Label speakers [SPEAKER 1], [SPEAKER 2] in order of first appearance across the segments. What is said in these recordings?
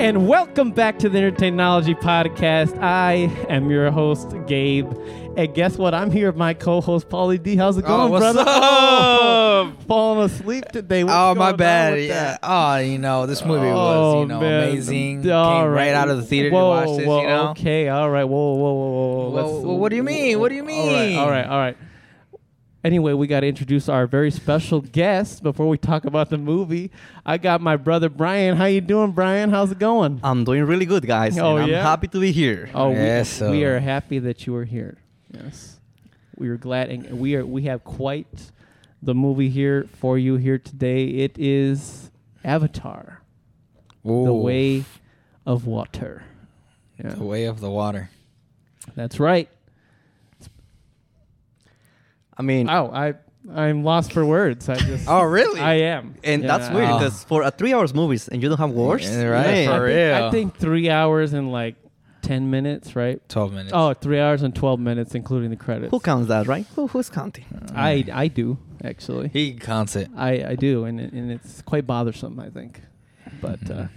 [SPEAKER 1] And welcome back to the Entertainology Podcast. I am your host, Gabe. And guess what? I'm here with my co-host, Paulie D. How's it going,
[SPEAKER 2] what's
[SPEAKER 1] brother?
[SPEAKER 2] up?
[SPEAKER 1] Oh, falling asleep today. What's
[SPEAKER 2] Oh
[SPEAKER 1] going
[SPEAKER 2] my
[SPEAKER 1] on
[SPEAKER 2] bad.
[SPEAKER 1] with
[SPEAKER 2] Yeah.
[SPEAKER 1] that? Oh,
[SPEAKER 2] Oh, you know this movie was you know
[SPEAKER 1] man.
[SPEAKER 2] amazing.
[SPEAKER 1] All
[SPEAKER 2] Came right out of the theater
[SPEAKER 1] Whoa,
[SPEAKER 2] to watch this.
[SPEAKER 1] whoa,
[SPEAKER 2] you know.
[SPEAKER 1] Okay, all right. Whoa, whoa, whoa, whoa. whoa.
[SPEAKER 2] Whoa, whoa, what do you mean? What do you
[SPEAKER 1] All right,
[SPEAKER 2] mean?
[SPEAKER 1] all right, all right. Anyway, we got to introduce our very special guest before we talk about the movie. I got my brother Brian. How you doing, Brian? How's it going?
[SPEAKER 3] I'm doing really good, guys.
[SPEAKER 1] Oh,
[SPEAKER 3] and I'm
[SPEAKER 1] yeah?
[SPEAKER 3] happy to be here.
[SPEAKER 1] Oh, we,
[SPEAKER 2] Yes, so-
[SPEAKER 1] we are happy that you are here. Yes, we are glad, and we are we have quite the movie here for you here today. It is Avatar: The
[SPEAKER 2] Ooh,
[SPEAKER 1] Way of Water. Yeah,
[SPEAKER 2] the way of the water.
[SPEAKER 1] that's right.
[SPEAKER 3] I mean,
[SPEAKER 1] Oh, I I'm lost for words. I just
[SPEAKER 2] Oh really?
[SPEAKER 1] I am,
[SPEAKER 3] and that's
[SPEAKER 1] Yeah. Uh,
[SPEAKER 3] weird
[SPEAKER 2] Oh.
[SPEAKER 3] because for a three hours movies and you don't have words,
[SPEAKER 2] Yeah, right,
[SPEAKER 3] man.
[SPEAKER 1] I
[SPEAKER 2] for
[SPEAKER 1] think, I
[SPEAKER 2] real.
[SPEAKER 1] think three hours and like ten minutes, right?
[SPEAKER 2] Twelve minutes.
[SPEAKER 1] Oh, three hours and twelve minutes, including the credits.
[SPEAKER 3] Who counts that, right? Who, who's counting?
[SPEAKER 1] I I do actually.
[SPEAKER 2] Mm. he counts it.
[SPEAKER 1] I, I do, and it- and it's quite bothersome, I think. But uh,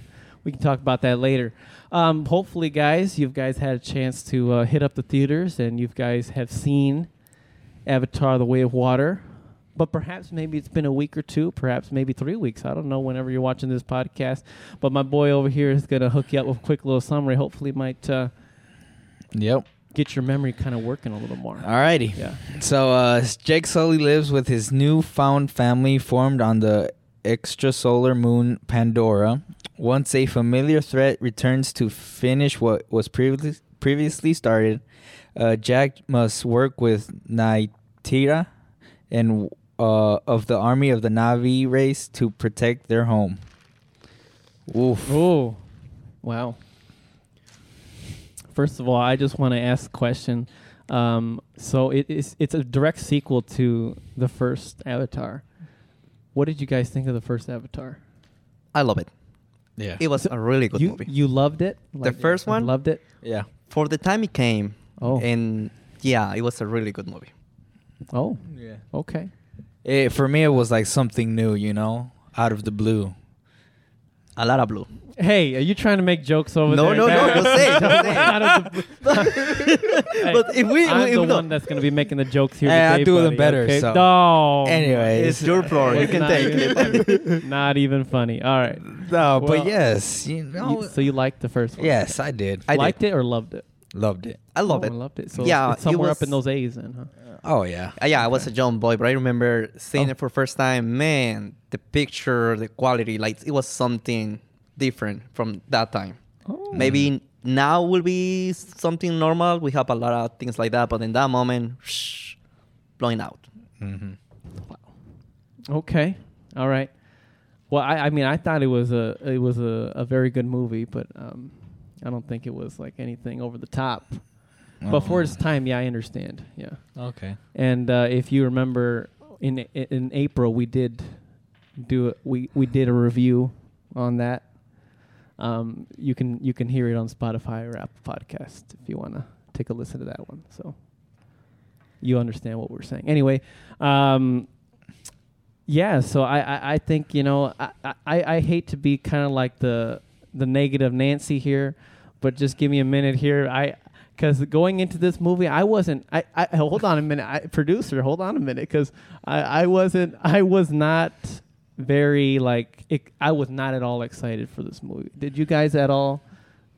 [SPEAKER 1] we can talk about that later. Um, hopefully, guys, you guys had a chance to uh, hit up the theaters, and you guys have seen Avatar: The Way of Water. But perhaps maybe it's been a week or two, perhaps maybe three weeks. I don't know. Whenever you're watching this podcast, but my boy over here is gonna hook you up with a quick little summary. Hopefully, might uh,
[SPEAKER 2] Yep.
[SPEAKER 1] get your memory kind of working a little more.
[SPEAKER 2] Alrighty.
[SPEAKER 1] Yeah.
[SPEAKER 2] So uh, Jake Sully lives with his newfound family formed on the extrasolar moon Pandora. Once a familiar threat returns to finish what was previously previously started, uh, Jack must work with Naitira and uh, of the army of the Navi race to protect their home. Oof.
[SPEAKER 1] Oh, wow. First of all, I just want to ask a question. Um, so it is it's a direct sequel to the first Avatar. What did you guys think of the first Avatar?
[SPEAKER 3] I love it.
[SPEAKER 2] Yeah.
[SPEAKER 3] It was a really good
[SPEAKER 1] you
[SPEAKER 3] movie.
[SPEAKER 1] you loved it? Like,
[SPEAKER 3] first one?
[SPEAKER 1] Loved it?
[SPEAKER 2] Yeah.
[SPEAKER 3] for the time it came,
[SPEAKER 1] Oh.
[SPEAKER 3] and yeah, it was a really good movie.
[SPEAKER 1] Oh,
[SPEAKER 2] Yeah.
[SPEAKER 1] okay.
[SPEAKER 2] It, for me, it was like something new, you know, out of the blue.
[SPEAKER 3] A lot of blue.
[SPEAKER 1] Hey, are you trying to make jokes over
[SPEAKER 3] No,
[SPEAKER 1] there?
[SPEAKER 3] no, no,
[SPEAKER 1] Barry?
[SPEAKER 3] just say it, just say it.
[SPEAKER 1] Out of the- Hey,
[SPEAKER 3] but if we, Eh,
[SPEAKER 1] I'm
[SPEAKER 3] if
[SPEAKER 1] the
[SPEAKER 3] no,
[SPEAKER 1] one that's going to be making the jokes here.
[SPEAKER 2] Hey, I
[SPEAKER 1] today,
[SPEAKER 2] do them
[SPEAKER 1] buddy,
[SPEAKER 2] better,
[SPEAKER 1] okay?
[SPEAKER 2] so.
[SPEAKER 1] No.
[SPEAKER 2] Anyways,
[SPEAKER 3] it's your floor. You
[SPEAKER 1] It's
[SPEAKER 3] can
[SPEAKER 1] not
[SPEAKER 3] take
[SPEAKER 1] even
[SPEAKER 3] it.
[SPEAKER 1] funny. Not even funny. All right.
[SPEAKER 2] No,
[SPEAKER 1] Well,
[SPEAKER 2] but yes, you know,
[SPEAKER 1] You- so you liked the first one?
[SPEAKER 2] yes, I did.
[SPEAKER 3] I
[SPEAKER 1] liked it or loved it?
[SPEAKER 2] loved it.
[SPEAKER 3] I love
[SPEAKER 1] Oh,
[SPEAKER 3] it.
[SPEAKER 1] I loved it. So
[SPEAKER 3] Yeah,
[SPEAKER 1] it's somewhere
[SPEAKER 3] it
[SPEAKER 1] up in
[SPEAKER 3] was-
[SPEAKER 1] those A's, then, huh?
[SPEAKER 2] Oh yeah,
[SPEAKER 3] Uh, yeah, I was a young boy, but I remember seeing
[SPEAKER 1] Oh.
[SPEAKER 3] it for first time. Man, the picture, the quality, like it was something different from that time.
[SPEAKER 1] Oh.
[SPEAKER 3] Maybe now will be something normal. We have a lot of things like that, but in that moment, shh, blowing out.
[SPEAKER 1] Mm-hmm. Okay. All right. Well, I, I mean, I thought it was a it was a, a very good movie, but um, I don't think it was like anything over the top. But for its time, yeah, I understand. Yeah.
[SPEAKER 2] okay.
[SPEAKER 1] And uh, if you remember, in in April we did do a, we we did a review on that. Um, you can you can hear it on Spotify or Apple Podcast if you want to take a listen to that one. So you understand what we're saying. Anyway, um, yeah. So I, I, I think you know I, I, I hate to be kind of like the the negative Nancy here, but just give me a minute here. I because going into this movie, I wasn't. I, I hold on a minute, I, producer. Hold on a minute, because I, I wasn't. I was not very like. It, I was not at all excited for this movie. Did you guys at all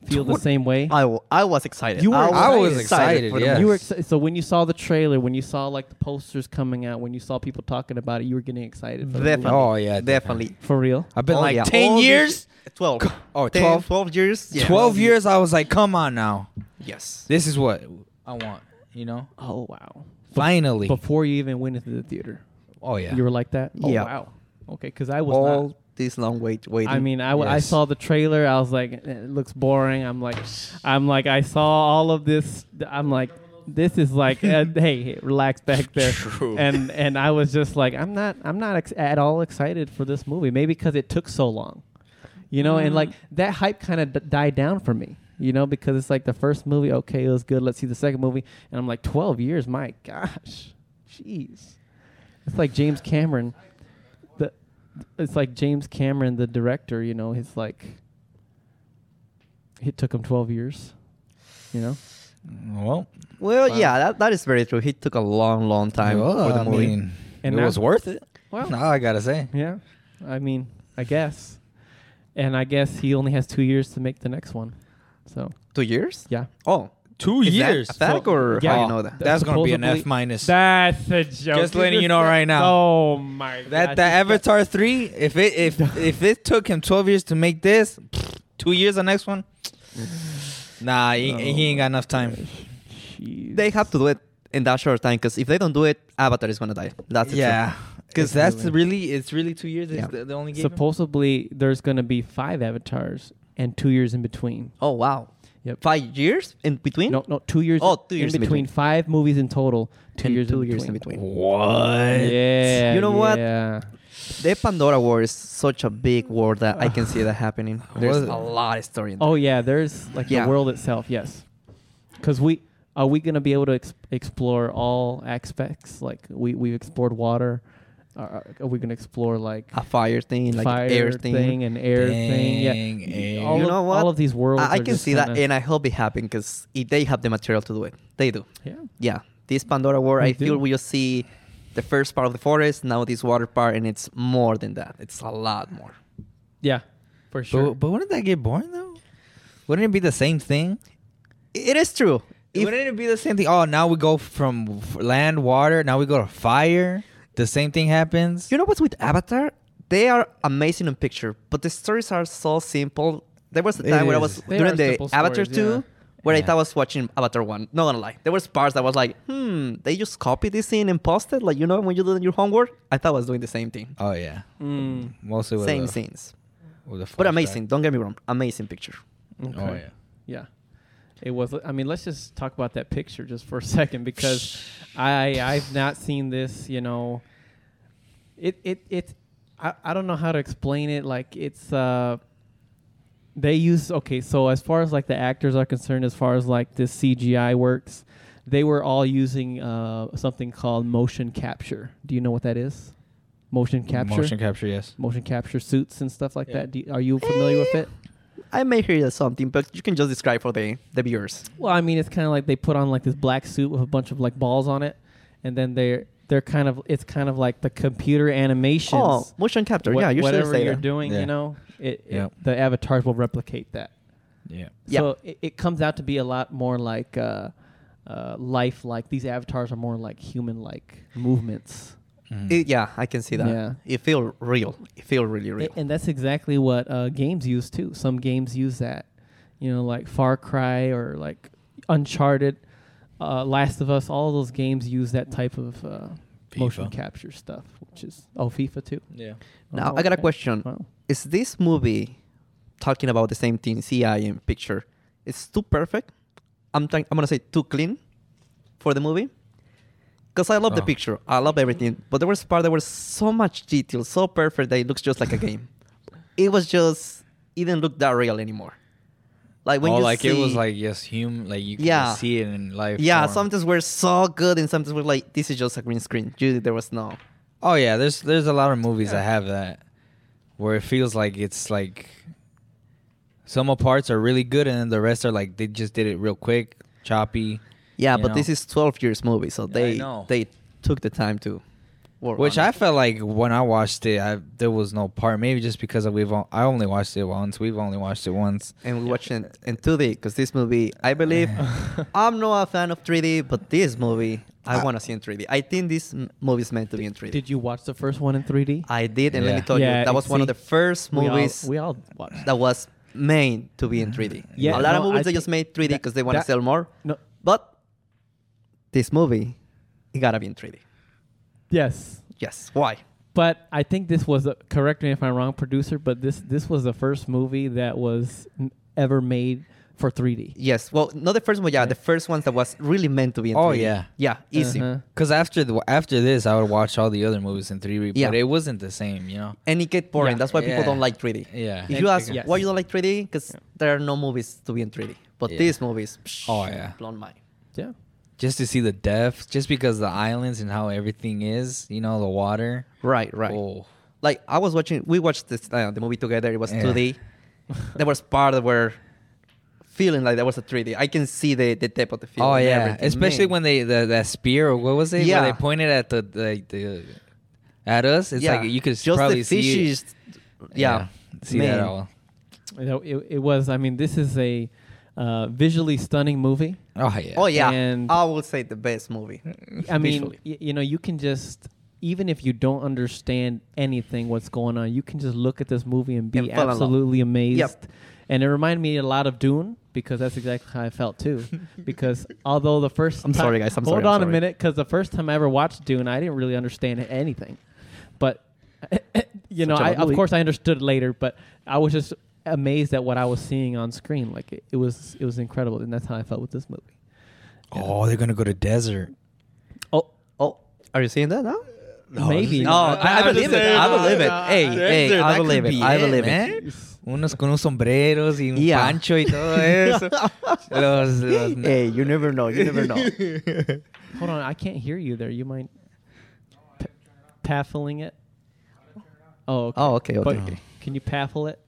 [SPEAKER 1] feel the same way?
[SPEAKER 3] I, w- I was excited.
[SPEAKER 1] You were
[SPEAKER 2] I was excited,
[SPEAKER 3] for the
[SPEAKER 2] yeah.
[SPEAKER 3] movie.
[SPEAKER 1] You were
[SPEAKER 2] Yes.
[SPEAKER 1] exci- so when you saw the trailer, when you saw like the posters coming out, when you saw people talking about it, you were getting excited. For,
[SPEAKER 3] Definitely.
[SPEAKER 2] Oh, yeah,
[SPEAKER 3] definitely.
[SPEAKER 1] for real?
[SPEAKER 2] I've been
[SPEAKER 3] Oh,
[SPEAKER 2] like
[SPEAKER 3] yeah.
[SPEAKER 2] ten
[SPEAKER 3] All these-
[SPEAKER 2] years,
[SPEAKER 3] 12.
[SPEAKER 2] Oh,
[SPEAKER 3] 10,
[SPEAKER 2] 12?
[SPEAKER 3] 12 years. yeah.
[SPEAKER 2] twelve years. I was like, come on now,
[SPEAKER 3] Yes.
[SPEAKER 2] this is what I want. You know,
[SPEAKER 1] Oh wow!
[SPEAKER 2] finally.
[SPEAKER 1] Before you even went into the theater,
[SPEAKER 2] oh yeah,
[SPEAKER 1] you were like that. Oh,
[SPEAKER 3] Yeah.
[SPEAKER 1] Wow. Okay, because I was not.
[SPEAKER 3] All this long wait waiting.
[SPEAKER 1] I mean, I, w- I
[SPEAKER 2] Yes.
[SPEAKER 1] saw the trailer. I was like, "Eh, it looks boring. I'm like, I'm like, I saw all of this. I'm like, this is like, uh, hey, hey, relax back there.
[SPEAKER 2] True.
[SPEAKER 1] And and I was just like, I'm not, I'm not ex- at all excited for this movie. Maybe because it took so long, you know. And like that hype kind of d- died down for me, you know, because it's like the first movie, okay, it was good. Let's see the second movie, and I'm like, 12 years, my gosh, jeez. It's like James Cameron. The, it's like James Cameron, the director. You know, he's like, it took him 12 years. You know,
[SPEAKER 2] Well,
[SPEAKER 3] Well,
[SPEAKER 2] Wow.
[SPEAKER 3] yeah, that, that is very true. He took a long, long time
[SPEAKER 2] well,
[SPEAKER 3] for
[SPEAKER 2] I
[SPEAKER 3] the movie.
[SPEAKER 2] mean,
[SPEAKER 1] And
[SPEAKER 2] it
[SPEAKER 1] now-
[SPEAKER 2] was worth it.
[SPEAKER 1] Well-
[SPEAKER 2] Well, now I gotta say,
[SPEAKER 1] yeah. I mean, I guess, and I guess he only has two years to make the next one. So
[SPEAKER 3] Two years?
[SPEAKER 1] yeah,
[SPEAKER 3] Oh,
[SPEAKER 2] two
[SPEAKER 3] is that
[SPEAKER 2] years.
[SPEAKER 3] a fact or
[SPEAKER 1] yeah.
[SPEAKER 3] how you know that?
[SPEAKER 2] That's gonna be an
[SPEAKER 1] Supposedly-
[SPEAKER 2] F minus.
[SPEAKER 1] that's a joke.
[SPEAKER 2] Just letting you know right now.
[SPEAKER 1] Oh my
[SPEAKER 2] That the Avatar three, if it if if it took him twelve years to make this, pfft, two years the next one.
[SPEAKER 1] Mm.
[SPEAKER 2] Nah, he, he
[SPEAKER 1] Oh
[SPEAKER 2] ain't got enough time.
[SPEAKER 3] They have to do it in that short time because if they don't do it, Avatar is gonna die. That's the
[SPEAKER 2] yeah, because that's
[SPEAKER 1] Really.
[SPEAKER 2] really it's really two years.
[SPEAKER 3] Yeah.
[SPEAKER 2] Is the, the only game.
[SPEAKER 1] Supposedly, there's going to be five avatars and two years in between.
[SPEAKER 3] Truth. Oh wow.
[SPEAKER 1] Yep.
[SPEAKER 3] Five years in between.
[SPEAKER 1] No, no, two years.
[SPEAKER 3] Oh, two
[SPEAKER 1] in
[SPEAKER 3] years in
[SPEAKER 1] between.
[SPEAKER 3] between.
[SPEAKER 1] Five movies in total. Two
[SPEAKER 3] And
[SPEAKER 1] years.
[SPEAKER 3] two
[SPEAKER 1] in
[SPEAKER 3] years in
[SPEAKER 1] between.
[SPEAKER 3] between.
[SPEAKER 2] what?
[SPEAKER 1] Yeah.
[SPEAKER 3] You know what?
[SPEAKER 1] yeah.
[SPEAKER 3] The Pandora War is such a big war that I can see that happening. There's
[SPEAKER 2] Was it?
[SPEAKER 3] a lot of story in there.
[SPEAKER 1] Oh yeah. There's like
[SPEAKER 3] Yeah.
[SPEAKER 1] the world itself. Yes. Because we are we going to be able to ex- explore all aspects? Like we we've explored water. Are, are we going to explore like
[SPEAKER 3] a fire thing, like
[SPEAKER 1] fire
[SPEAKER 3] an air thing. eh.
[SPEAKER 1] and air thing?
[SPEAKER 2] Dang,
[SPEAKER 1] Yeah.
[SPEAKER 2] air.
[SPEAKER 1] All
[SPEAKER 3] You
[SPEAKER 1] of,
[SPEAKER 3] know what?
[SPEAKER 1] All of these worlds.
[SPEAKER 3] I, I
[SPEAKER 1] are
[SPEAKER 3] can
[SPEAKER 1] just
[SPEAKER 3] see that,
[SPEAKER 1] kinda-
[SPEAKER 3] and I hope it happens because they have the material to do it. They do.
[SPEAKER 1] yeah.
[SPEAKER 3] Yeah, this Pandora War,
[SPEAKER 1] They
[SPEAKER 3] I feel
[SPEAKER 1] do.
[SPEAKER 3] we just see the first part of the forest, now this water part, and it's more than that. It's a lot more.
[SPEAKER 1] Yeah. For sure.
[SPEAKER 2] But, but wouldn't that get boring though? Wouldn't it be the same thing?
[SPEAKER 3] It is true. If-
[SPEAKER 2] wouldn't it be the same thing? Oh, now we go from f- land, water. Now we go to fire. The same thing happens.
[SPEAKER 3] you know what's with Avatar? They are amazing in picture, but the stories are so simple. There was a
[SPEAKER 2] It
[SPEAKER 3] time where I
[SPEAKER 2] is.
[SPEAKER 3] was
[SPEAKER 1] They
[SPEAKER 3] during
[SPEAKER 1] are
[SPEAKER 3] the
[SPEAKER 1] simple
[SPEAKER 3] Avatar
[SPEAKER 1] stories,
[SPEAKER 3] 2
[SPEAKER 1] yeah.
[SPEAKER 3] where I
[SPEAKER 2] Yeah.
[SPEAKER 3] thought I was watching Avatar 1. No gonna lie. There was parts that was like, hmm, they just copied this scene and posted. Like, you know, when you do your homework, I thought I was doing the same thing.
[SPEAKER 2] Oh yeah,
[SPEAKER 1] Mm.
[SPEAKER 2] mostly with
[SPEAKER 3] same
[SPEAKER 2] the,
[SPEAKER 3] scenes.
[SPEAKER 2] with the
[SPEAKER 3] But
[SPEAKER 2] flashback.
[SPEAKER 3] amazing. Don't get me wrong. Amazing picture.
[SPEAKER 1] Okay.
[SPEAKER 2] Oh yeah.
[SPEAKER 1] Yeah. It was I mean, let's just talk about that picture just for a second because I I've not seen this, you know. It it it I, I don't know how to explain it. Like it's uh they use okay, so as far as like the actors are concerned, as far as like this CGI works, they were all using uh something called motion capture. Do you know what that is? Motion capture?
[SPEAKER 2] Motion capture. Yes.
[SPEAKER 1] Motion capture suits and stuff like
[SPEAKER 2] Yeah.
[SPEAKER 1] that. Do you, are you familiar with
[SPEAKER 3] Eh.
[SPEAKER 1] it?
[SPEAKER 3] I may hear something, but you can just describe for the, the viewers.
[SPEAKER 1] Well, I mean, it's kind of like they put on like this black suit with a bunch of like balls on it, and then they're they're kind of it's kind of like the computer animations.
[SPEAKER 3] Oh, motion capture.
[SPEAKER 1] Wha-
[SPEAKER 3] yeah, you should
[SPEAKER 1] whatever
[SPEAKER 3] say
[SPEAKER 1] you're
[SPEAKER 3] that.
[SPEAKER 1] doing,
[SPEAKER 2] Yeah.
[SPEAKER 1] you know, it, it-
[SPEAKER 2] Yep.
[SPEAKER 1] the avatars will replicate that.
[SPEAKER 2] Yeah.
[SPEAKER 3] Yeah.
[SPEAKER 1] So it, it comes out to be a lot more like uh, uh, life. Like these avatars are more like human like movements.
[SPEAKER 2] Mhm.
[SPEAKER 3] It- yeah, I can see that.
[SPEAKER 1] Yeah.
[SPEAKER 3] It feel real. It feel really real.
[SPEAKER 1] A- and that's exactly what uh, games use too. Some games use that, you know, like Far Cry or like Uncharted, uh, Last of Us. All those games use that type of uh, motion
[SPEAKER 2] FIFA.
[SPEAKER 1] capture stuff, which is oh FIFA too.
[SPEAKER 2] yeah.
[SPEAKER 3] now,
[SPEAKER 1] Oh,
[SPEAKER 3] I got a
[SPEAKER 1] okay.
[SPEAKER 3] question.
[SPEAKER 1] Wow.
[SPEAKER 3] Is this movie talking about the same thing, CI and picture? It's too perfect. I'm trying, I'm going to say too clean for the movie. Because I love the
[SPEAKER 2] Oh.
[SPEAKER 3] picture. I love everything. But there was part that was so much detail, so perfect that it looks just like a game. It was just, it didn't look that real anymore. Like when
[SPEAKER 2] oh,
[SPEAKER 3] you
[SPEAKER 2] like it was
[SPEAKER 3] see-
[SPEAKER 2] like yes, human. Like you can
[SPEAKER 3] Yeah.
[SPEAKER 2] see it in life.
[SPEAKER 3] Yeah,
[SPEAKER 2] form.
[SPEAKER 3] sometimes we're so good, and sometimes we're like, this is just a green screen. Dude, there was no.
[SPEAKER 2] Oh yeah, there's there's a lot of movies that have that, where it feels like it's like. Some of parts are really good, and then the rest are like they just did it real quick, choppy.
[SPEAKER 3] Yeah,
[SPEAKER 2] you
[SPEAKER 3] but
[SPEAKER 2] know?
[SPEAKER 3] this is 12 years movie, so
[SPEAKER 2] Yeah, I
[SPEAKER 3] they
[SPEAKER 2] know.
[SPEAKER 3] they took the time to. work
[SPEAKER 2] Which
[SPEAKER 3] on
[SPEAKER 2] I
[SPEAKER 3] it.
[SPEAKER 2] felt like when I watched it, I, there was no part. Maybe just because we've on, I only watched it once. We've only watched it once.
[SPEAKER 3] and we watched it in 2D because this movie, I believe, I'm not a fan of 3D, but this movie I
[SPEAKER 2] I-
[SPEAKER 3] want to see in 3D. I think this m- movie is meant to be in 3D.
[SPEAKER 1] Ah. Did you watch the first one in 3D?
[SPEAKER 3] I did, and let me
[SPEAKER 2] Yeah.
[SPEAKER 3] tell
[SPEAKER 1] Yeah,
[SPEAKER 3] you, that was one of
[SPEAKER 1] see,
[SPEAKER 3] the first
[SPEAKER 1] we all-
[SPEAKER 3] movies
[SPEAKER 1] we all watched
[SPEAKER 3] that was made to be in 3D.
[SPEAKER 1] Yeah,
[SPEAKER 3] a lot of
[SPEAKER 1] no, I
[SPEAKER 3] movies they
[SPEAKER 1] think
[SPEAKER 3] just made 3D
[SPEAKER 1] that-
[SPEAKER 3] because they want to
[SPEAKER 1] that-
[SPEAKER 3] sell more.
[SPEAKER 1] No.
[SPEAKER 3] But this movie, it gotta be in 3D.
[SPEAKER 1] Yes.
[SPEAKER 3] Yes. Why?
[SPEAKER 1] But I think this was a, correct me if I'm wrong, producer. But this this was the first movie that was n- ever made for 3D.
[SPEAKER 3] Yes. Well, not the first one. Yeah, the first one that was really meant to be. In
[SPEAKER 2] Oh,
[SPEAKER 3] 3D.
[SPEAKER 2] yeah.
[SPEAKER 3] Yeah. Easy.
[SPEAKER 1] Uh-huh.
[SPEAKER 2] Because after the, after this, I would watch all the other movies in 3D,
[SPEAKER 3] Yeah.
[SPEAKER 2] but it wasn't the same, you know.
[SPEAKER 3] And it get boring.
[SPEAKER 1] Yeah.
[SPEAKER 3] That's why people
[SPEAKER 2] Yeah.
[SPEAKER 3] don't like 3D.
[SPEAKER 2] Yeah.
[SPEAKER 3] If you ask
[SPEAKER 1] Yes.
[SPEAKER 3] why you don't like 3D, because
[SPEAKER 1] Yeah.
[SPEAKER 3] there are no movies to be in 3D. But
[SPEAKER 2] Yeah.
[SPEAKER 3] these movies, psh,
[SPEAKER 2] Oh, yeah.
[SPEAKER 3] blown mind.
[SPEAKER 1] Yeah.
[SPEAKER 2] Just to see the depth, just because the islands and how everything is, you know, the water.
[SPEAKER 3] Right. Right.
[SPEAKER 2] Oh,
[SPEAKER 3] Like I was watching. We watched this uh, the movie together. It was
[SPEAKER 2] Yeah.
[SPEAKER 3] 2D. there was part where feeling like that was a 3D. I can see the, the depth of the field.
[SPEAKER 2] Oh
[SPEAKER 3] and
[SPEAKER 2] yeah,
[SPEAKER 3] everything.
[SPEAKER 2] especially
[SPEAKER 3] Man.
[SPEAKER 2] when they the that spear or what was it?
[SPEAKER 3] Yeah.
[SPEAKER 2] where they pointed at the like the at us. It's like you could s-
[SPEAKER 3] just
[SPEAKER 2] probably
[SPEAKER 3] the
[SPEAKER 2] see. it.
[SPEAKER 3] fishes. Yeah.
[SPEAKER 2] see
[SPEAKER 3] Man.
[SPEAKER 2] that all.
[SPEAKER 1] You know, it, it was. I mean, this is a uh, visually stunning movie.
[SPEAKER 2] Oh yeah.
[SPEAKER 3] Oh yeah,
[SPEAKER 1] And-
[SPEAKER 3] I would say the best movie.
[SPEAKER 1] I mean,
[SPEAKER 3] Visually.
[SPEAKER 1] y- you know, you can just even if you don't understand anything what's going on, you can just look at this movie and be
[SPEAKER 3] And fall in love.
[SPEAKER 1] absolutely amazed.
[SPEAKER 3] Yep.
[SPEAKER 1] And it reminded me a lot of Dune because that's exactly how I felt too. Because although the first
[SPEAKER 3] I'm
[SPEAKER 1] ti-
[SPEAKER 3] sorry, guys. I'm
[SPEAKER 1] hold
[SPEAKER 3] sorry, I'm
[SPEAKER 1] on a
[SPEAKER 3] sorry.
[SPEAKER 1] minute, because the first time I ever watched Dune, I didn't really understand anything. But you know,
[SPEAKER 3] Such a
[SPEAKER 1] I,
[SPEAKER 3] bad
[SPEAKER 1] of
[SPEAKER 3] movie.
[SPEAKER 1] course I understood later, but I was just amazed at what I was seeing on screen. Like it, it was, it was incredible, and that's how I felt with this movie.
[SPEAKER 2] Oh, they're gonna go to desert.
[SPEAKER 1] Oh,
[SPEAKER 3] Oh, are you seeing that now?
[SPEAKER 1] maybe.
[SPEAKER 3] No, Oh, I, I
[SPEAKER 2] I'm
[SPEAKER 3] believe
[SPEAKER 2] just
[SPEAKER 3] it.
[SPEAKER 2] saying,
[SPEAKER 3] I believe it.
[SPEAKER 1] uh,
[SPEAKER 3] Hey,
[SPEAKER 1] uh,
[SPEAKER 3] hey,
[SPEAKER 2] desert,
[SPEAKER 3] I
[SPEAKER 2] that
[SPEAKER 3] believe
[SPEAKER 2] could
[SPEAKER 3] it.
[SPEAKER 2] be
[SPEAKER 3] I
[SPEAKER 2] it,
[SPEAKER 3] believe
[SPEAKER 2] man.
[SPEAKER 3] it.
[SPEAKER 2] Unos con unos sombreros y un
[SPEAKER 3] Yeah.
[SPEAKER 2] pancho y todo eso. Los- los-
[SPEAKER 3] Hey, you never know. You never know.
[SPEAKER 1] Hold on, I can't hear you there. You mind p- paffling it? Oh, okay.
[SPEAKER 3] Oh, okay,
[SPEAKER 1] But
[SPEAKER 3] okay.
[SPEAKER 1] Can you paffle it?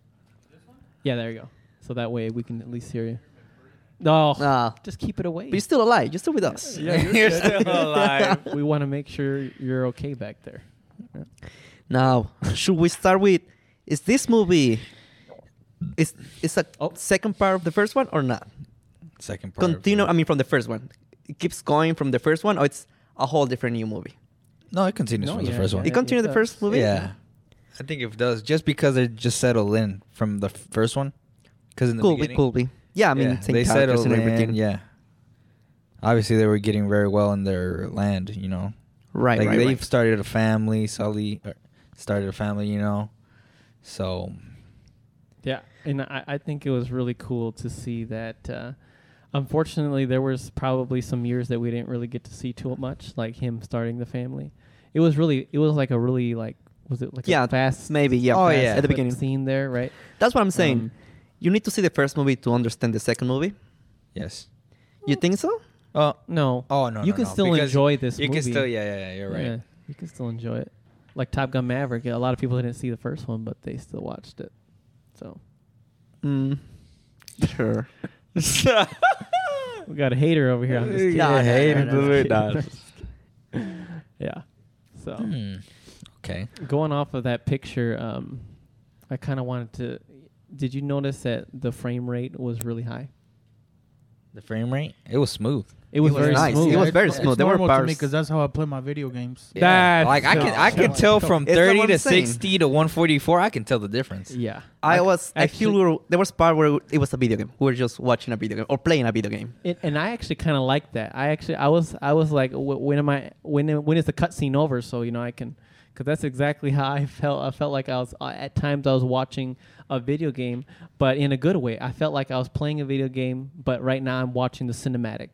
[SPEAKER 1] Yeah, there you go. So that way we can at least hear you. No,
[SPEAKER 3] Ah.
[SPEAKER 1] just keep it away.
[SPEAKER 3] But you're still alive. You're still with us.
[SPEAKER 1] Yeah, you're
[SPEAKER 2] You're
[SPEAKER 1] good.
[SPEAKER 2] still alive.
[SPEAKER 1] we want to make sure you're okay back there.
[SPEAKER 3] Now, should we start with? Is this movie? Is is a
[SPEAKER 1] Oh.
[SPEAKER 3] second part of the first one or not?
[SPEAKER 2] Second part.
[SPEAKER 3] Continue. I mean, from the first one, it keeps going from the first one, or it's a whole different new movie.
[SPEAKER 2] No, it continues
[SPEAKER 1] No,
[SPEAKER 2] from
[SPEAKER 1] yeah, uh,
[SPEAKER 2] the first one.
[SPEAKER 1] yeah,
[SPEAKER 3] It continued the
[SPEAKER 1] does.
[SPEAKER 3] first movie.
[SPEAKER 2] Yeah, I think it does just because they just settled in from the f- first one. Because in the
[SPEAKER 3] could be,
[SPEAKER 2] beginning,
[SPEAKER 3] could be. Yeah, I mean, same
[SPEAKER 2] they
[SPEAKER 3] characters
[SPEAKER 2] settled
[SPEAKER 3] and
[SPEAKER 2] in.
[SPEAKER 3] everything.
[SPEAKER 2] Yeah, obviously they were getting very well in their land. You know,
[SPEAKER 3] right,
[SPEAKER 2] Like
[SPEAKER 3] right,
[SPEAKER 2] they've
[SPEAKER 3] right.
[SPEAKER 2] started a family. Sully er, started a family. You know, so
[SPEAKER 1] Yeah, and I, I think it was really cool to see that. Uh, unfortunately, there was probably some years that we didn't really get to see too much, like him starting the family. It was really, it was like a really like, was it like
[SPEAKER 3] Yeah,
[SPEAKER 1] a fast,
[SPEAKER 3] maybe, yeah,
[SPEAKER 2] Oh,
[SPEAKER 1] fast
[SPEAKER 2] yeah.
[SPEAKER 3] at the
[SPEAKER 1] quick
[SPEAKER 3] beginning.
[SPEAKER 1] scene there, right?
[SPEAKER 3] That's what I'm saying.
[SPEAKER 1] Um,
[SPEAKER 3] you need to see the first movie to understand the second movie.
[SPEAKER 2] yes.
[SPEAKER 3] You think so?
[SPEAKER 2] Oh,
[SPEAKER 1] No,
[SPEAKER 2] oh no.
[SPEAKER 1] you
[SPEAKER 2] no,
[SPEAKER 1] can
[SPEAKER 2] no,
[SPEAKER 1] still
[SPEAKER 2] because
[SPEAKER 1] enjoy this.
[SPEAKER 2] You
[SPEAKER 1] movie.
[SPEAKER 2] can still. Yeah, yeah, yeah. You're right.
[SPEAKER 1] Yeah, you can still enjoy it. Like Top Gun Maverick, a lot of people didn't see the first one, but they still watched it. So
[SPEAKER 3] Mm. Sure.
[SPEAKER 1] we got a hater over here. I'm just kidding.
[SPEAKER 3] Nah, nah,
[SPEAKER 2] hater,
[SPEAKER 3] nah, nah,
[SPEAKER 2] dude,
[SPEAKER 3] nah.
[SPEAKER 2] nah.
[SPEAKER 1] yeah. So.
[SPEAKER 2] Hmm. Okay.
[SPEAKER 1] Going off of that picture, um, I kind of wanted to. Did you notice that the frame rate was really high?
[SPEAKER 2] The frame rate. It was smooth.
[SPEAKER 1] It was,
[SPEAKER 3] was
[SPEAKER 1] very
[SPEAKER 3] nice.
[SPEAKER 1] smooth.
[SPEAKER 3] It was
[SPEAKER 4] it's-
[SPEAKER 3] very
[SPEAKER 4] it's
[SPEAKER 3] smooth. They were
[SPEAKER 4] normal to me
[SPEAKER 3] bars.
[SPEAKER 4] because that's how I play my video games.
[SPEAKER 1] That's
[SPEAKER 2] like I can I can
[SPEAKER 1] so-
[SPEAKER 2] tell from
[SPEAKER 3] It's the
[SPEAKER 2] thirty
[SPEAKER 3] one
[SPEAKER 2] to
[SPEAKER 3] saying.
[SPEAKER 2] sixty to one forty four. I can tell the difference.
[SPEAKER 1] yeah.
[SPEAKER 3] I was. I feel
[SPEAKER 1] actually-
[SPEAKER 3] we were, there was part where it was a video game. We were just watching a video game or playing a video game.
[SPEAKER 1] It, and I actually kind of like that. I actually I was I was like, "Wh- when am I? When am- when is the cutscene over? So you know I can, because that's exactly how I felt. I felt like I was uh, at times I was watching a video game, but in a good way. I felt like I was playing a video game, but right now I'm watching the cinematic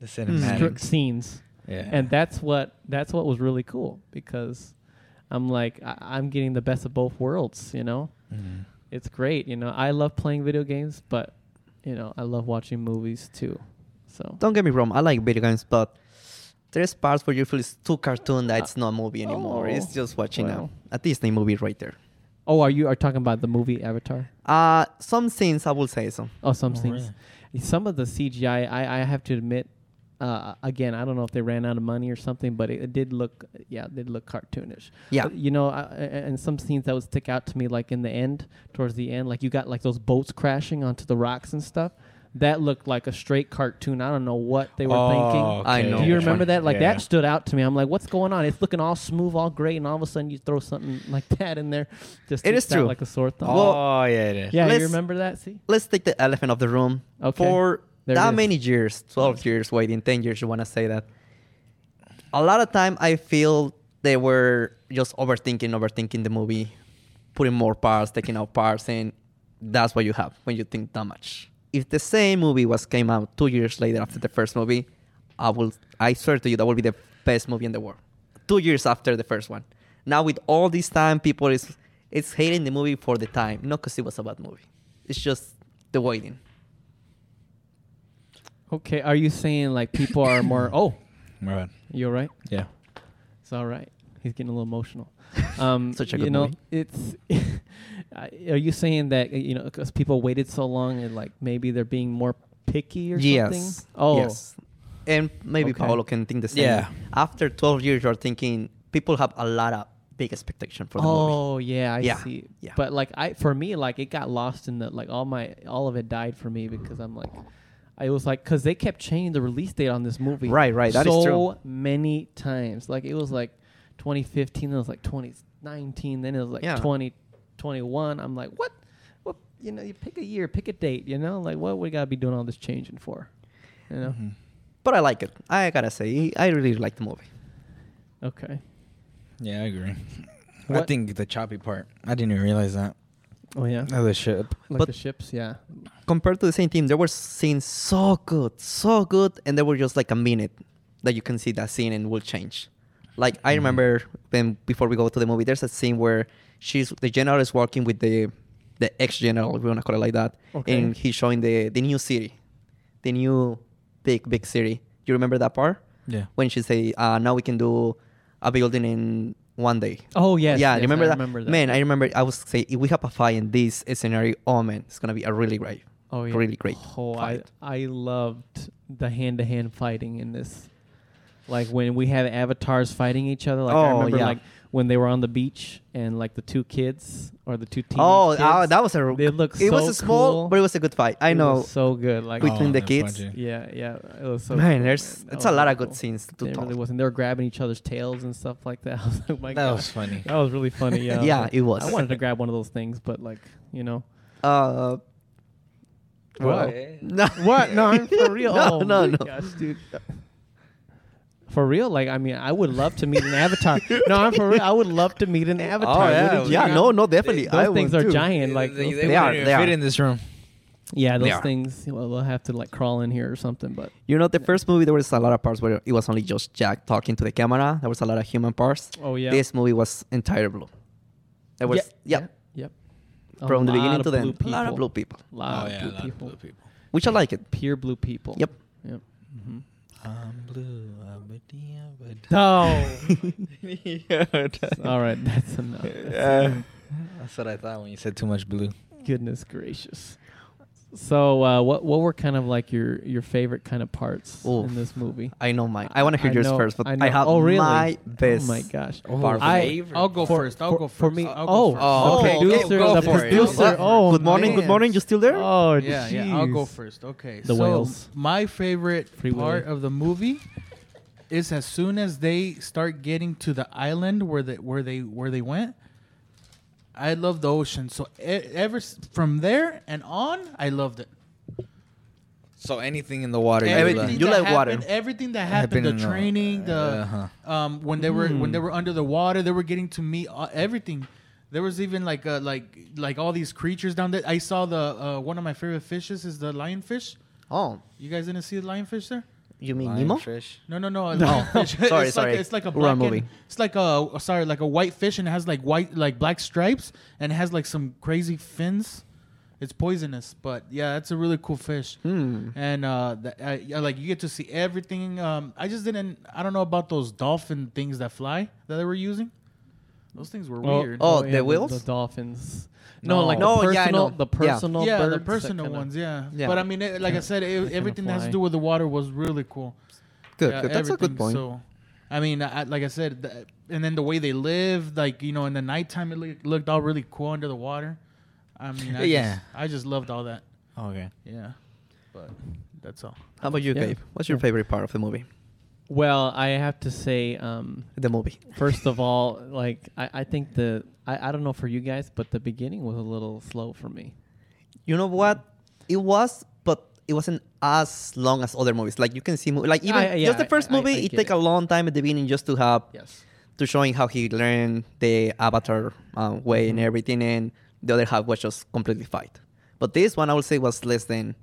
[SPEAKER 2] The
[SPEAKER 1] stri-
[SPEAKER 2] cinematics.
[SPEAKER 1] scenes.
[SPEAKER 2] Yeah.
[SPEAKER 1] and that's what that's what was really cool because I'm like I, I'm getting the best of both worlds. You know,
[SPEAKER 2] Mhm.
[SPEAKER 1] it's great. You know, I love playing video games, but you know, I love watching movies too. So
[SPEAKER 3] Don't get me wrong. I like video games, but there's parts where you feel it's too cartoon that it's not a movie anymore.
[SPEAKER 1] Oh.
[SPEAKER 3] It's just watching
[SPEAKER 1] Wow.
[SPEAKER 3] a, a Disney movie right there.
[SPEAKER 1] oh, are you are talking about the movie Avatar?
[SPEAKER 3] Uh some scenes I will say so.
[SPEAKER 1] Oh, some
[SPEAKER 2] Oh,
[SPEAKER 1] scenes, some of the CGI. I I have to admit. Uh, again, I don't know if they ran out of money or something, but it, it did look, yeah, it did look cartoonish.
[SPEAKER 3] Yeah.
[SPEAKER 1] But, you know, I, I- and some scenes that would stick out to me, like in the end, towards the end, like you got like those boats crashing onto the rocks and stuff. That looked like a straight cartoon. I don't know what they were
[SPEAKER 2] Oh,
[SPEAKER 1] thinking.
[SPEAKER 3] I
[SPEAKER 2] okay.
[SPEAKER 3] know
[SPEAKER 1] Do you
[SPEAKER 3] which
[SPEAKER 1] remember
[SPEAKER 3] one.
[SPEAKER 1] that? Like
[SPEAKER 2] Yeah.
[SPEAKER 1] that stood out to me. I'm like, what's going on? It's looking all smooth, all great, and all of a sudden you throw something like that in there. Just
[SPEAKER 3] It
[SPEAKER 1] sticks
[SPEAKER 3] is
[SPEAKER 1] out
[SPEAKER 3] true.
[SPEAKER 1] Like a sore thumb.
[SPEAKER 2] Oh yeah, it is.
[SPEAKER 1] yeah,
[SPEAKER 3] let's-
[SPEAKER 1] you remember that? See,
[SPEAKER 3] Let's take the elephant of the room.
[SPEAKER 1] Okay.
[SPEAKER 3] For
[SPEAKER 1] There it
[SPEAKER 3] that
[SPEAKER 1] is.
[SPEAKER 3] many years, twelve years waiting, ten years you wanna say that. A lot of time I feel they were just overthinking, overthinking the movie, putting more parts, taking out parts, and that's what you have when you think that much. If the same movie was came out two years later after the first movie, I will I swear to you that will be the best movie in the world. Two years after the first one. Now with all this time, people is it's hating the movie for the time, not because it was a bad movie. It's just the waiting.
[SPEAKER 1] okay. Are you saying like people are more? Oh,
[SPEAKER 2] All right.
[SPEAKER 1] you're right.
[SPEAKER 2] Yeah.
[SPEAKER 1] It's all right. He's getting a little emotional. Um,
[SPEAKER 3] Such a
[SPEAKER 1] you
[SPEAKER 3] good
[SPEAKER 1] know,
[SPEAKER 3] movie.
[SPEAKER 1] It's Uh, are you saying that uh, you know because people waited so long and like maybe they're being more picky or
[SPEAKER 3] Yes.
[SPEAKER 1] something? Oh,
[SPEAKER 3] Yes. And maybe
[SPEAKER 1] Okay.
[SPEAKER 3] Paolo can think the same.
[SPEAKER 2] Yeah.
[SPEAKER 3] After 12 years, you're thinking people have a lot of big expectation for the movie.
[SPEAKER 1] oh yeah, I
[SPEAKER 3] Yeah,
[SPEAKER 1] see.
[SPEAKER 3] yeah.
[SPEAKER 1] But like I, for me, like it got lost in the like all my all of it died for me because I'm like, I was like because they kept changing the release date on this movie.
[SPEAKER 3] Right, right, that is
[SPEAKER 1] so
[SPEAKER 3] true.
[SPEAKER 1] many times. Like it was like 2015, then it was like 2019, then it was like
[SPEAKER 3] Yeah.
[SPEAKER 1] 2021. I'm like, what? What? You know, you pick a year, pick a date. You know, like what we gotta be doing all this changing for? You know.
[SPEAKER 2] Mm-hmm.
[SPEAKER 3] But I like it. I gotta say, I really like the movie.
[SPEAKER 1] Okay.
[SPEAKER 2] Yeah, I agree. I
[SPEAKER 1] What-
[SPEAKER 2] think the choppy part. I didn't even realize that.
[SPEAKER 1] Oh yeah.
[SPEAKER 2] Oh, the ship.
[SPEAKER 1] Like
[SPEAKER 3] But-
[SPEAKER 1] the ships, yeah.
[SPEAKER 3] Compared to the same team, there were scenes so good, so good, and there were just like a minute that you can see that scene and will change. Like I
[SPEAKER 2] Mhm.
[SPEAKER 3] remember when before we go to the movie, there's a scene where she's the general is walking with the the ex general, if we wanna call it like that,
[SPEAKER 1] Okay.
[SPEAKER 3] and he's showing the the new city, the new big big city. You remember that part?
[SPEAKER 2] Yeah.
[SPEAKER 3] when she say, uh, "Now we can do a building in one day."
[SPEAKER 1] Oh yes.
[SPEAKER 3] yeah,
[SPEAKER 1] yes,
[SPEAKER 3] remember,
[SPEAKER 1] I
[SPEAKER 3] that?
[SPEAKER 1] Remember that.
[SPEAKER 3] Man, I remember. I was say, if we have a fight in this scenario, oh man, it's gonna be a really great,
[SPEAKER 1] oh, yeah.
[SPEAKER 3] really great
[SPEAKER 1] Oh, I,
[SPEAKER 3] fight.
[SPEAKER 1] I loved the hand to hand fighting in this. Like when we had avatars fighting each other. Like I
[SPEAKER 3] Oh,
[SPEAKER 1] remember
[SPEAKER 3] yeah.
[SPEAKER 1] like when they were on the beach and like the two kids or the two teams.
[SPEAKER 3] Oh, oh, that was a.
[SPEAKER 1] They look
[SPEAKER 3] It was
[SPEAKER 1] so
[SPEAKER 3] a small,
[SPEAKER 1] cool.
[SPEAKER 3] but it was a good fight. I
[SPEAKER 1] It
[SPEAKER 3] know.
[SPEAKER 1] was so good. Like
[SPEAKER 3] Between the
[SPEAKER 2] that
[SPEAKER 3] kids.
[SPEAKER 2] budget.
[SPEAKER 1] yeah, yeah. It was so
[SPEAKER 3] man,
[SPEAKER 1] cool,
[SPEAKER 3] there's
[SPEAKER 1] That
[SPEAKER 3] it's a
[SPEAKER 1] was
[SPEAKER 3] lot
[SPEAKER 1] really
[SPEAKER 3] of good
[SPEAKER 1] cool.
[SPEAKER 3] scenes to
[SPEAKER 1] It
[SPEAKER 3] talk.
[SPEAKER 1] really wasn't. They were grabbing each other's tails and stuff like that. I was like, my
[SPEAKER 2] That
[SPEAKER 1] God.
[SPEAKER 2] was funny.
[SPEAKER 1] That was really funny. Yeah, I was
[SPEAKER 3] Yeah,
[SPEAKER 1] like,
[SPEAKER 3] it was.
[SPEAKER 1] I wanted to grab one of those things, but like you know.
[SPEAKER 3] Uh,
[SPEAKER 1] Wow.
[SPEAKER 2] What?
[SPEAKER 3] no.
[SPEAKER 1] What? No, I'm for real.
[SPEAKER 3] no,
[SPEAKER 1] oh,
[SPEAKER 3] no,
[SPEAKER 1] my
[SPEAKER 3] no.
[SPEAKER 1] Gosh, dude. For real, like I mean, I would love to meet an avatar. no, I'm for real. I would love to meet an avatar.
[SPEAKER 2] yeah,
[SPEAKER 1] Wouldn't you?
[SPEAKER 3] Oh, Yeah,
[SPEAKER 2] Yeah.
[SPEAKER 3] no, no, definitely.
[SPEAKER 1] those
[SPEAKER 3] I
[SPEAKER 1] things
[SPEAKER 3] would
[SPEAKER 1] are
[SPEAKER 3] too.
[SPEAKER 1] giant. Like
[SPEAKER 2] they,
[SPEAKER 1] those
[SPEAKER 2] they
[SPEAKER 1] things-
[SPEAKER 3] they are,
[SPEAKER 2] wouldn't even
[SPEAKER 3] they
[SPEAKER 2] fit
[SPEAKER 3] are.
[SPEAKER 2] in this room.
[SPEAKER 1] yeah,
[SPEAKER 3] they
[SPEAKER 1] those
[SPEAKER 3] are.
[SPEAKER 1] things. Well, they'll have to like crawl in here or something. But
[SPEAKER 3] You know, the first movie there was a lot of parts where it was only just Jack talking to the camera. There was a lot of human parts.
[SPEAKER 1] oh yeah,
[SPEAKER 3] This movie was entire blue. There was yeah,
[SPEAKER 1] yep.
[SPEAKER 3] from the beginning to the
[SPEAKER 1] blue
[SPEAKER 3] end. A lot of blue people,
[SPEAKER 2] Oh,
[SPEAKER 1] Lot of blue people.
[SPEAKER 2] people.
[SPEAKER 3] which I like it.
[SPEAKER 1] Pure blue people.
[SPEAKER 3] Yep.
[SPEAKER 1] Yep.
[SPEAKER 2] I'm blue. I'm a diamond.
[SPEAKER 1] No.
[SPEAKER 2] Yeah, that-
[SPEAKER 1] All right, that's enough. That's
[SPEAKER 2] Yeah. That's what I thought when you said too much blue.
[SPEAKER 1] Goodness gracious. So, uh, what what were kind of like your your favorite kind of parts
[SPEAKER 3] Oof.
[SPEAKER 1] in this movie?
[SPEAKER 3] I know mine. I want to hear yours
[SPEAKER 1] know-
[SPEAKER 3] first, but I,
[SPEAKER 1] know.
[SPEAKER 3] have
[SPEAKER 1] oh, really?
[SPEAKER 3] my best.
[SPEAKER 1] Oh my gosh!
[SPEAKER 2] Oh,
[SPEAKER 3] Bar-
[SPEAKER 1] I-
[SPEAKER 2] favorite.
[SPEAKER 4] I'll go
[SPEAKER 1] For-
[SPEAKER 4] first. I'll
[SPEAKER 1] for-
[SPEAKER 4] go first.
[SPEAKER 1] for me-
[SPEAKER 4] I'll
[SPEAKER 1] oh,
[SPEAKER 4] go first.
[SPEAKER 1] oh, the
[SPEAKER 3] okay, go-
[SPEAKER 1] producer,
[SPEAKER 3] go
[SPEAKER 1] the
[SPEAKER 3] for it.
[SPEAKER 1] producer.
[SPEAKER 3] What?
[SPEAKER 1] Oh,
[SPEAKER 3] good morning, good
[SPEAKER 4] man.
[SPEAKER 3] morning. You still there?
[SPEAKER 1] Oh,
[SPEAKER 4] yeah, yeah. I'll go
[SPEAKER 1] jeez.
[SPEAKER 4] first. Okay.
[SPEAKER 1] The
[SPEAKER 4] so
[SPEAKER 1] whales.
[SPEAKER 4] My favorite
[SPEAKER 1] Free Willy.
[SPEAKER 4] part of the movie is as soon as they start getting to the island where they where they where they went. I love the ocean. So e- ever s- from there and on, I loved it.
[SPEAKER 2] So anything in the water. you
[SPEAKER 3] Everything.
[SPEAKER 2] like.
[SPEAKER 3] You
[SPEAKER 4] that
[SPEAKER 3] like water.
[SPEAKER 4] happened- Everything that happened,
[SPEAKER 2] Happened
[SPEAKER 4] the
[SPEAKER 2] in the-
[SPEAKER 4] training, the
[SPEAKER 2] Uh-huh.
[SPEAKER 4] um, when they were when they were under the water, they were getting to meet uh, everything. There was even like uh, like like all these creatures down there. I saw the uh, one of my favorite fishes is the lionfish.
[SPEAKER 3] Oh,
[SPEAKER 4] You guys didn't see the lionfish there?
[SPEAKER 3] you mean Nemo?
[SPEAKER 2] Lionfish.
[SPEAKER 4] No, no, no. a
[SPEAKER 3] No.
[SPEAKER 4] lionfish. it's
[SPEAKER 3] Sorry,
[SPEAKER 4] like,
[SPEAKER 3] sorry.
[SPEAKER 4] A, it's like a
[SPEAKER 3] Wrong
[SPEAKER 4] black
[SPEAKER 3] movie.
[SPEAKER 4] And, it's like a sorry, like a white fish, and it has like white, like black stripes, and it has like some crazy fins. It's poisonous, but yeah, it's a really cool fish.
[SPEAKER 3] Hmm.
[SPEAKER 4] And uh, the, uh, yeah, like you get to see everything. Um, I just didn't. I don't know about those dolphin things that fly that they were using. Those things were
[SPEAKER 1] Oh,
[SPEAKER 4] weird.
[SPEAKER 3] oh,
[SPEAKER 1] yeah,
[SPEAKER 3] the whales?
[SPEAKER 1] the, dolphins. No,
[SPEAKER 3] No.
[SPEAKER 1] like
[SPEAKER 3] No,
[SPEAKER 1] the
[SPEAKER 3] yeah, I
[SPEAKER 1] personal,
[SPEAKER 3] know.
[SPEAKER 1] the
[SPEAKER 3] Yeah.
[SPEAKER 1] personal,
[SPEAKER 4] yeah, the
[SPEAKER 1] birds that
[SPEAKER 4] personal
[SPEAKER 1] kinda-
[SPEAKER 4] ones. Yeah.
[SPEAKER 3] Yeah.
[SPEAKER 4] but I mean, it, like I said, it,
[SPEAKER 1] kinda
[SPEAKER 4] everything that has
[SPEAKER 1] fly.
[SPEAKER 4] to do with the water was really cool.
[SPEAKER 3] Good,
[SPEAKER 4] Yeah,
[SPEAKER 3] good. That's a good
[SPEAKER 4] everything.
[SPEAKER 3] point.
[SPEAKER 4] So, I mean, I, like I said, the, and then the way they live, like you know, in the nighttime, it look, looked all really cool under the water. I mean, I
[SPEAKER 2] Yeah.
[SPEAKER 4] just, I just loved all that.
[SPEAKER 2] Okay.
[SPEAKER 4] Yeah, but that's all.
[SPEAKER 3] How about you,
[SPEAKER 1] Yeah.
[SPEAKER 3] Gabe? What's your
[SPEAKER 1] Yeah.
[SPEAKER 3] favorite part of the movie?
[SPEAKER 1] Well, I have to say, um,
[SPEAKER 3] The movie.
[SPEAKER 1] First of all, like I, I think the I, I don't know for you guys, but the beginning was a little slow for me.
[SPEAKER 3] You know what? It was, but it wasn't as long as other movies. Like you can see, mo- like even
[SPEAKER 1] I- yeah,
[SPEAKER 3] just the
[SPEAKER 1] I-
[SPEAKER 3] first
[SPEAKER 1] I- I
[SPEAKER 3] movie, it
[SPEAKER 1] get
[SPEAKER 3] take
[SPEAKER 1] it.
[SPEAKER 3] a long time at the beginning just to have
[SPEAKER 1] Yes.
[SPEAKER 3] to showing how he learned the avatar um, way
[SPEAKER 1] Mm-hmm.
[SPEAKER 3] and everything, and the other half was just completely fight. But this one, I would say, was less than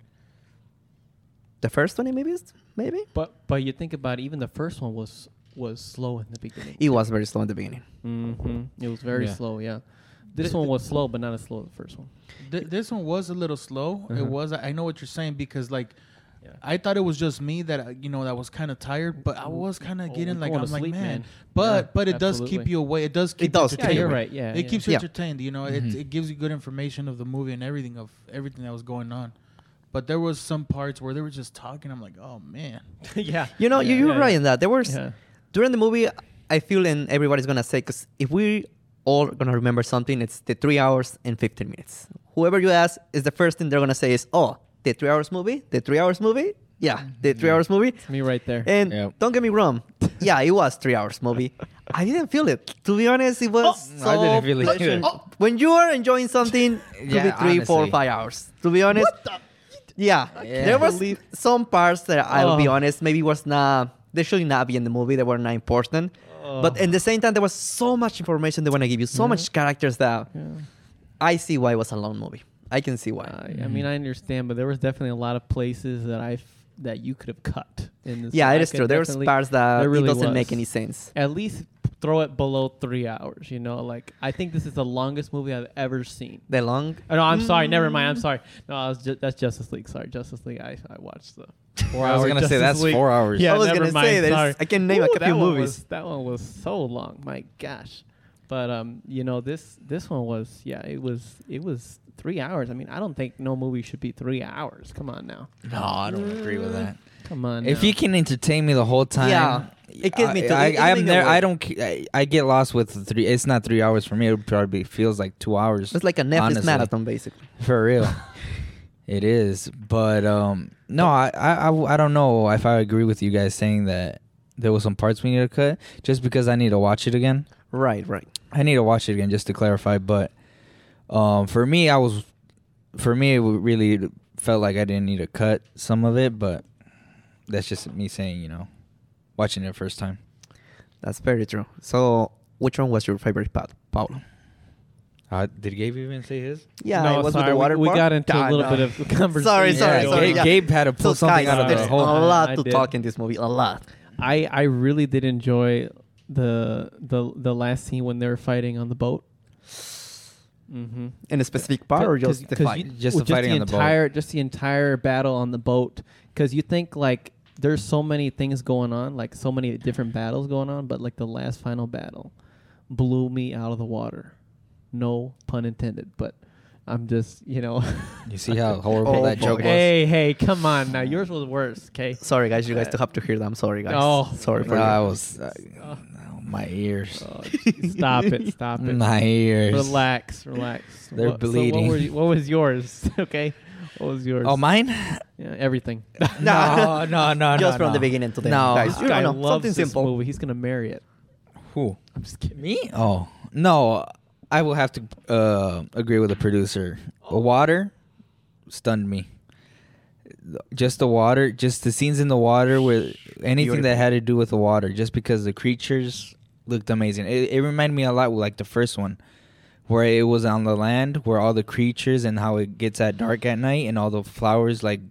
[SPEAKER 3] the first twenty movies, maybe.
[SPEAKER 1] But but you think about it, even the first one was was slow in the beginning.
[SPEAKER 3] It was very slow in the beginning.
[SPEAKER 1] hmm It was very
[SPEAKER 2] Yeah.
[SPEAKER 1] slow. Yeah. This
[SPEAKER 4] The-
[SPEAKER 1] one
[SPEAKER 4] the-
[SPEAKER 1] was slow, but not as slow as the first one.
[SPEAKER 4] Th- this one was a little slow.
[SPEAKER 1] Uh-huh.
[SPEAKER 4] It was. I know what you're saying because like
[SPEAKER 1] Yeah.
[SPEAKER 4] I thought it was just me that uh, you know that was kind of tired, but I was kind of
[SPEAKER 1] Oh,
[SPEAKER 4] getting
[SPEAKER 1] we're
[SPEAKER 4] like
[SPEAKER 1] going
[SPEAKER 4] I'm
[SPEAKER 1] to
[SPEAKER 4] like
[SPEAKER 1] sleep,
[SPEAKER 4] man,
[SPEAKER 1] man.
[SPEAKER 4] but
[SPEAKER 1] Yeah,
[SPEAKER 4] but it does keep
[SPEAKER 1] absolutely.
[SPEAKER 4] you awake. It does keep you
[SPEAKER 3] does keep you
[SPEAKER 4] entertained.
[SPEAKER 1] you're
[SPEAKER 3] awake.
[SPEAKER 1] right. Yeah,
[SPEAKER 4] it
[SPEAKER 1] yeah. Mm-hmm.
[SPEAKER 4] keeps you
[SPEAKER 3] Yeah.
[SPEAKER 4] entertained. You know, it it gives you good information of the movie and everything of everything that was going on. But there was some parts where they were just talking. I'm like, oh man,
[SPEAKER 1] yeah.
[SPEAKER 3] You know, you,
[SPEAKER 1] Yeah,
[SPEAKER 3] you're
[SPEAKER 1] yeah,
[SPEAKER 3] right
[SPEAKER 1] yeah.
[SPEAKER 3] in that. There was
[SPEAKER 1] Yeah.
[SPEAKER 3] during the movie. I feel, and everybody's gonna say, because if we all gonna remember something, it's the three hours and fifteen minutes. Whoever you ask is the first thing they're gonna say is, "Oh, the three hours movie, the three hours movie, yeah, the three hours movie."
[SPEAKER 1] It's me right there.
[SPEAKER 3] And
[SPEAKER 2] Yep.
[SPEAKER 3] don't get me wrong, yeah, it was three hours movie. I didn't feel it. To be honest, it was
[SPEAKER 2] Oh,
[SPEAKER 3] so
[SPEAKER 2] I didn't feel it
[SPEAKER 3] pleasant.
[SPEAKER 2] either.
[SPEAKER 3] Oh, When you are enjoying something, it could
[SPEAKER 2] Yeah,
[SPEAKER 3] be three, four,
[SPEAKER 2] honestly.
[SPEAKER 3] five hours. To be honest, yeah,
[SPEAKER 2] can't
[SPEAKER 3] there was
[SPEAKER 1] believe-
[SPEAKER 3] some parts that I'll be
[SPEAKER 1] Oh.
[SPEAKER 3] honest, maybe was not. They should not be in the movie. They were not important. But
[SPEAKER 1] Oh.
[SPEAKER 3] at the same time, there was so much information they want to give you, so much characters that
[SPEAKER 1] Yeah. Uh,
[SPEAKER 3] I see why it was a long movie. I can see why.
[SPEAKER 1] I, I mean, I understand, but there was definitely a lot of places that I f- that you could have cut in this.
[SPEAKER 3] yeah,
[SPEAKER 1] I
[SPEAKER 3] it is
[SPEAKER 1] could
[SPEAKER 3] true. There was
[SPEAKER 1] definitely-
[SPEAKER 3] parts that
[SPEAKER 1] there really
[SPEAKER 3] it doesn't
[SPEAKER 1] was.
[SPEAKER 3] make any sense.
[SPEAKER 1] At least throw it below three hours. You know, like I think this is the longest movie I've ever seen.
[SPEAKER 3] The long.
[SPEAKER 1] Oh, no, I'm sorry. Never mind.
[SPEAKER 3] Mm.
[SPEAKER 1] I'm sorry. No, I was ju- that's Justice League. Sorry, Justice League. I, I watched the four
[SPEAKER 2] I was
[SPEAKER 1] hour
[SPEAKER 2] gonna say
[SPEAKER 1] Justice
[SPEAKER 2] that's
[SPEAKER 1] League.
[SPEAKER 2] four hours.
[SPEAKER 1] Yeah,
[SPEAKER 3] I was
[SPEAKER 1] never
[SPEAKER 3] gonna
[SPEAKER 1] mind.
[SPEAKER 3] say there's-
[SPEAKER 1] sorry.
[SPEAKER 3] I can name a
[SPEAKER 1] Ooh,
[SPEAKER 3] few
[SPEAKER 1] that One
[SPEAKER 3] movies.
[SPEAKER 1] was, that one was so long. My gosh. But um, you know this this one was yeah it was it was three hours. I mean I don't think no movie should be three hours. Come on now.
[SPEAKER 2] No, I don't agree with that.
[SPEAKER 1] Come on.
[SPEAKER 2] If
[SPEAKER 1] now.
[SPEAKER 2] you can entertain me the whole time,
[SPEAKER 3] Yeah. It gets me
[SPEAKER 2] I-
[SPEAKER 3] too.
[SPEAKER 2] I,
[SPEAKER 3] It- it
[SPEAKER 2] I, am
[SPEAKER 3] make me
[SPEAKER 2] there. I
[SPEAKER 3] awake.
[SPEAKER 2] don't. ke- I, I get lost with the three. It's not three hours for me. It probably feels like two hours.
[SPEAKER 3] It's like a Netflix
[SPEAKER 2] honestly.
[SPEAKER 3] marathon, basically.
[SPEAKER 2] for real. it is, but um, no, I, I, I, I don't know if I agree with you guys saying that there was some parts we need to cut just because I need to watch it again.
[SPEAKER 3] Right, right.
[SPEAKER 2] I need to watch it again just to clarify. But um, for me, I was for me it really felt like I didn't need to cut some of it, but that's just me saying you know watching it first time.
[SPEAKER 3] That's very true. So, which one was your favorite part, Paulo?
[SPEAKER 2] Uh, did Gabe even say his?
[SPEAKER 3] Yeah,
[SPEAKER 1] No,
[SPEAKER 3] it was with
[SPEAKER 1] sorry,
[SPEAKER 3] the
[SPEAKER 1] we-
[SPEAKER 3] water
[SPEAKER 1] we
[SPEAKER 3] park.
[SPEAKER 1] got into a
[SPEAKER 3] Ah,
[SPEAKER 1] little bit of conversation.
[SPEAKER 3] Sorry, sorry,
[SPEAKER 2] Yeah,
[SPEAKER 3] sorry.
[SPEAKER 2] Gabe- Gabe had to pull
[SPEAKER 3] So,
[SPEAKER 2] something
[SPEAKER 3] guys, Oh.
[SPEAKER 1] out of the
[SPEAKER 3] there's
[SPEAKER 1] hole.
[SPEAKER 3] A
[SPEAKER 1] I
[SPEAKER 3] lot to
[SPEAKER 1] did.
[SPEAKER 3] talk in this movie. A lot.
[SPEAKER 1] I I really did enjoy the the the last scene when they were fighting on the boat. Mm-hmm.
[SPEAKER 3] In a specific part, or just the fight?
[SPEAKER 1] You,
[SPEAKER 2] Just
[SPEAKER 1] well,
[SPEAKER 2] the fighting on the boat.
[SPEAKER 1] entire, Just the entire battle on the boat. Because you think like there's so many things going on, like so many different battles going on, but like the last final battle blew me out of the water. No pun intended, but I'm just you know.
[SPEAKER 2] You see how horrible
[SPEAKER 3] Oh,
[SPEAKER 2] that joke
[SPEAKER 3] boy.
[SPEAKER 2] was.
[SPEAKER 1] hey hey, come on now! Yours was worse. Okay.
[SPEAKER 3] Sorry, guys. You guys to have to hear that. I'm sorry, guys.
[SPEAKER 1] Oh.
[SPEAKER 3] sorry for
[SPEAKER 2] No, I
[SPEAKER 3] you.
[SPEAKER 2] was uh, oh, my ears,
[SPEAKER 1] Oh, stop it! Stop it!
[SPEAKER 2] my ears.
[SPEAKER 1] Relax, relax.
[SPEAKER 2] They're
[SPEAKER 1] What- so
[SPEAKER 2] bleeding.
[SPEAKER 1] what, were you, what was yours? okay, what was yours?
[SPEAKER 2] Oh, mine?
[SPEAKER 1] yeah, everything.
[SPEAKER 2] No, no, no,
[SPEAKER 3] Just
[SPEAKER 2] no,
[SPEAKER 3] from
[SPEAKER 2] no.
[SPEAKER 3] the beginning to the
[SPEAKER 2] No.
[SPEAKER 3] end,
[SPEAKER 1] This
[SPEAKER 3] guys. You
[SPEAKER 1] guy
[SPEAKER 3] don't know,
[SPEAKER 1] loves
[SPEAKER 3] something
[SPEAKER 1] this
[SPEAKER 3] simple.
[SPEAKER 1] movie. He's gonna marry it.
[SPEAKER 2] Who?
[SPEAKER 1] I'm just kidding.
[SPEAKER 2] Me? Oh no, I will have to uh, agree with the producer. The water stunned me. Just the water, just the scenes in the water with anything
[SPEAKER 3] Beautiful.
[SPEAKER 2] that had to do with the water, just because the creatures looked amazing. It, it reminded me a lot with like the first one, where it was on the land, where all the creatures and how it gets at dark at night, and all the flowers like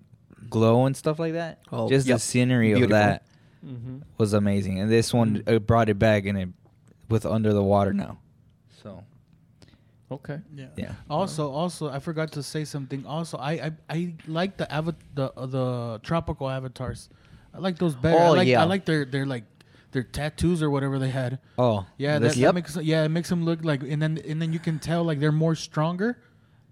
[SPEAKER 2] glow and stuff like that.
[SPEAKER 3] Oh,
[SPEAKER 2] just the
[SPEAKER 3] yep.
[SPEAKER 2] scenery
[SPEAKER 3] Beautiful.
[SPEAKER 2] of that
[SPEAKER 1] Mm-hmm.
[SPEAKER 2] was amazing, and this one
[SPEAKER 4] Mm.
[SPEAKER 2] uh, brought it back and it with under the water now. So
[SPEAKER 1] Okay.
[SPEAKER 4] yeah.
[SPEAKER 2] Yeah.
[SPEAKER 4] Also, also, I forgot to say something. Also, I I, I like the ava- the uh, the tropical avatars. I like those better. I
[SPEAKER 3] Oh,
[SPEAKER 4] like,
[SPEAKER 3] yeah.
[SPEAKER 4] I like their their like their tattoos or whatever they had.
[SPEAKER 2] oh
[SPEAKER 4] Yeah,
[SPEAKER 2] this-
[SPEAKER 4] that,
[SPEAKER 3] Yep.
[SPEAKER 4] that makes yeah, it makes them look like and then and then you can tell like they're more stronger.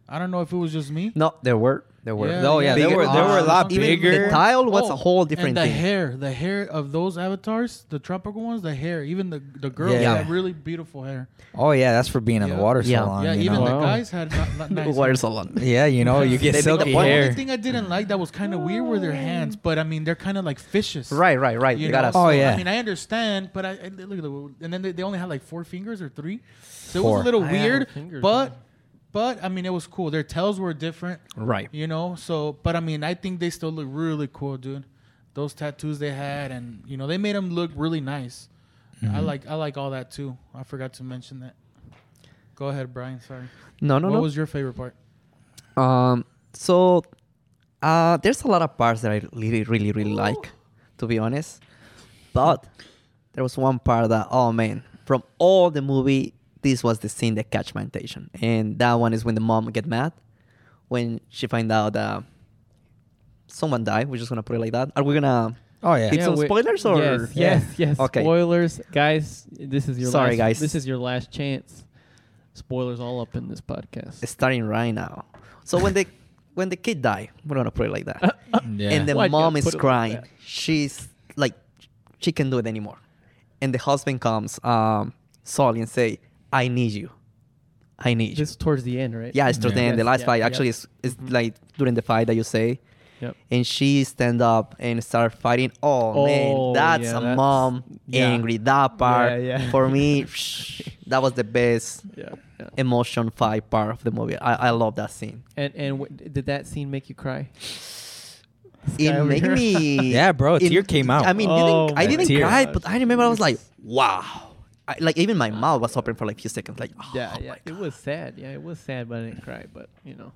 [SPEAKER 4] I don't know if it was just me.
[SPEAKER 3] No, there were, there were.
[SPEAKER 4] Yeah,
[SPEAKER 2] oh yeah, they
[SPEAKER 4] Bigger
[SPEAKER 2] were they were a
[SPEAKER 4] arms.
[SPEAKER 2] lot
[SPEAKER 4] Even the
[SPEAKER 2] bigger.
[SPEAKER 3] The tile was
[SPEAKER 4] Oh,
[SPEAKER 3] a whole different
[SPEAKER 4] and the
[SPEAKER 3] thing.
[SPEAKER 4] hair, the hair of those avatars, the tropical ones, the hair, even the the girls
[SPEAKER 2] Yeah.
[SPEAKER 4] had really beautiful hair.
[SPEAKER 2] oh yeah, that's for being in the
[SPEAKER 4] Yeah.
[SPEAKER 2] water so
[SPEAKER 3] Yeah.
[SPEAKER 2] long.
[SPEAKER 4] yeah,
[SPEAKER 2] you
[SPEAKER 4] even
[SPEAKER 2] know?
[SPEAKER 4] the
[SPEAKER 1] Wow.
[SPEAKER 4] guys had not, not nice. hair.
[SPEAKER 3] Water salon.
[SPEAKER 2] yeah, you know, you get
[SPEAKER 3] They picked up
[SPEAKER 2] silky
[SPEAKER 3] one
[SPEAKER 4] The
[SPEAKER 2] hair.
[SPEAKER 4] only thing I didn't like that was kind of weird were their hands, but I mean they're kind of like fishes.
[SPEAKER 3] Right, right, right. You,
[SPEAKER 4] You
[SPEAKER 3] gotta.
[SPEAKER 4] know, so,
[SPEAKER 2] Oh, yeah.
[SPEAKER 4] I mean, I understand, but I, I look at the and then they, they only had like four fingers or three, so it was
[SPEAKER 2] Four.
[SPEAKER 4] a little
[SPEAKER 1] I had
[SPEAKER 4] weird.
[SPEAKER 1] fingers,
[SPEAKER 4] But
[SPEAKER 1] yeah.
[SPEAKER 4] but I mean, it was cool. Their tails were different,
[SPEAKER 3] Right.
[SPEAKER 4] you know. So but I mean, I think they still look really cool, dude. Those tattoos they had, and you know, they made them look really nice.
[SPEAKER 2] Mm-hmm.
[SPEAKER 4] I like I like all that too. I forgot to mention that. Go ahead, Brian. Sorry.
[SPEAKER 3] No, no,
[SPEAKER 4] what
[SPEAKER 3] no.
[SPEAKER 4] was your favorite part?
[SPEAKER 3] Um, so uh, there's a lot of parts that I really, really, really like, to be honest. But there was one part that, oh man, from all the movie, this was the scene that catch my attention, and that one is when the mom get mad when she find out that someone die. We're just gonna put it like that. Are we gonna?
[SPEAKER 2] Oh yeah.
[SPEAKER 3] It's- some
[SPEAKER 1] we-
[SPEAKER 3] spoilers or-
[SPEAKER 1] yes,
[SPEAKER 3] Yeah.
[SPEAKER 1] yes, yes.
[SPEAKER 3] Okay.
[SPEAKER 1] Spoilers, guys. This is your
[SPEAKER 3] Sorry,
[SPEAKER 1] last,
[SPEAKER 3] guys.
[SPEAKER 1] This is your last chance. Spoilers all up in this podcast.
[SPEAKER 3] starting right now. So when the when the kid die, we're gonna put it like that.
[SPEAKER 2] yeah.
[SPEAKER 3] And the
[SPEAKER 1] Why'd you
[SPEAKER 3] mom
[SPEAKER 1] put it
[SPEAKER 3] is
[SPEAKER 1] like
[SPEAKER 3] crying.
[SPEAKER 1] that?
[SPEAKER 3] She's like, she can't do it anymore. And the husband comes, um, Saul, and say, "I need you. I need you."
[SPEAKER 1] This is towards the end, right?
[SPEAKER 3] yeah, it's towards the
[SPEAKER 2] Yeah.
[SPEAKER 3] end. The last
[SPEAKER 1] Yes,
[SPEAKER 3] fight
[SPEAKER 1] yeah,
[SPEAKER 3] actually
[SPEAKER 1] yeah. Mm-hmm.
[SPEAKER 3] is is like during the fight that you say.
[SPEAKER 1] Yep.
[SPEAKER 3] And she stand up and start fighting. Oh,
[SPEAKER 1] Oh,
[SPEAKER 3] man, that's
[SPEAKER 1] yeah,
[SPEAKER 3] a
[SPEAKER 1] that's-
[SPEAKER 3] mom
[SPEAKER 1] yeah.
[SPEAKER 3] angry. That part
[SPEAKER 1] Yeah, yeah.
[SPEAKER 3] for me, psh, that was the best
[SPEAKER 1] Yeah. yeah.
[SPEAKER 3] emotion fight part of the movie. I, I love that scene.
[SPEAKER 1] And and w- did that scene make you cry?
[SPEAKER 3] It
[SPEAKER 1] over
[SPEAKER 3] made
[SPEAKER 1] here.
[SPEAKER 3] me.
[SPEAKER 2] Yeah, bro, a
[SPEAKER 3] it-
[SPEAKER 2] tear came out.
[SPEAKER 3] I mean,
[SPEAKER 1] Oh
[SPEAKER 3] didn't, I
[SPEAKER 1] my
[SPEAKER 3] didn't
[SPEAKER 2] Tear.
[SPEAKER 3] cry, but I remember I was like,
[SPEAKER 1] Yes.
[SPEAKER 3] wow. I, like even my mouth was open for like a few seconds. Like, oh,
[SPEAKER 1] yeah,
[SPEAKER 3] my
[SPEAKER 1] yeah. It
[SPEAKER 3] God.
[SPEAKER 1] was sad. Yeah, it was sad, but I didn't cry. But you know,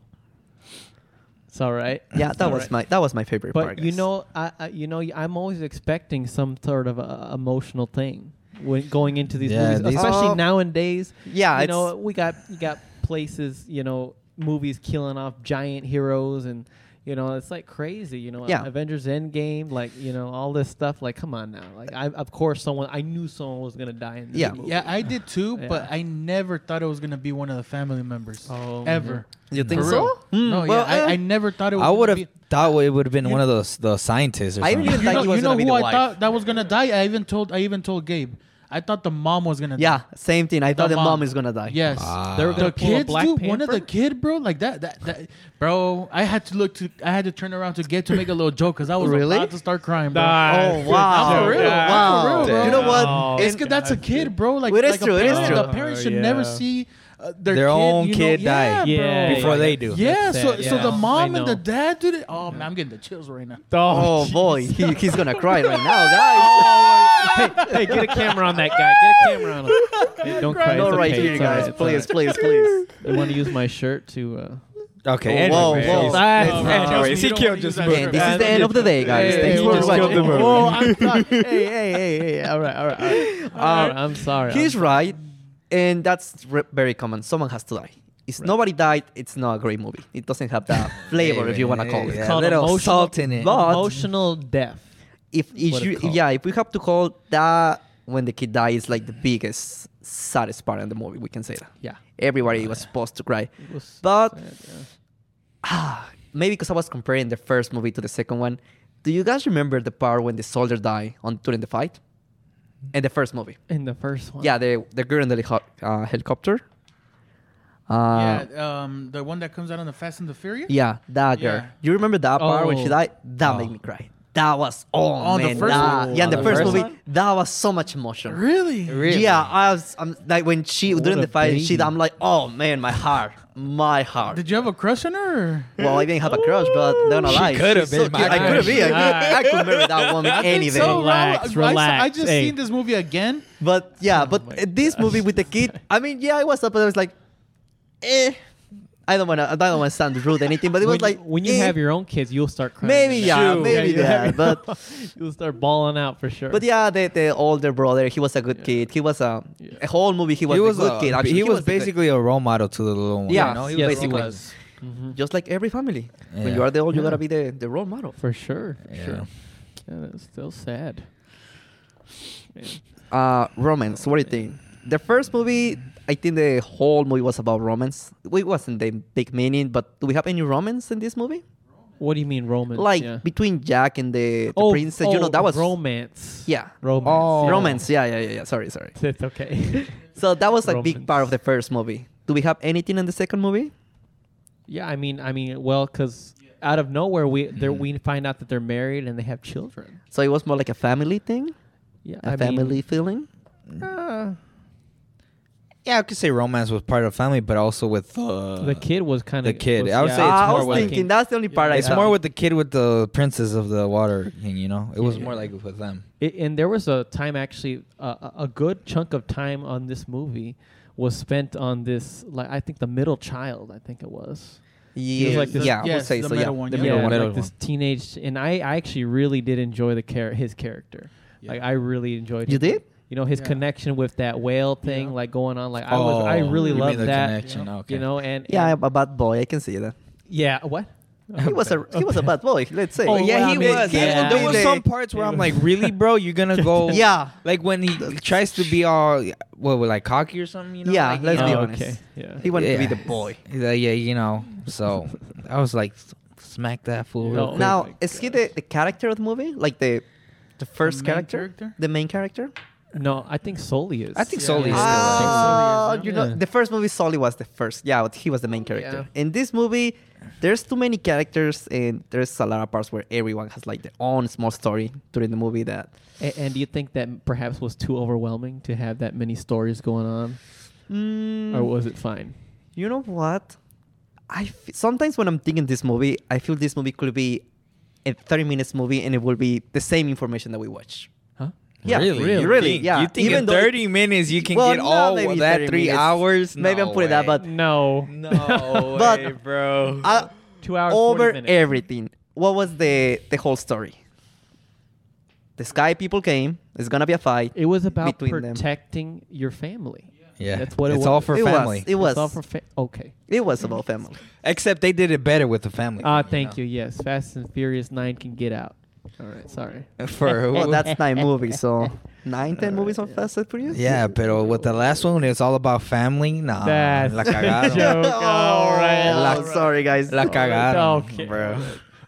[SPEAKER 1] it's all right.
[SPEAKER 3] Yeah,
[SPEAKER 1] It's
[SPEAKER 3] that
[SPEAKER 1] all
[SPEAKER 3] was
[SPEAKER 1] right.
[SPEAKER 3] my that was my favorite part.
[SPEAKER 1] But you
[SPEAKER 3] guys.
[SPEAKER 1] know, I, I you know, I'm always expecting some sort of uh, emotional thing when going into these
[SPEAKER 2] Yeah,
[SPEAKER 1] movies,
[SPEAKER 2] these-
[SPEAKER 1] especially
[SPEAKER 3] Oh.
[SPEAKER 1] nowadays.
[SPEAKER 3] Yeah,
[SPEAKER 1] you
[SPEAKER 3] it's-
[SPEAKER 1] know, we got you got places, you know, movies killing off giant heroes, and you know, it's like crazy. You know,
[SPEAKER 3] Yeah.
[SPEAKER 1] Avengers Endgame, like you know, all this stuff. Like, come on now. Like, I of course someone I knew someone was gonna die in this
[SPEAKER 3] Yeah.
[SPEAKER 1] movie.
[SPEAKER 4] Yeah, I did too,
[SPEAKER 1] Yeah.
[SPEAKER 4] but I never thought it was gonna be one of the family members.
[SPEAKER 1] Oh,
[SPEAKER 4] ever.
[SPEAKER 3] you think
[SPEAKER 4] For
[SPEAKER 3] so?
[SPEAKER 4] real.
[SPEAKER 3] Hmm,
[SPEAKER 4] no,
[SPEAKER 3] well,
[SPEAKER 4] yeah, I,
[SPEAKER 3] eh.
[SPEAKER 4] I never thought it was.
[SPEAKER 2] I
[SPEAKER 4] gonna
[SPEAKER 2] would have
[SPEAKER 4] be-
[SPEAKER 2] thought it would have been
[SPEAKER 4] You-
[SPEAKER 2] one of those the scientists or
[SPEAKER 3] I
[SPEAKER 2] something.
[SPEAKER 3] even
[SPEAKER 4] You
[SPEAKER 3] thought
[SPEAKER 4] know,
[SPEAKER 3] it was
[SPEAKER 4] you know
[SPEAKER 3] gonna be
[SPEAKER 4] who
[SPEAKER 3] the
[SPEAKER 4] I
[SPEAKER 3] wife.
[SPEAKER 4] thought that was gonna die. I even told. I even told Gabe. I thought the mom was gonna.
[SPEAKER 3] Yeah,
[SPEAKER 4] die.
[SPEAKER 3] same thing. I thought the mom,
[SPEAKER 4] mom.
[SPEAKER 3] is gonna die.
[SPEAKER 4] Yes.
[SPEAKER 2] Ah.
[SPEAKER 1] They were gonna
[SPEAKER 4] The
[SPEAKER 1] pull a
[SPEAKER 4] kids,
[SPEAKER 1] Black
[SPEAKER 4] dude. One of
[SPEAKER 1] Panther?
[SPEAKER 4] the kid, bro, like that, that, that, bro. I had to look to, I had to turn around to get to make a little joke because I was
[SPEAKER 3] Really?
[SPEAKER 4] about to start crying, bro.
[SPEAKER 3] Oh wow!
[SPEAKER 4] For real,
[SPEAKER 3] Yeah.
[SPEAKER 4] wow. For real, bro.
[SPEAKER 3] You know what?
[SPEAKER 4] It's good. That's a kid, bro. Like,
[SPEAKER 3] It is
[SPEAKER 4] like a
[SPEAKER 3] true, it is
[SPEAKER 4] parent-
[SPEAKER 3] true.
[SPEAKER 4] The parents should
[SPEAKER 1] Oh,
[SPEAKER 4] never
[SPEAKER 1] yeah.
[SPEAKER 4] see uh, their,
[SPEAKER 2] Their
[SPEAKER 4] kid,
[SPEAKER 2] own
[SPEAKER 4] you know?
[SPEAKER 2] kid die.
[SPEAKER 4] yeah,
[SPEAKER 1] Yeah,
[SPEAKER 4] bro.
[SPEAKER 2] before
[SPEAKER 1] yeah,
[SPEAKER 2] they
[SPEAKER 1] yeah.
[SPEAKER 2] do.
[SPEAKER 4] Yeah,
[SPEAKER 1] That's
[SPEAKER 4] so
[SPEAKER 1] sad,
[SPEAKER 4] so
[SPEAKER 1] yeah.
[SPEAKER 4] the mom
[SPEAKER 1] I
[SPEAKER 4] and the
[SPEAKER 1] know.
[SPEAKER 4] dad did it. Oh man, I'm getting the chills right now.
[SPEAKER 3] Oh, boy, he, he's gonna cry right now, guys.
[SPEAKER 1] hey, hey, get a camera on that guy. Get a camera on him. Hey, don't cry.
[SPEAKER 3] no,
[SPEAKER 1] it's
[SPEAKER 3] right
[SPEAKER 1] okay,
[SPEAKER 3] here,
[SPEAKER 1] it's all
[SPEAKER 3] guys.
[SPEAKER 1] right, it's all
[SPEAKER 3] please,
[SPEAKER 1] right.
[SPEAKER 3] please, please.
[SPEAKER 1] You want to use my shirt to? Uh,
[SPEAKER 2] Okay.
[SPEAKER 3] Oh,
[SPEAKER 4] Oh,
[SPEAKER 3] Whoa,
[SPEAKER 2] anyway.
[SPEAKER 1] That's-
[SPEAKER 3] whoa. Let's-
[SPEAKER 1] that's-
[SPEAKER 4] Trust me,
[SPEAKER 2] anyways,
[SPEAKER 4] you
[SPEAKER 2] he
[SPEAKER 4] don't
[SPEAKER 2] killed
[SPEAKER 4] wanna
[SPEAKER 2] just
[SPEAKER 4] use that
[SPEAKER 2] one.
[SPEAKER 3] Man,
[SPEAKER 4] shirt.
[SPEAKER 3] this is the end of the day, guys.
[SPEAKER 1] Hey,
[SPEAKER 3] Thanks
[SPEAKER 1] hey,
[SPEAKER 3] for
[SPEAKER 1] we just
[SPEAKER 3] watching.
[SPEAKER 1] killed the movie.
[SPEAKER 3] Whoa, I'm sorry. hey, hey, hey, hey. All right, all right. All right.
[SPEAKER 1] all right,
[SPEAKER 3] Um,
[SPEAKER 1] I'm sorry.
[SPEAKER 3] He's
[SPEAKER 1] I'm-
[SPEAKER 3] right, and that's re- very common. Someone has to die. If nobody died, it's not a great movie. It doesn't have that flavor, if you want to call it.
[SPEAKER 1] It's
[SPEAKER 2] Yeah, a
[SPEAKER 1] called
[SPEAKER 2] little
[SPEAKER 1] emotional-
[SPEAKER 2] salt in it.
[SPEAKER 3] But-
[SPEAKER 1] emotional death.
[SPEAKER 3] If, if
[SPEAKER 1] what
[SPEAKER 3] you,
[SPEAKER 1] it's called.
[SPEAKER 3] yeah, if we have to call that when the kid dies, like the biggest saddest part in the movie, we can say that.
[SPEAKER 1] Yeah.
[SPEAKER 3] Everybody was supposed to cry.
[SPEAKER 1] It was
[SPEAKER 3] But-
[SPEAKER 1] sad, yeah.
[SPEAKER 3] Ah, maybe because I was comparing the first movie to the second one. Do you guys remember the part when the soldier died on during the fight? In the first movie.
[SPEAKER 1] in the first one,
[SPEAKER 3] Yeah, the the girl in the helico- uh, helicopter. Uh, yeah.
[SPEAKER 4] yeah, um, the one that comes out on the Fast and the Furious.
[SPEAKER 3] that girl.
[SPEAKER 4] Yeah.
[SPEAKER 3] You remember that part when she
[SPEAKER 1] Oh.
[SPEAKER 3] died? That
[SPEAKER 2] Oh.
[SPEAKER 3] made me cry. That was oh,
[SPEAKER 4] On the
[SPEAKER 3] man,
[SPEAKER 4] first
[SPEAKER 3] that-
[SPEAKER 4] one?
[SPEAKER 3] yeah, in the,
[SPEAKER 2] On the
[SPEAKER 3] first,
[SPEAKER 2] first
[SPEAKER 3] movie,
[SPEAKER 2] one?
[SPEAKER 3] that was so much emotion.
[SPEAKER 4] Really?
[SPEAKER 2] Really?
[SPEAKER 3] Yeah, I was I'm, like when she
[SPEAKER 1] What
[SPEAKER 3] during
[SPEAKER 1] a
[SPEAKER 3] the fight, she
[SPEAKER 1] baby.
[SPEAKER 3] I'm like, oh man, my heart, my heart.
[SPEAKER 4] Did you have a crush on her? Or?
[SPEAKER 3] Well, I didn't have a crush, but I'm not gonna
[SPEAKER 2] She
[SPEAKER 3] lie.
[SPEAKER 2] coulda
[SPEAKER 3] she's
[SPEAKER 2] been
[SPEAKER 3] so
[SPEAKER 2] my
[SPEAKER 3] cute. I could have
[SPEAKER 1] crush.
[SPEAKER 3] been. I, I could marry that woman
[SPEAKER 4] I
[SPEAKER 3] any day.
[SPEAKER 4] think so, bro.
[SPEAKER 1] Relax,
[SPEAKER 4] I- I, I
[SPEAKER 1] relax.
[SPEAKER 4] just
[SPEAKER 1] Hey.
[SPEAKER 4] seen this movie again.
[SPEAKER 3] But yeah, but
[SPEAKER 1] my
[SPEAKER 3] uh, this movie with the kid, I mean, yeah, I was up, but I was like, eh. I don't wanna. I don't wanna sound rude or anything, but it
[SPEAKER 1] When
[SPEAKER 3] was
[SPEAKER 1] you-
[SPEAKER 3] like
[SPEAKER 1] when you
[SPEAKER 3] eh.
[SPEAKER 1] have your own kids, you'll start crying.
[SPEAKER 3] Maybe,
[SPEAKER 1] in
[SPEAKER 3] yeah,
[SPEAKER 1] that.
[SPEAKER 3] maybe
[SPEAKER 1] you have-
[SPEAKER 3] that, but-
[SPEAKER 1] you'll start bawling out for sure.
[SPEAKER 3] But yeah, the, the older brother, he was a good
[SPEAKER 1] Yeah.
[SPEAKER 3] kid. He was a,
[SPEAKER 1] Yeah.
[SPEAKER 3] a whole movie. He was,
[SPEAKER 2] He was
[SPEAKER 3] a good
[SPEAKER 2] a-
[SPEAKER 3] kid. Actually,
[SPEAKER 2] he, was,
[SPEAKER 3] a good-
[SPEAKER 2] basically a role model to the little one.
[SPEAKER 3] Yeah,
[SPEAKER 2] you know?
[SPEAKER 3] he
[SPEAKER 2] He was-
[SPEAKER 3] basically.
[SPEAKER 2] was.
[SPEAKER 1] Mhm.
[SPEAKER 3] just like every family. When
[SPEAKER 2] Yeah.
[SPEAKER 3] you are the old, you gotta be the, the role model.
[SPEAKER 1] Oh, for sure, for
[SPEAKER 2] Yeah.
[SPEAKER 1] sure. Yeah, that's still sad. Man.
[SPEAKER 3] Uh, romance. What do you think? The first movie, I think the whole movie was about romance. It wasn't the big meaning, but do we have any romance in this movie?
[SPEAKER 1] What do you mean romance?
[SPEAKER 3] Like
[SPEAKER 1] yeah.
[SPEAKER 3] between Jack and the, the
[SPEAKER 1] oh,
[SPEAKER 3] princess.
[SPEAKER 1] oh,
[SPEAKER 3] you know that was
[SPEAKER 1] romance.
[SPEAKER 3] Yeah.
[SPEAKER 1] romance.
[SPEAKER 2] Oh.
[SPEAKER 3] Romance. Yeah, yeah, yeah, yeah. Sorry, sorry.
[SPEAKER 1] That's okay.
[SPEAKER 3] So that was a big
[SPEAKER 1] Romance.
[SPEAKER 3] part of the first movie. Do we have anything in the second movie?
[SPEAKER 1] Yeah, I mean, I mean, well, because out of nowhere we
[SPEAKER 3] Mm-hmm.
[SPEAKER 1] there we find out that they're married and they have children.
[SPEAKER 3] So it was more like a family thing,
[SPEAKER 1] Yeah,
[SPEAKER 3] a
[SPEAKER 1] I
[SPEAKER 3] family
[SPEAKER 1] Mean,
[SPEAKER 3] feeling.
[SPEAKER 1] uh,
[SPEAKER 2] Yeah, I could say romance was part of family, but also with uh,
[SPEAKER 1] the kid was kind
[SPEAKER 2] the
[SPEAKER 1] of
[SPEAKER 2] kid. I would say it's
[SPEAKER 3] Ah, I
[SPEAKER 2] more
[SPEAKER 3] was
[SPEAKER 2] with-
[SPEAKER 3] thinking that's the only part I
[SPEAKER 2] It's
[SPEAKER 3] thought.
[SPEAKER 2] more with the kid with the princess of the water thing. You know, it was
[SPEAKER 1] Yeah.
[SPEAKER 2] more like with them.
[SPEAKER 1] It, and there was a time actually, uh, a good chunk of time on this movie was spent on this. Like I think the middle child, I think it was.
[SPEAKER 3] yeah,
[SPEAKER 1] was like the-
[SPEAKER 3] yeah, I would
[SPEAKER 4] yes,
[SPEAKER 3] say
[SPEAKER 4] the
[SPEAKER 3] so. Yeah,
[SPEAKER 4] middle one,
[SPEAKER 3] the
[SPEAKER 4] yeah.
[SPEAKER 3] middle
[SPEAKER 1] yeah,
[SPEAKER 3] one.
[SPEAKER 2] middle
[SPEAKER 1] like this
[SPEAKER 2] one.
[SPEAKER 1] teenage. And I, I actually really did enjoy the char- his character. Like I really enjoyed.
[SPEAKER 3] You
[SPEAKER 1] him.
[SPEAKER 3] did?
[SPEAKER 1] You know his
[SPEAKER 4] Yeah.
[SPEAKER 1] connection with that whale thing,
[SPEAKER 4] Yeah.
[SPEAKER 1] like going on. Like I was, I
[SPEAKER 2] Oh,
[SPEAKER 1] really
[SPEAKER 2] you mean
[SPEAKER 1] loved
[SPEAKER 2] the
[SPEAKER 1] that.
[SPEAKER 2] Connection.
[SPEAKER 4] Yeah.
[SPEAKER 2] Okay.
[SPEAKER 1] You know, and
[SPEAKER 3] Yeah,
[SPEAKER 1] and-
[SPEAKER 3] I'm a bad boy. I can see that.
[SPEAKER 1] Yeah, what?
[SPEAKER 3] He was a he was a bad boy. Let's say.
[SPEAKER 4] Oh,
[SPEAKER 2] yeah,
[SPEAKER 4] well,
[SPEAKER 2] he
[SPEAKER 4] I mean,
[SPEAKER 2] was.
[SPEAKER 3] yeah.
[SPEAKER 2] There were
[SPEAKER 3] Yeah.
[SPEAKER 2] some parts where I'm like, really, bro? You're gonna go?
[SPEAKER 3] Yeah.
[SPEAKER 2] Like when he tries to be all what, like cocky or something? You know?
[SPEAKER 3] Yeah,
[SPEAKER 2] Like,
[SPEAKER 3] let's
[SPEAKER 2] you
[SPEAKER 3] be
[SPEAKER 2] know,
[SPEAKER 1] Oh,
[SPEAKER 3] honest.
[SPEAKER 1] okay. Yeah.
[SPEAKER 3] He wanted to be
[SPEAKER 2] Yeah.
[SPEAKER 3] the boy.
[SPEAKER 2] he's like, yeah, you know. So I was like, smack that fool. real
[SPEAKER 1] No.
[SPEAKER 2] quick.
[SPEAKER 3] now,
[SPEAKER 1] my
[SPEAKER 3] is he the, the character of the movie? Like the the first
[SPEAKER 4] main
[SPEAKER 3] character?
[SPEAKER 4] character?
[SPEAKER 3] the main character.
[SPEAKER 1] No, I think Soli is.
[SPEAKER 2] I think
[SPEAKER 4] Yeah.
[SPEAKER 2] Sully is still
[SPEAKER 4] Yeah. Ah.
[SPEAKER 2] there.
[SPEAKER 3] Oh,
[SPEAKER 4] Sully is,
[SPEAKER 3] you
[SPEAKER 1] yeah.
[SPEAKER 3] know,
[SPEAKER 1] Yeah.
[SPEAKER 3] the first movie Sully was the first. Yeah, he was the main character.
[SPEAKER 2] Yeah.
[SPEAKER 3] In this movie, there's too many characters, and there's a lot of parts where everyone has like their own small story during the movie. That
[SPEAKER 1] A- and do you think that perhaps was too overwhelming to have that many stories going on,
[SPEAKER 3] Mm,
[SPEAKER 1] or was it fine?
[SPEAKER 3] You know what? I f- sometimes when I'm thinking this movie, I feel this movie could be a 30 minutes movie, and it will be the same information that we watch.
[SPEAKER 1] Huh?
[SPEAKER 3] Yeah,
[SPEAKER 2] really,
[SPEAKER 3] really,
[SPEAKER 2] You think-
[SPEAKER 3] yeah.
[SPEAKER 2] You think
[SPEAKER 3] Even
[SPEAKER 2] in
[SPEAKER 3] though it-
[SPEAKER 2] 30 minutes you can
[SPEAKER 3] Well,
[SPEAKER 2] get
[SPEAKER 3] no,
[SPEAKER 2] all
[SPEAKER 3] maybe
[SPEAKER 2] that
[SPEAKER 3] 30
[SPEAKER 2] three
[SPEAKER 3] minutes.
[SPEAKER 2] hours?
[SPEAKER 3] Maybe
[SPEAKER 2] No
[SPEAKER 3] I'm putting that,
[SPEAKER 2] way.
[SPEAKER 3] but-
[SPEAKER 1] No.
[SPEAKER 2] no
[SPEAKER 3] But-
[SPEAKER 2] way,
[SPEAKER 1] Oh.
[SPEAKER 2] bro.
[SPEAKER 3] I-
[SPEAKER 1] Two hours. 40
[SPEAKER 3] Uh, over
[SPEAKER 1] minutes.
[SPEAKER 3] everything. What was the the whole story? The sky people came. It's gonna be a fight.
[SPEAKER 1] It was about
[SPEAKER 3] between them.
[SPEAKER 1] protecting your family.
[SPEAKER 2] yeah,
[SPEAKER 1] That's what it
[SPEAKER 2] it's
[SPEAKER 1] was.
[SPEAKER 2] all for
[SPEAKER 3] It was.
[SPEAKER 2] family.
[SPEAKER 3] It was.
[SPEAKER 1] It's all for fa- okay.
[SPEAKER 3] It was about family.
[SPEAKER 2] Except they did it better with the family.
[SPEAKER 1] Ah,
[SPEAKER 2] know?
[SPEAKER 1] thank you. Yes, Fast and Furious Nine can get out. All right, sorry.
[SPEAKER 2] For
[SPEAKER 3] Well,
[SPEAKER 2] who-
[SPEAKER 3] that's nine movies, so nine, ten
[SPEAKER 1] Alright,
[SPEAKER 3] movies on
[SPEAKER 1] yeah.
[SPEAKER 3] Fast and Furious.
[SPEAKER 2] Yeah, pero with the last one, it's all about family. Nah,
[SPEAKER 3] Ah,
[SPEAKER 1] That's
[SPEAKER 2] la
[SPEAKER 1] the
[SPEAKER 2] cagaron.
[SPEAKER 1] joke. all right,
[SPEAKER 3] Oh,
[SPEAKER 2] all right.
[SPEAKER 3] sorry guys.
[SPEAKER 2] La cagaron,
[SPEAKER 1] Okay.
[SPEAKER 2] bro.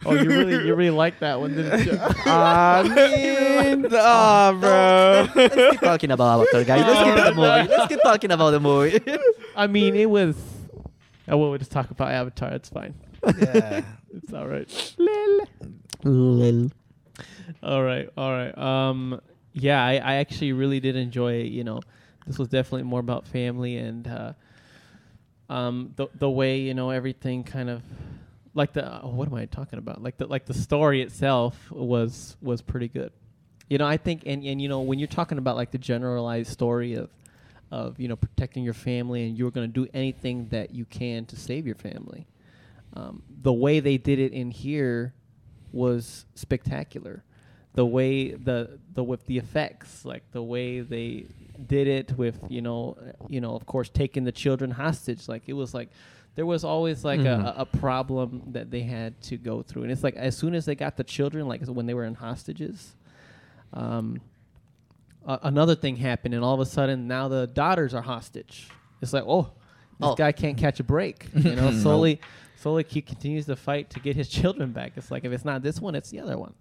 [SPEAKER 1] Oh, you really, you really like that one, didn't you?
[SPEAKER 3] I
[SPEAKER 2] mean, ah,
[SPEAKER 3] No,
[SPEAKER 2] bro.
[SPEAKER 3] Let's keep talking about Avatar, guys. Let's keep the movie. Let's keep talking about the movie.
[SPEAKER 1] I mean, it was. Oh, we'll just talk about Avatar. It's fine.
[SPEAKER 2] Yeah.
[SPEAKER 1] It's all right. Lil.
[SPEAKER 3] Lil.
[SPEAKER 1] All right, all right. Um, yeah, I, I actually really did enjoy. You know, this was definitely more about family and uh, um, the the way you know everything kind of like the oh, what am I talking about? Like the like the story itself was was pretty good. You know, I think and and you know when you're talking about like the generalized story of of you know protecting your family and you're going to do anything that you can to save your family. Um, the way they did it in here was spectacular. The way the the with the effects, like the way they did it with you know uh, you know of course taking the children hostage, like it was like there was always like
[SPEAKER 2] Mhm.
[SPEAKER 1] a, a problem that they had to go through, and it's like as soon as they got the children, like when they were in hostages, um, a another thing happened, and all of a sudden now the daughters are hostage. It's like oh, this
[SPEAKER 3] Oh.
[SPEAKER 1] guy can't catch a break, you know. Solely, solely he continues to fight to get his children back. It's like if it's not this one, it's the other one.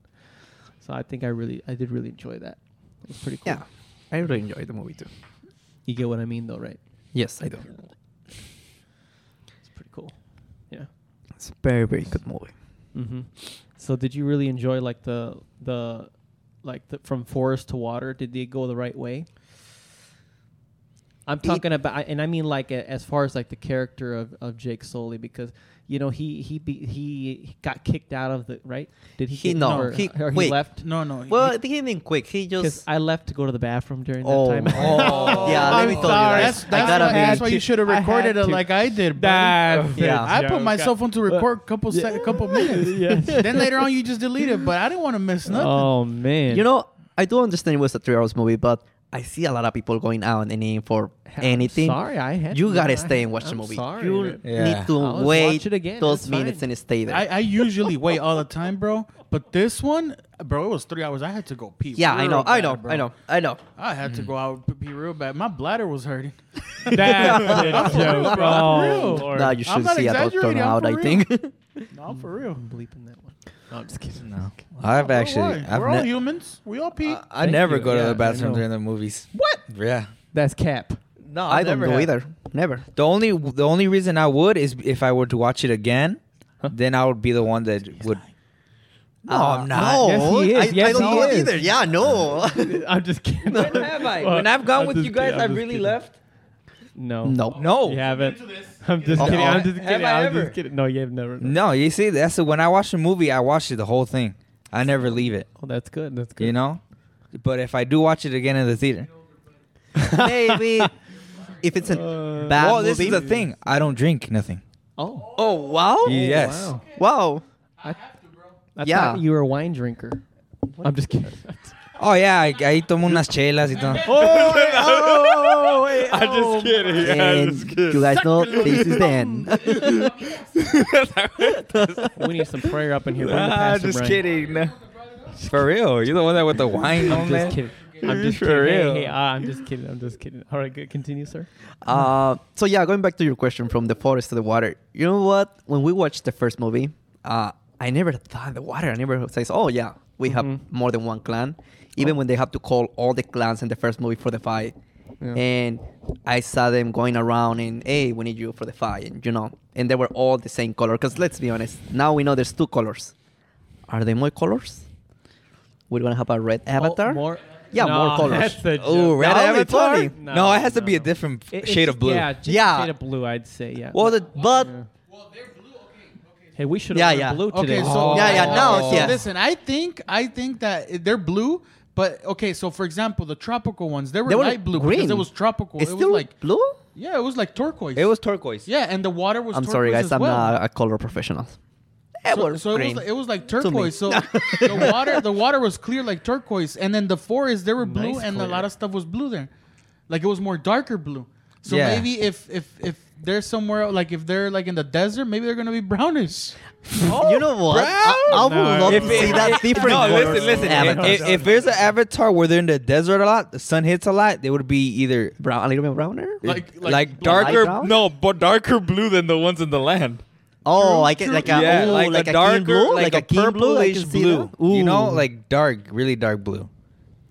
[SPEAKER 1] So I think I really, I did really enjoy that. It was pretty cool.
[SPEAKER 3] Yeah, I really enjoyed the movie too.
[SPEAKER 1] You get what I mean, though, right?
[SPEAKER 3] Yes, I do.
[SPEAKER 1] It's pretty cool. Yeah.
[SPEAKER 3] It's a very very good movie.
[SPEAKER 1] Mm-hmm. So did you really enjoy like the the like the, from forest to water? Did they go the right way? I'm talking about, I- and I mean like a- as far as like the character of, of Jake Sully because you know he he be, he got kicked out of the right. Did he?
[SPEAKER 3] He-
[SPEAKER 1] get,
[SPEAKER 3] no,
[SPEAKER 1] or,
[SPEAKER 3] he
[SPEAKER 1] or he
[SPEAKER 3] quit.
[SPEAKER 1] left.
[SPEAKER 4] No, no.
[SPEAKER 3] Well,
[SPEAKER 4] he-
[SPEAKER 3] I think he didn't quick. He
[SPEAKER 1] Because
[SPEAKER 3] just.
[SPEAKER 1] I left to go to the bathroom during that
[SPEAKER 3] Oh,
[SPEAKER 1] time.
[SPEAKER 3] oh. Yeah, let
[SPEAKER 1] I'm
[SPEAKER 3] me tell you
[SPEAKER 1] sorry.
[SPEAKER 3] guys.
[SPEAKER 4] That's,
[SPEAKER 3] I
[SPEAKER 4] that's,
[SPEAKER 3] gotta
[SPEAKER 4] why,
[SPEAKER 3] be-
[SPEAKER 4] that's why you should have
[SPEAKER 1] I had
[SPEAKER 4] recorded it
[SPEAKER 1] to.
[SPEAKER 4] like I did, buddy.
[SPEAKER 1] That's
[SPEAKER 3] Yeah.
[SPEAKER 1] it,
[SPEAKER 4] I
[SPEAKER 1] Joe.
[SPEAKER 4] put myself on to record a couple
[SPEAKER 1] Yeah.
[SPEAKER 4] sec- couple minutes.
[SPEAKER 1] Yeah.
[SPEAKER 4] then later on, you just delete it, but I didn't want to miss nothing.
[SPEAKER 1] Oh man!
[SPEAKER 3] You know, I do understand it was a three hours movie, but I see a lot of people going out and in for
[SPEAKER 1] I'm
[SPEAKER 3] anything.
[SPEAKER 1] sorry, I had
[SPEAKER 3] You
[SPEAKER 1] to-
[SPEAKER 3] gotta
[SPEAKER 1] I
[SPEAKER 3] stay
[SPEAKER 1] had-
[SPEAKER 3] and watch the
[SPEAKER 1] I'm
[SPEAKER 3] movie.
[SPEAKER 1] sorry,
[SPEAKER 3] you
[SPEAKER 1] man.
[SPEAKER 2] Yeah.
[SPEAKER 3] need to
[SPEAKER 1] I'll just
[SPEAKER 3] wait
[SPEAKER 1] watch it again,
[SPEAKER 3] those
[SPEAKER 1] that's fine.
[SPEAKER 3] minutes and stay there.
[SPEAKER 4] I, I usually wait all the time, bro. But this one, bro, it was three hours. I had to go pee.
[SPEAKER 3] yeah, I
[SPEAKER 4] real
[SPEAKER 3] know, I
[SPEAKER 4] bad,
[SPEAKER 3] know,
[SPEAKER 4] bro.
[SPEAKER 3] I know, I know.
[SPEAKER 4] I had to
[SPEAKER 1] Mm.
[SPEAKER 4] go out and pee real bad. My bladder was hurting.
[SPEAKER 1] That's it, Joe.
[SPEAKER 4] bro. I'm for
[SPEAKER 1] Oh,
[SPEAKER 4] real.
[SPEAKER 1] Lord.
[SPEAKER 3] Now you
[SPEAKER 4] I'm
[SPEAKER 3] should
[SPEAKER 4] not
[SPEAKER 3] see how it
[SPEAKER 4] exaggerating,
[SPEAKER 3] turned
[SPEAKER 4] I'm
[SPEAKER 3] out.
[SPEAKER 4] for
[SPEAKER 3] I
[SPEAKER 4] real.
[SPEAKER 3] think.
[SPEAKER 4] No, for real.
[SPEAKER 1] I'm bleeping that one. No, I'm just kidding.
[SPEAKER 2] No. I've
[SPEAKER 4] Don't
[SPEAKER 2] actually.
[SPEAKER 4] worry.
[SPEAKER 2] I've
[SPEAKER 4] We're all
[SPEAKER 2] ne-
[SPEAKER 4] humans. We all pee.
[SPEAKER 2] I- I
[SPEAKER 1] Thank
[SPEAKER 2] never
[SPEAKER 1] you.
[SPEAKER 2] go to
[SPEAKER 1] Yeah, I
[SPEAKER 2] the bathroom
[SPEAKER 1] know.
[SPEAKER 2] during the movies.
[SPEAKER 1] What?
[SPEAKER 2] Yeah.
[SPEAKER 1] That's cap.
[SPEAKER 2] No,
[SPEAKER 3] I don't do either. Never.
[SPEAKER 2] The only the only reason I would is if I were to watch it again,
[SPEAKER 1] Huh?
[SPEAKER 2] then I would be the one that would. No,
[SPEAKER 3] Uh,
[SPEAKER 2] I'm not.
[SPEAKER 3] No,
[SPEAKER 1] Yes, he is.
[SPEAKER 3] I, I
[SPEAKER 1] Yes,
[SPEAKER 3] don't
[SPEAKER 1] he
[SPEAKER 3] know
[SPEAKER 1] is.
[SPEAKER 3] either. Yeah, no.
[SPEAKER 1] I'm just kidding.
[SPEAKER 2] When have I? When I've gone with you guys, I've really left.
[SPEAKER 1] No.
[SPEAKER 3] no.
[SPEAKER 2] No.
[SPEAKER 1] You haven't.
[SPEAKER 3] Uh,
[SPEAKER 1] I'm just
[SPEAKER 2] Oh,
[SPEAKER 1] kidding. I'm just
[SPEAKER 2] have
[SPEAKER 1] kidding.
[SPEAKER 2] I
[SPEAKER 1] I'm
[SPEAKER 2] ever?
[SPEAKER 1] just kidding. No, you have never.
[SPEAKER 2] No, you see, that's the, when I watch a movie, I watch it the whole thing. I never leave it.
[SPEAKER 1] Oh, that's good. That's good.
[SPEAKER 2] You know. But if I do watch it again in the theater,
[SPEAKER 3] Maybe if it's a
[SPEAKER 1] Uh,
[SPEAKER 3] bad
[SPEAKER 2] well,
[SPEAKER 3] movie.
[SPEAKER 2] this is the thing. I don't drink nothing.
[SPEAKER 1] Oh.
[SPEAKER 3] Oh wow!
[SPEAKER 2] yes.
[SPEAKER 1] wow.
[SPEAKER 3] Wow.
[SPEAKER 1] I
[SPEAKER 3] Yeah.
[SPEAKER 1] thought you were a wine drinker. I'm just kidding.
[SPEAKER 2] Oh yeah, I, I tomo unas chelas y todo.
[SPEAKER 1] oh, wait, oh, wait,
[SPEAKER 5] I'm just kidding. I'm just
[SPEAKER 3] and
[SPEAKER 5] kidding.
[SPEAKER 3] you guys know this is the end.
[SPEAKER 1] we need some prayer up in here. Bring the
[SPEAKER 2] Ah,
[SPEAKER 1] Pastor
[SPEAKER 2] just
[SPEAKER 1] Brian.
[SPEAKER 2] kidding. No. For real, you're the one that with the wine
[SPEAKER 1] I'm
[SPEAKER 2] on there.
[SPEAKER 1] just kidding. I'm just
[SPEAKER 2] For
[SPEAKER 1] kidding. Hey,
[SPEAKER 2] real.
[SPEAKER 1] hey, ah, I'm just kidding. I'm just kidding. All right, good. Continue, sir.
[SPEAKER 3] Uh, so yeah, going back to your question from the forest to the water. You know what? When we watched the first movie, uh, I never thought the water. I never says, oh yeah, we
[SPEAKER 1] Mhm.
[SPEAKER 3] have more than one clan.
[SPEAKER 1] Oh.
[SPEAKER 3] Even when they have to call all the clans in the first movie for the fight,
[SPEAKER 1] Yeah.
[SPEAKER 3] and I saw them going around and hey, we need you for the fight, and you know, and they were all the same color. Because let's be honest, now we know there's two colors. Are they more colors? We're gonna have a red avatar.
[SPEAKER 1] Oh, more.
[SPEAKER 3] Yeah,
[SPEAKER 1] No,
[SPEAKER 3] more colors.
[SPEAKER 1] That's the
[SPEAKER 2] Oh,
[SPEAKER 1] joke.
[SPEAKER 2] red
[SPEAKER 3] No, it's
[SPEAKER 2] avatar.
[SPEAKER 3] funny.
[SPEAKER 2] No,
[SPEAKER 1] No,
[SPEAKER 2] it has to
[SPEAKER 1] no,
[SPEAKER 2] be a
[SPEAKER 1] no.
[SPEAKER 2] different
[SPEAKER 1] It- it's
[SPEAKER 2] shade of
[SPEAKER 1] just-
[SPEAKER 2] blue.
[SPEAKER 1] Yeah, just
[SPEAKER 3] Yeah.
[SPEAKER 1] shade of blue. I'd say. Yeah.
[SPEAKER 3] Well, the, but
[SPEAKER 1] Yeah. Hey, we should
[SPEAKER 3] Yeah,
[SPEAKER 1] have
[SPEAKER 3] yeah.
[SPEAKER 1] blue today.
[SPEAKER 4] Okay, so
[SPEAKER 2] Oh. Yeah, yeah, now,
[SPEAKER 4] okay, so
[SPEAKER 3] yeah.
[SPEAKER 4] Listen, I think I think that i- they're blue, but okay. So for example, the tropical ones they were,
[SPEAKER 3] They were
[SPEAKER 4] light blue
[SPEAKER 3] green.
[SPEAKER 4] because it was tropical.
[SPEAKER 3] it's
[SPEAKER 4] it
[SPEAKER 3] still
[SPEAKER 4] was like
[SPEAKER 3] blue.
[SPEAKER 4] yeah, it was like turquoise.
[SPEAKER 2] It was turquoise.
[SPEAKER 4] yeah, and the water was.
[SPEAKER 3] I'm
[SPEAKER 4] turquoise
[SPEAKER 3] sorry, guys.
[SPEAKER 4] as
[SPEAKER 3] I'm
[SPEAKER 4] well.
[SPEAKER 3] not a color professional. It
[SPEAKER 4] So,
[SPEAKER 3] was
[SPEAKER 4] so it
[SPEAKER 3] green.
[SPEAKER 4] was it was like
[SPEAKER 3] me.
[SPEAKER 4] turquoise. So the water the water was clear like turquoise, and then the forest they were blue,
[SPEAKER 1] Nice
[SPEAKER 4] and a
[SPEAKER 1] clear.
[SPEAKER 4] lot of stuff was blue there, like it was more darker blue. So
[SPEAKER 2] Yeah.
[SPEAKER 4] maybe if if if they're somewhere like if they're like in the desert, maybe they're gonna be brownish.
[SPEAKER 3] you know what? I, I would
[SPEAKER 1] No,
[SPEAKER 3] love
[SPEAKER 1] if
[SPEAKER 3] to
[SPEAKER 1] it-
[SPEAKER 3] see that different.
[SPEAKER 2] No,
[SPEAKER 3] colors
[SPEAKER 2] listen, listen. If,
[SPEAKER 3] avatar.
[SPEAKER 2] if, if there's an avatar where they're in the desert a lot, the sun hits a lot, they would be either uh,
[SPEAKER 3] Brown, a little bit browner.
[SPEAKER 4] Like-
[SPEAKER 2] like,
[SPEAKER 4] like
[SPEAKER 2] darker.
[SPEAKER 3] light brown?
[SPEAKER 5] No, but darker blue than the ones in the land.
[SPEAKER 3] oh, like a- like a
[SPEAKER 2] yeah,
[SPEAKER 3] ooh,
[SPEAKER 2] like, a
[SPEAKER 3] keen
[SPEAKER 2] darker,
[SPEAKER 3] blue,
[SPEAKER 2] like, a
[SPEAKER 3] keen blue, I can
[SPEAKER 2] purplish
[SPEAKER 3] see
[SPEAKER 2] blue.
[SPEAKER 3] that. Ooh.
[SPEAKER 2] You know, like dark, really dark blue.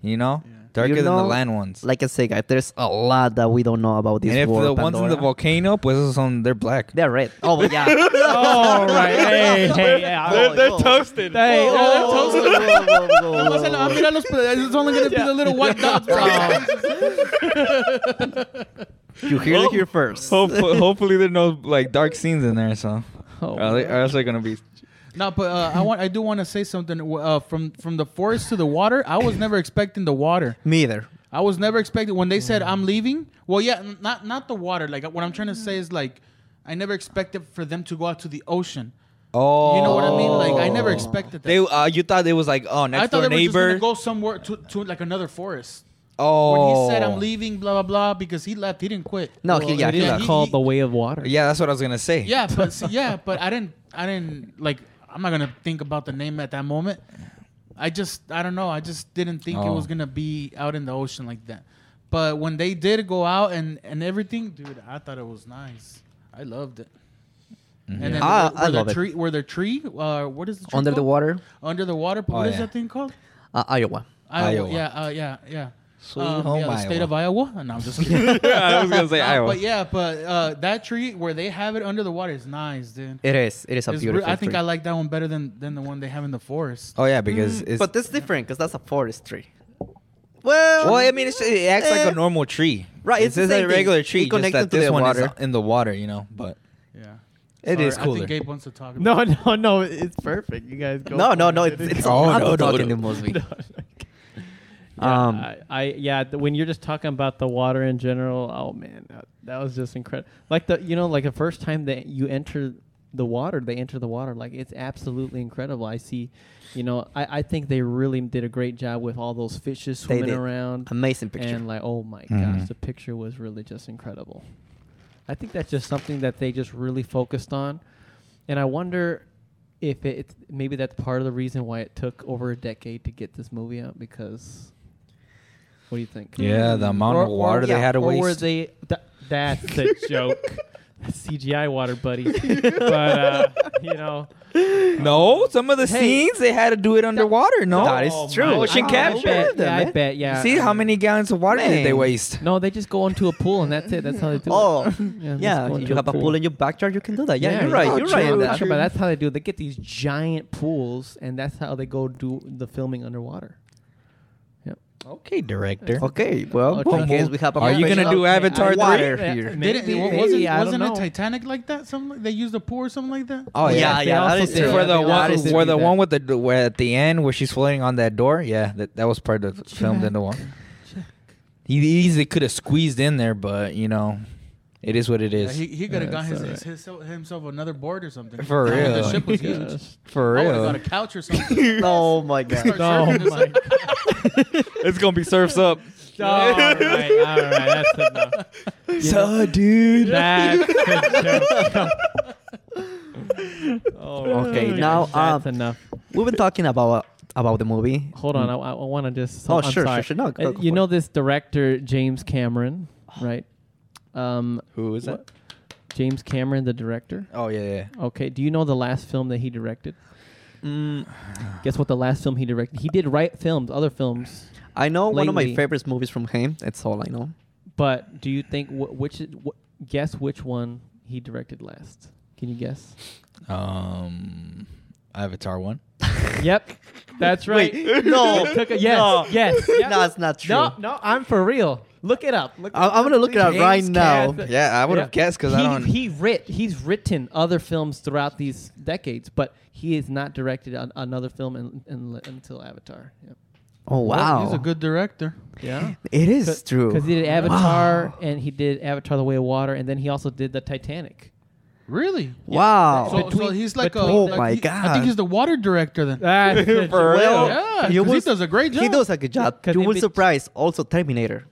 [SPEAKER 2] You know, darker
[SPEAKER 3] You
[SPEAKER 2] than the
[SPEAKER 3] know,
[SPEAKER 2] land ones.
[SPEAKER 3] like I said, guys, there's a lot that we don't know about this
[SPEAKER 2] and if
[SPEAKER 3] world.
[SPEAKER 2] the ones in the
[SPEAKER 3] Pandora.
[SPEAKER 2] volcano, pues esos son they're black.
[SPEAKER 3] they're red. Oh well, yeah. hey,
[SPEAKER 1] All right. Hey, hey, yeah. I-
[SPEAKER 5] They're, they're
[SPEAKER 3] oh.
[SPEAKER 5] toasted.
[SPEAKER 1] Hey,
[SPEAKER 4] oh,
[SPEAKER 1] oh,
[SPEAKER 4] Vas a la- ah, mira los- It's only gonna be the little white dots.
[SPEAKER 3] you hear it here first.
[SPEAKER 2] Hopefully, hopefully there are no like dark scenes in there. So,
[SPEAKER 1] Oh,
[SPEAKER 2] or they- or else they're gonna be.
[SPEAKER 4] No, but uh, I want I do want to say something uh, from from the forest to the water. I was never expecting the water.
[SPEAKER 3] Me either.
[SPEAKER 4] I was never expecting when they said I'm leaving. Well, yeah, n- not not the water. Like what I'm trying to say is like I never expected for them to go out to the ocean.
[SPEAKER 2] Oh,
[SPEAKER 4] You know what I mean? Like I never expected that.
[SPEAKER 2] They, uh, you thought it was like oh next
[SPEAKER 4] I thought
[SPEAKER 2] door
[SPEAKER 4] they were
[SPEAKER 2] neighbor.
[SPEAKER 4] just gonna go somewhere to, to like another forest.
[SPEAKER 2] oh,
[SPEAKER 4] When he said I'm leaving, blah blah blah, because he left, he didn't quit.
[SPEAKER 3] No, he yeah,
[SPEAKER 1] it
[SPEAKER 3] he
[SPEAKER 1] is
[SPEAKER 4] yeah,
[SPEAKER 3] left.
[SPEAKER 1] called
[SPEAKER 4] he-
[SPEAKER 1] the way of water.
[SPEAKER 2] Yeah, that's what I was gonna say.
[SPEAKER 4] Yeah, but see, yeah, but I didn't. I didn't like. I'm not gonna think about the name at that moment. I just, I don't know. I just didn't think it
[SPEAKER 2] Oh.
[SPEAKER 4] was gonna be out in the ocean like that. But when they did go out and and everything, dude, I thought it was nice. I loved it.
[SPEAKER 2] Mm-hmm.
[SPEAKER 4] And then
[SPEAKER 3] I-
[SPEAKER 4] were,
[SPEAKER 3] Ah, I love
[SPEAKER 4] the
[SPEAKER 3] it.
[SPEAKER 4] tree, were the tree, uh, what is the tree
[SPEAKER 3] Under the
[SPEAKER 4] called?
[SPEAKER 3] water,
[SPEAKER 4] Under the water. But
[SPEAKER 2] Oh,
[SPEAKER 4] what is
[SPEAKER 2] yeah.
[SPEAKER 4] that thing called?
[SPEAKER 3] uh, Iowa.
[SPEAKER 4] Iowa.
[SPEAKER 2] Iowa.
[SPEAKER 4] Yeah, uh, yeah, yeah.
[SPEAKER 2] Sweet
[SPEAKER 4] Um,
[SPEAKER 2] home
[SPEAKER 4] yeah, the state
[SPEAKER 2] Iowa.
[SPEAKER 4] of Iowa. No, I'm just kidding.
[SPEAKER 2] I was gonna say
[SPEAKER 4] Uh,
[SPEAKER 2] Iowa.
[SPEAKER 4] but yeah, but uh, that tree where they have it under the water is nice, dude.
[SPEAKER 3] It is. It is a
[SPEAKER 4] It's re-
[SPEAKER 3] beautiful.
[SPEAKER 4] I think
[SPEAKER 3] tree.
[SPEAKER 4] I like that one better than, than the one they have in the forest.
[SPEAKER 2] Oh yeah, because
[SPEAKER 4] Mm.
[SPEAKER 2] it's.
[SPEAKER 3] But that's different because that's a forest tree. Well,
[SPEAKER 2] well, I mean, it's, it acts like
[SPEAKER 3] eh.
[SPEAKER 2] a normal tree.
[SPEAKER 3] Right,
[SPEAKER 2] It's
[SPEAKER 3] it's the
[SPEAKER 2] just a
[SPEAKER 3] same thing.
[SPEAKER 2] regular
[SPEAKER 3] It
[SPEAKER 2] tree. Just
[SPEAKER 3] connected
[SPEAKER 2] that
[SPEAKER 3] to
[SPEAKER 2] this
[SPEAKER 3] the
[SPEAKER 2] one is
[SPEAKER 3] water.
[SPEAKER 2] in the water, you know. But
[SPEAKER 4] Yeah.
[SPEAKER 2] it
[SPEAKER 4] Sorry,
[SPEAKER 2] is
[SPEAKER 4] I
[SPEAKER 2] cooler.
[SPEAKER 4] think Gabe wants to talk. About
[SPEAKER 1] No, no, no. It's perfect. You guys go.
[SPEAKER 3] no,
[SPEAKER 1] for
[SPEAKER 3] no,
[SPEAKER 1] it.
[SPEAKER 3] no. It's, it's
[SPEAKER 2] Oh,
[SPEAKER 3] not
[SPEAKER 2] no, no,
[SPEAKER 3] the dog
[SPEAKER 2] no.
[SPEAKER 3] in the movie.
[SPEAKER 1] Yeah,
[SPEAKER 3] Um,
[SPEAKER 1] I, I yeah. th- when you're just talking about the water in general, oh man, that, that was just incredible. Like the you know like the first time that you enter the water, they enter the water. Like it's absolutely incredible. I see, you know, I, I think they really did a great job with all those fishes
[SPEAKER 3] They
[SPEAKER 1] swimming
[SPEAKER 3] did.
[SPEAKER 1] around.
[SPEAKER 3] Amazing picture.
[SPEAKER 1] And like, oh my
[SPEAKER 2] Mhm.
[SPEAKER 1] gosh, the picture was really just incredible. I think that's just something that they just really focused on, and I wonder if it maybe that's part of the reason why it took over a decade to get this movie out because. What do you think?
[SPEAKER 2] Yeah, the amount of water they had to
[SPEAKER 1] Mm, or were
[SPEAKER 2] waste.
[SPEAKER 1] they? Th- that's a joke. CGI water, buddy. but uh, you know,
[SPEAKER 2] No, some of the
[SPEAKER 1] Hey.
[SPEAKER 2] scenes they had to do it underwater. No,
[SPEAKER 3] That
[SPEAKER 1] Oh,
[SPEAKER 3] is true.
[SPEAKER 1] my
[SPEAKER 2] Ocean
[SPEAKER 1] God.
[SPEAKER 2] capture.
[SPEAKER 1] I bet,
[SPEAKER 3] Them,
[SPEAKER 1] yeah, I
[SPEAKER 3] eh?
[SPEAKER 1] bet. Yeah.
[SPEAKER 2] See how
[SPEAKER 1] I-
[SPEAKER 2] many gallons of water did they
[SPEAKER 3] Man.
[SPEAKER 2] waste?
[SPEAKER 1] No, they just go onto a pool and that's it. That's how they do
[SPEAKER 3] Oh,
[SPEAKER 1] it. Yeah, just
[SPEAKER 3] yeah.
[SPEAKER 1] go into
[SPEAKER 3] You have a pool in your backyard. You can do that. Yeah, you're
[SPEAKER 1] yeah.
[SPEAKER 3] right.
[SPEAKER 2] Oh,
[SPEAKER 3] You're right. on
[SPEAKER 2] true,
[SPEAKER 3] that.
[SPEAKER 1] But that's how they do. it. They get these giant pools, and that's how they go do the filming underwater.
[SPEAKER 2] Okay, director.
[SPEAKER 3] Okay. Well,
[SPEAKER 1] Okay.
[SPEAKER 3] I guess we have a
[SPEAKER 2] Are you gonna
[SPEAKER 3] professional
[SPEAKER 2] do Avatar
[SPEAKER 3] and
[SPEAKER 2] three?
[SPEAKER 3] water
[SPEAKER 1] Yeah,
[SPEAKER 3] here?
[SPEAKER 1] maybe,
[SPEAKER 4] Didn't, wa- wasn't
[SPEAKER 1] maybe, I don't
[SPEAKER 4] wasn't it
[SPEAKER 1] know.
[SPEAKER 4] Titanic like that? Something like, they used a pool or something like that?
[SPEAKER 2] Oh
[SPEAKER 3] Yeah,
[SPEAKER 1] they
[SPEAKER 3] yeah, that
[SPEAKER 1] also
[SPEAKER 3] is
[SPEAKER 1] did
[SPEAKER 3] true.
[SPEAKER 1] that.
[SPEAKER 2] For
[SPEAKER 1] They
[SPEAKER 2] the
[SPEAKER 1] also
[SPEAKER 2] one,
[SPEAKER 1] did
[SPEAKER 2] for the
[SPEAKER 1] do that.
[SPEAKER 2] one with the d- where at the end where she's floating on that door, yeah, that, that was part of filmed in the one. He easily could have squeezed in there, but you know, It is what it
[SPEAKER 4] Yeah,
[SPEAKER 2] is.
[SPEAKER 4] he he could have got
[SPEAKER 1] That's
[SPEAKER 4] his,
[SPEAKER 1] all
[SPEAKER 4] his, his himself another board or something.
[SPEAKER 2] For
[SPEAKER 4] I mean,
[SPEAKER 2] real.
[SPEAKER 4] the ship was huge.
[SPEAKER 1] Gosh.
[SPEAKER 2] For
[SPEAKER 4] I would have got
[SPEAKER 2] real.
[SPEAKER 4] a couch or something.
[SPEAKER 3] Oh my god.
[SPEAKER 4] Start surfing or
[SPEAKER 1] my
[SPEAKER 4] something.
[SPEAKER 5] It's gonna be surfs up.
[SPEAKER 1] all right, all right, that's enough.
[SPEAKER 2] So, dude.
[SPEAKER 1] That's a joke.
[SPEAKER 2] Oh,
[SPEAKER 3] Okay, now, um,
[SPEAKER 1] that's enough.
[SPEAKER 3] We've been talking about about the movie.
[SPEAKER 1] Hold on, I, I want to just.
[SPEAKER 3] Oh,
[SPEAKER 1] I'm
[SPEAKER 3] sure, sure,
[SPEAKER 1] sorry.
[SPEAKER 3] sure. No, go-
[SPEAKER 1] Uh,
[SPEAKER 3] go
[SPEAKER 1] you
[SPEAKER 3] for
[SPEAKER 1] know
[SPEAKER 3] it.
[SPEAKER 1] this director James Cameron, right? Um,
[SPEAKER 2] Who is
[SPEAKER 1] that? James Cameron, the director.
[SPEAKER 2] Oh, yeah, yeah.
[SPEAKER 1] Okay, do you know the last film that he directed?
[SPEAKER 3] Mm,
[SPEAKER 1] Guess what? The last film he directed. He did write films, other films,
[SPEAKER 3] I know one of my
[SPEAKER 1] Lately.
[SPEAKER 3] favorite movies from him. That's all I know.
[SPEAKER 1] but do you think wh- which? is- Wh- guess which one he directed last? Can you guess?
[SPEAKER 2] Um, Avatar 1.
[SPEAKER 1] yep, that's right.
[SPEAKER 3] Wait, no.
[SPEAKER 1] Took a- yes,
[SPEAKER 3] no.
[SPEAKER 1] yes. yep.
[SPEAKER 3] No, it's not true.
[SPEAKER 1] No, no, I'm for real. Look it up. Look
[SPEAKER 3] I- I'm gonna look it up right now.
[SPEAKER 2] Yeah, I would have
[SPEAKER 1] Yeah.
[SPEAKER 2] guessed because I
[SPEAKER 1] He-
[SPEAKER 2] don't.
[SPEAKER 1] He writ. He's written other films throughout these decades, but he has not directed an, another film in, in, until Avatar. Yep.
[SPEAKER 3] Oh wow.
[SPEAKER 4] He's a good director.
[SPEAKER 1] Yeah,
[SPEAKER 3] It is true.
[SPEAKER 1] because he did
[SPEAKER 3] Wow.
[SPEAKER 1] Avatar and he did Avatar: The Way of Water, and then he also did the Titanic.
[SPEAKER 4] Really?
[SPEAKER 3] Wow.
[SPEAKER 4] So, so
[SPEAKER 1] Between-
[SPEAKER 4] he's like a.
[SPEAKER 1] between
[SPEAKER 4] like
[SPEAKER 1] the-
[SPEAKER 3] Oh my
[SPEAKER 4] he- I think
[SPEAKER 3] God.
[SPEAKER 4] he's the water director then.
[SPEAKER 1] for
[SPEAKER 3] Well,
[SPEAKER 4] Yeah,
[SPEAKER 3] you
[SPEAKER 4] 'cause he
[SPEAKER 3] was-
[SPEAKER 4] does a great job.
[SPEAKER 3] He does a good job.
[SPEAKER 1] 'Cause
[SPEAKER 3] You
[SPEAKER 1] in
[SPEAKER 3] will
[SPEAKER 1] bet-
[SPEAKER 3] surprise. Also, Terminator.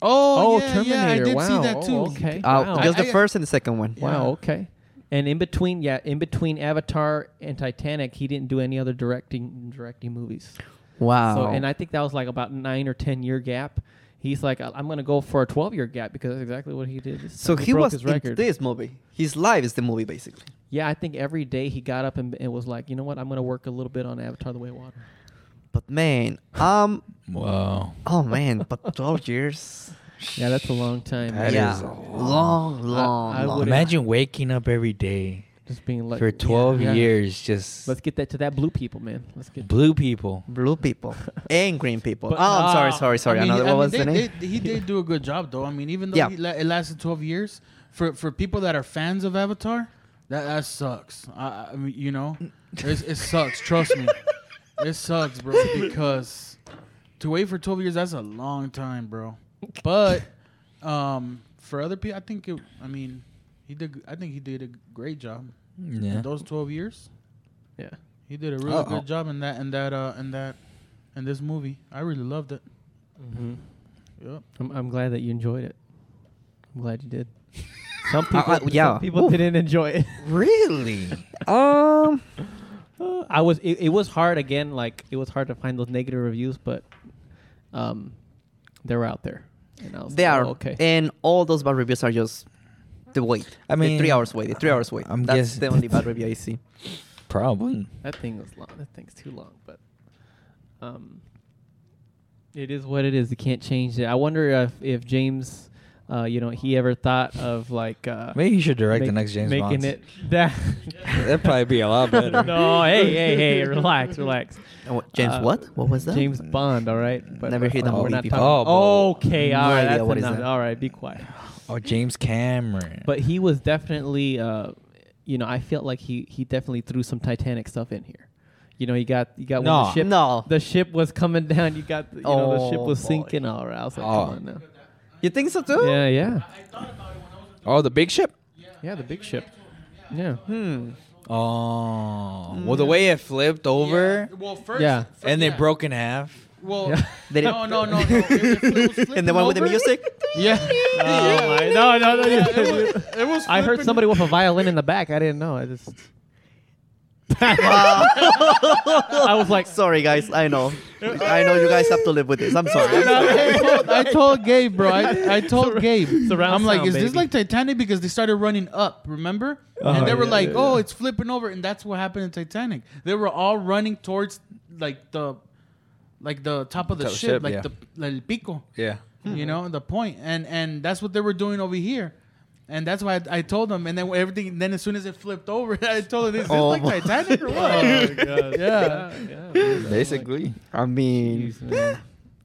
[SPEAKER 4] Oh,
[SPEAKER 1] Oh,
[SPEAKER 4] yeah,
[SPEAKER 1] Terminator!
[SPEAKER 4] Yeah, I did
[SPEAKER 1] wow.
[SPEAKER 4] see that too.
[SPEAKER 1] Oh, okay.
[SPEAKER 3] Uh,
[SPEAKER 1] wow.
[SPEAKER 3] Just
[SPEAKER 4] I-
[SPEAKER 3] the
[SPEAKER 4] I-
[SPEAKER 3] first and the second one.
[SPEAKER 1] wow.
[SPEAKER 4] Yeah.
[SPEAKER 1] Okay. And in between, yeah, in between Avatar and Titanic, he didn't do any other directing directing movies.
[SPEAKER 3] Wow.
[SPEAKER 1] So, and I think that was like about nine or ten year gap. He's like, "I- I'm going to go for a 12 year gap because that's exactly what he did. this
[SPEAKER 3] So
[SPEAKER 1] time.
[SPEAKER 3] he
[SPEAKER 1] broke
[SPEAKER 3] was
[SPEAKER 1] his
[SPEAKER 3] in
[SPEAKER 1] record.
[SPEAKER 3] this movie. His life is the movie, basically.
[SPEAKER 1] Yeah, I think every day he got up and, and was like, you know what, I'm going to work a little bit on Avatar: The Way of Water.
[SPEAKER 3] But man, um,
[SPEAKER 2] Wow.
[SPEAKER 3] oh man, but 12 years.
[SPEAKER 1] Yeah, that's a long time.
[SPEAKER 2] That
[SPEAKER 1] yeah,
[SPEAKER 3] yeah,
[SPEAKER 2] is a
[SPEAKER 3] long, long,
[SPEAKER 1] I- I
[SPEAKER 3] long.
[SPEAKER 1] would've-
[SPEAKER 2] Imagine waking up every day
[SPEAKER 1] just being like
[SPEAKER 2] for 12
[SPEAKER 1] Oh, yeah.
[SPEAKER 2] years just
[SPEAKER 1] Let's get that to that blue people, man. Let's get
[SPEAKER 2] blue people.
[SPEAKER 3] blue people and green people.
[SPEAKER 1] But-
[SPEAKER 3] oh, I'm sorry,
[SPEAKER 1] Ah.
[SPEAKER 3] sorry, sorry.
[SPEAKER 4] I mean,
[SPEAKER 3] Another
[SPEAKER 4] I mean,
[SPEAKER 3] what was
[SPEAKER 4] they-
[SPEAKER 3] the name?
[SPEAKER 4] they- he did do a good job, though. I mean, even though
[SPEAKER 3] Yeah.
[SPEAKER 4] he la- it lasted 12 years, for, for people that are fans of Avatar, that, that sucks. I, I mean, you know, it's, it sucks. Trust me. It sucks, bro, because to wait for 12 years, that's a long time, bro. But um, for other people, I think, it, I mean, he did. I think he did a great job.
[SPEAKER 2] Yeah.
[SPEAKER 4] Those 12 years,
[SPEAKER 1] yeah.
[SPEAKER 4] he did a really
[SPEAKER 2] Uh-oh.
[SPEAKER 4] good job in that, in that, uh, in that, in this movie. I really loved it.
[SPEAKER 1] hmm
[SPEAKER 4] Yep.
[SPEAKER 1] I'm, I'm glad that you enjoyed it. I'm glad you did. Some people,
[SPEAKER 3] I- I- Uh, yeah.
[SPEAKER 1] some people
[SPEAKER 3] Oof.
[SPEAKER 1] didn't enjoy it.
[SPEAKER 2] Really?
[SPEAKER 3] um,
[SPEAKER 1] Uh, I was it, it was hard again. Like it was hard to find those negative reviews, but um, they're out there. And I was
[SPEAKER 3] they
[SPEAKER 1] like,
[SPEAKER 3] are
[SPEAKER 1] "Oh, okay.
[SPEAKER 3] and all those bad reviews are just the wait.
[SPEAKER 2] I
[SPEAKER 3] the
[SPEAKER 2] mean,
[SPEAKER 3] three hours wait. The three hours wait.
[SPEAKER 2] I'm
[SPEAKER 3] That's
[SPEAKER 2] guess-
[SPEAKER 3] the only bad review I see.
[SPEAKER 2] Probably.
[SPEAKER 1] that thing was long. That thing's too long, but um, it is what it is. You can't change it. I wonder if if James, uh, you know, he ever thought of like uh,
[SPEAKER 2] Maybe you should direct the
[SPEAKER 1] make-
[SPEAKER 2] next James
[SPEAKER 1] making
[SPEAKER 2] Bond.
[SPEAKER 1] it that.
[SPEAKER 2] That'd probably be a lot better.
[SPEAKER 1] no, hey, hey, hey, relax, relax.
[SPEAKER 3] And what- Oh, James,
[SPEAKER 1] Uh,
[SPEAKER 3] what? What was that?
[SPEAKER 1] James Bond, all right.
[SPEAKER 3] Never hear
[SPEAKER 1] uh,
[SPEAKER 3] that
[SPEAKER 1] we're
[SPEAKER 3] movie
[SPEAKER 1] not
[SPEAKER 3] before.
[SPEAKER 1] talking-
[SPEAKER 2] Oh, but-
[SPEAKER 1] okay,
[SPEAKER 3] No
[SPEAKER 1] all right,
[SPEAKER 3] idea
[SPEAKER 1] that's
[SPEAKER 3] what is
[SPEAKER 1] enough.
[SPEAKER 3] that.
[SPEAKER 1] All right, be quiet.
[SPEAKER 2] Oh, James Cameron.
[SPEAKER 1] But he was definitely, uh, you know, I felt like he he definitely threw some Titanic stuff in here. You know, you got you got when
[SPEAKER 2] No.
[SPEAKER 1] the ship
[SPEAKER 3] No.
[SPEAKER 1] the ship was coming down. You got you know the ship
[SPEAKER 3] Oh,
[SPEAKER 1] was
[SPEAKER 3] boy.
[SPEAKER 1] sinking. All right, I was like,
[SPEAKER 2] Oh.
[SPEAKER 1] come on
[SPEAKER 3] You think so
[SPEAKER 1] now.
[SPEAKER 3] too?
[SPEAKER 1] Yeah, yeah,
[SPEAKER 2] oh, the big ship.
[SPEAKER 1] yeah. The big ship. Yeah.
[SPEAKER 3] Hmm.
[SPEAKER 2] Oh, well, the way it flipped over
[SPEAKER 4] Yeah. Well, first,
[SPEAKER 1] Yeah.
[SPEAKER 4] first-
[SPEAKER 2] and they
[SPEAKER 4] yeah.
[SPEAKER 2] broke in half.
[SPEAKER 4] Well,
[SPEAKER 1] Yeah.
[SPEAKER 3] They did-
[SPEAKER 4] no, no, no, no. It- it fl- it was
[SPEAKER 3] And the
[SPEAKER 4] flipping
[SPEAKER 3] one with the
[SPEAKER 4] over.
[SPEAKER 3] music?
[SPEAKER 4] Yeah.
[SPEAKER 1] Oh my! No, no, no.
[SPEAKER 4] Yeah, it was, it was
[SPEAKER 1] I heard
[SPEAKER 4] flipping-
[SPEAKER 1] somebody with a violin in the back. I didn't know. I just. I was like,
[SPEAKER 3] sorry, guys. I know. I know you guys have to live with this. I'm sorry. I'm sorry.
[SPEAKER 4] I told, I told Gabe, bro. I, I told Gabe.
[SPEAKER 1] surround
[SPEAKER 4] I'm like,
[SPEAKER 1] sound,
[SPEAKER 4] is this
[SPEAKER 1] baby.
[SPEAKER 4] like Titanic? Because they started running up, remember? and they were
[SPEAKER 1] yeah,
[SPEAKER 4] like,
[SPEAKER 1] yeah,
[SPEAKER 4] oh, it's flipping over, and that's what happened in Titanic. They were all running towards like the, like the top of the
[SPEAKER 2] Top of
[SPEAKER 4] ship,
[SPEAKER 2] ship,
[SPEAKER 4] like
[SPEAKER 2] yeah.
[SPEAKER 4] the like el pico.
[SPEAKER 2] Yeah.
[SPEAKER 4] you know the point and and that's what they were doing over here and that's why I, I told them and then everything then as soon as it flipped over i told them this is this
[SPEAKER 3] Oh
[SPEAKER 4] like
[SPEAKER 3] my-
[SPEAKER 4] titanic or what yeah
[SPEAKER 2] Basically.
[SPEAKER 3] I mean,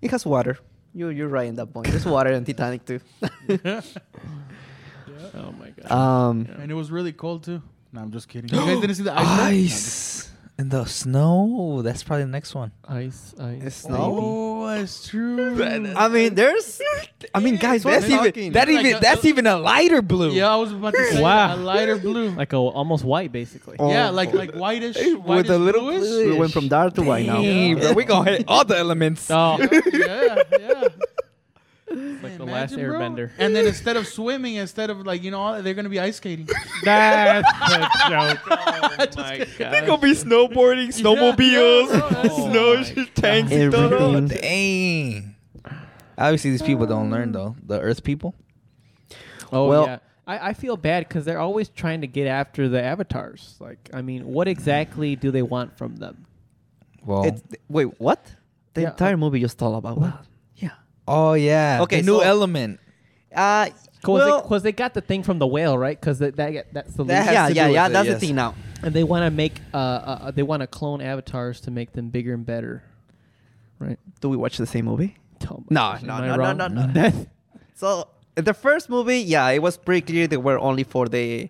[SPEAKER 3] it has water. You you're right in that point. There's water in Titanic too.
[SPEAKER 1] oh my god.
[SPEAKER 3] um,
[SPEAKER 4] and it was really cold too no i'm just kidding you guys didn't see the iceberg?
[SPEAKER 2] Ice and the snow. That's probably the next one.
[SPEAKER 1] Ice, ice.
[SPEAKER 3] It's
[SPEAKER 1] baby.
[SPEAKER 3] snow?
[SPEAKER 2] Oh,
[SPEAKER 4] was true.
[SPEAKER 3] I mean, there's. I mean, guys, we're
[SPEAKER 2] That's even
[SPEAKER 3] talking.
[SPEAKER 2] that
[SPEAKER 4] Like
[SPEAKER 2] even
[SPEAKER 4] a-
[SPEAKER 2] that's even a lighter blue.
[SPEAKER 4] yeah, I was about to say
[SPEAKER 1] Wow.
[SPEAKER 4] a lighter blue.
[SPEAKER 1] like a almost white basically.
[SPEAKER 4] yeah,
[SPEAKER 3] Oh.
[SPEAKER 4] like like whitish, whitish
[SPEAKER 2] with a little
[SPEAKER 4] bluish.
[SPEAKER 3] we went from dark to white now.
[SPEAKER 2] Damn, bro, we gonna hit all the elements.
[SPEAKER 1] Oh,
[SPEAKER 4] yeah, yeah.
[SPEAKER 1] like the last
[SPEAKER 4] Imagine, bro.
[SPEAKER 1] Airbender.
[SPEAKER 4] And then instead of swimming, instead of like you know, all that, they're gonna be ice skating.
[SPEAKER 1] That's a joke. Oh my
[SPEAKER 5] They're gonna be snowboarding, snowmobiles,
[SPEAKER 4] yeah, bro, that's-
[SPEAKER 5] snow tanks. and stuff.
[SPEAKER 2] Oh,
[SPEAKER 3] Everything.
[SPEAKER 2] dang. Obviously, these people don't learn though. The Earth people.
[SPEAKER 1] Oh
[SPEAKER 3] Well-
[SPEAKER 1] yeah. I, I feel bad because they're always trying to get after the avatars. Like, I mean, what exactly do they want from them?
[SPEAKER 2] Well,
[SPEAKER 3] It's, wait, what? The
[SPEAKER 1] Yeah,
[SPEAKER 3] entire movie just all about that. Yeah.
[SPEAKER 2] oh yeah.
[SPEAKER 3] Okay,
[SPEAKER 2] the new
[SPEAKER 3] so-
[SPEAKER 2] element.
[SPEAKER 3] Uh,
[SPEAKER 1] Because
[SPEAKER 3] well,
[SPEAKER 1] they, got the thing from the whale, right? Because that, that that's the lead.
[SPEAKER 2] That has
[SPEAKER 3] yeah,
[SPEAKER 2] to do
[SPEAKER 3] yeah,
[SPEAKER 2] with
[SPEAKER 3] yeah.
[SPEAKER 2] it,
[SPEAKER 3] That's
[SPEAKER 2] yes.
[SPEAKER 3] the thing now.
[SPEAKER 1] and they want to make uh, uh they want to clone avatars to make them bigger and better, right?
[SPEAKER 3] Do we watch the same movie?
[SPEAKER 1] Tell me,
[SPEAKER 3] No,
[SPEAKER 1] am
[SPEAKER 3] no,
[SPEAKER 1] I
[SPEAKER 3] no, no,
[SPEAKER 1] wrong?
[SPEAKER 3] no, no. So the first movie, yeah, it was pretty clear they were only for the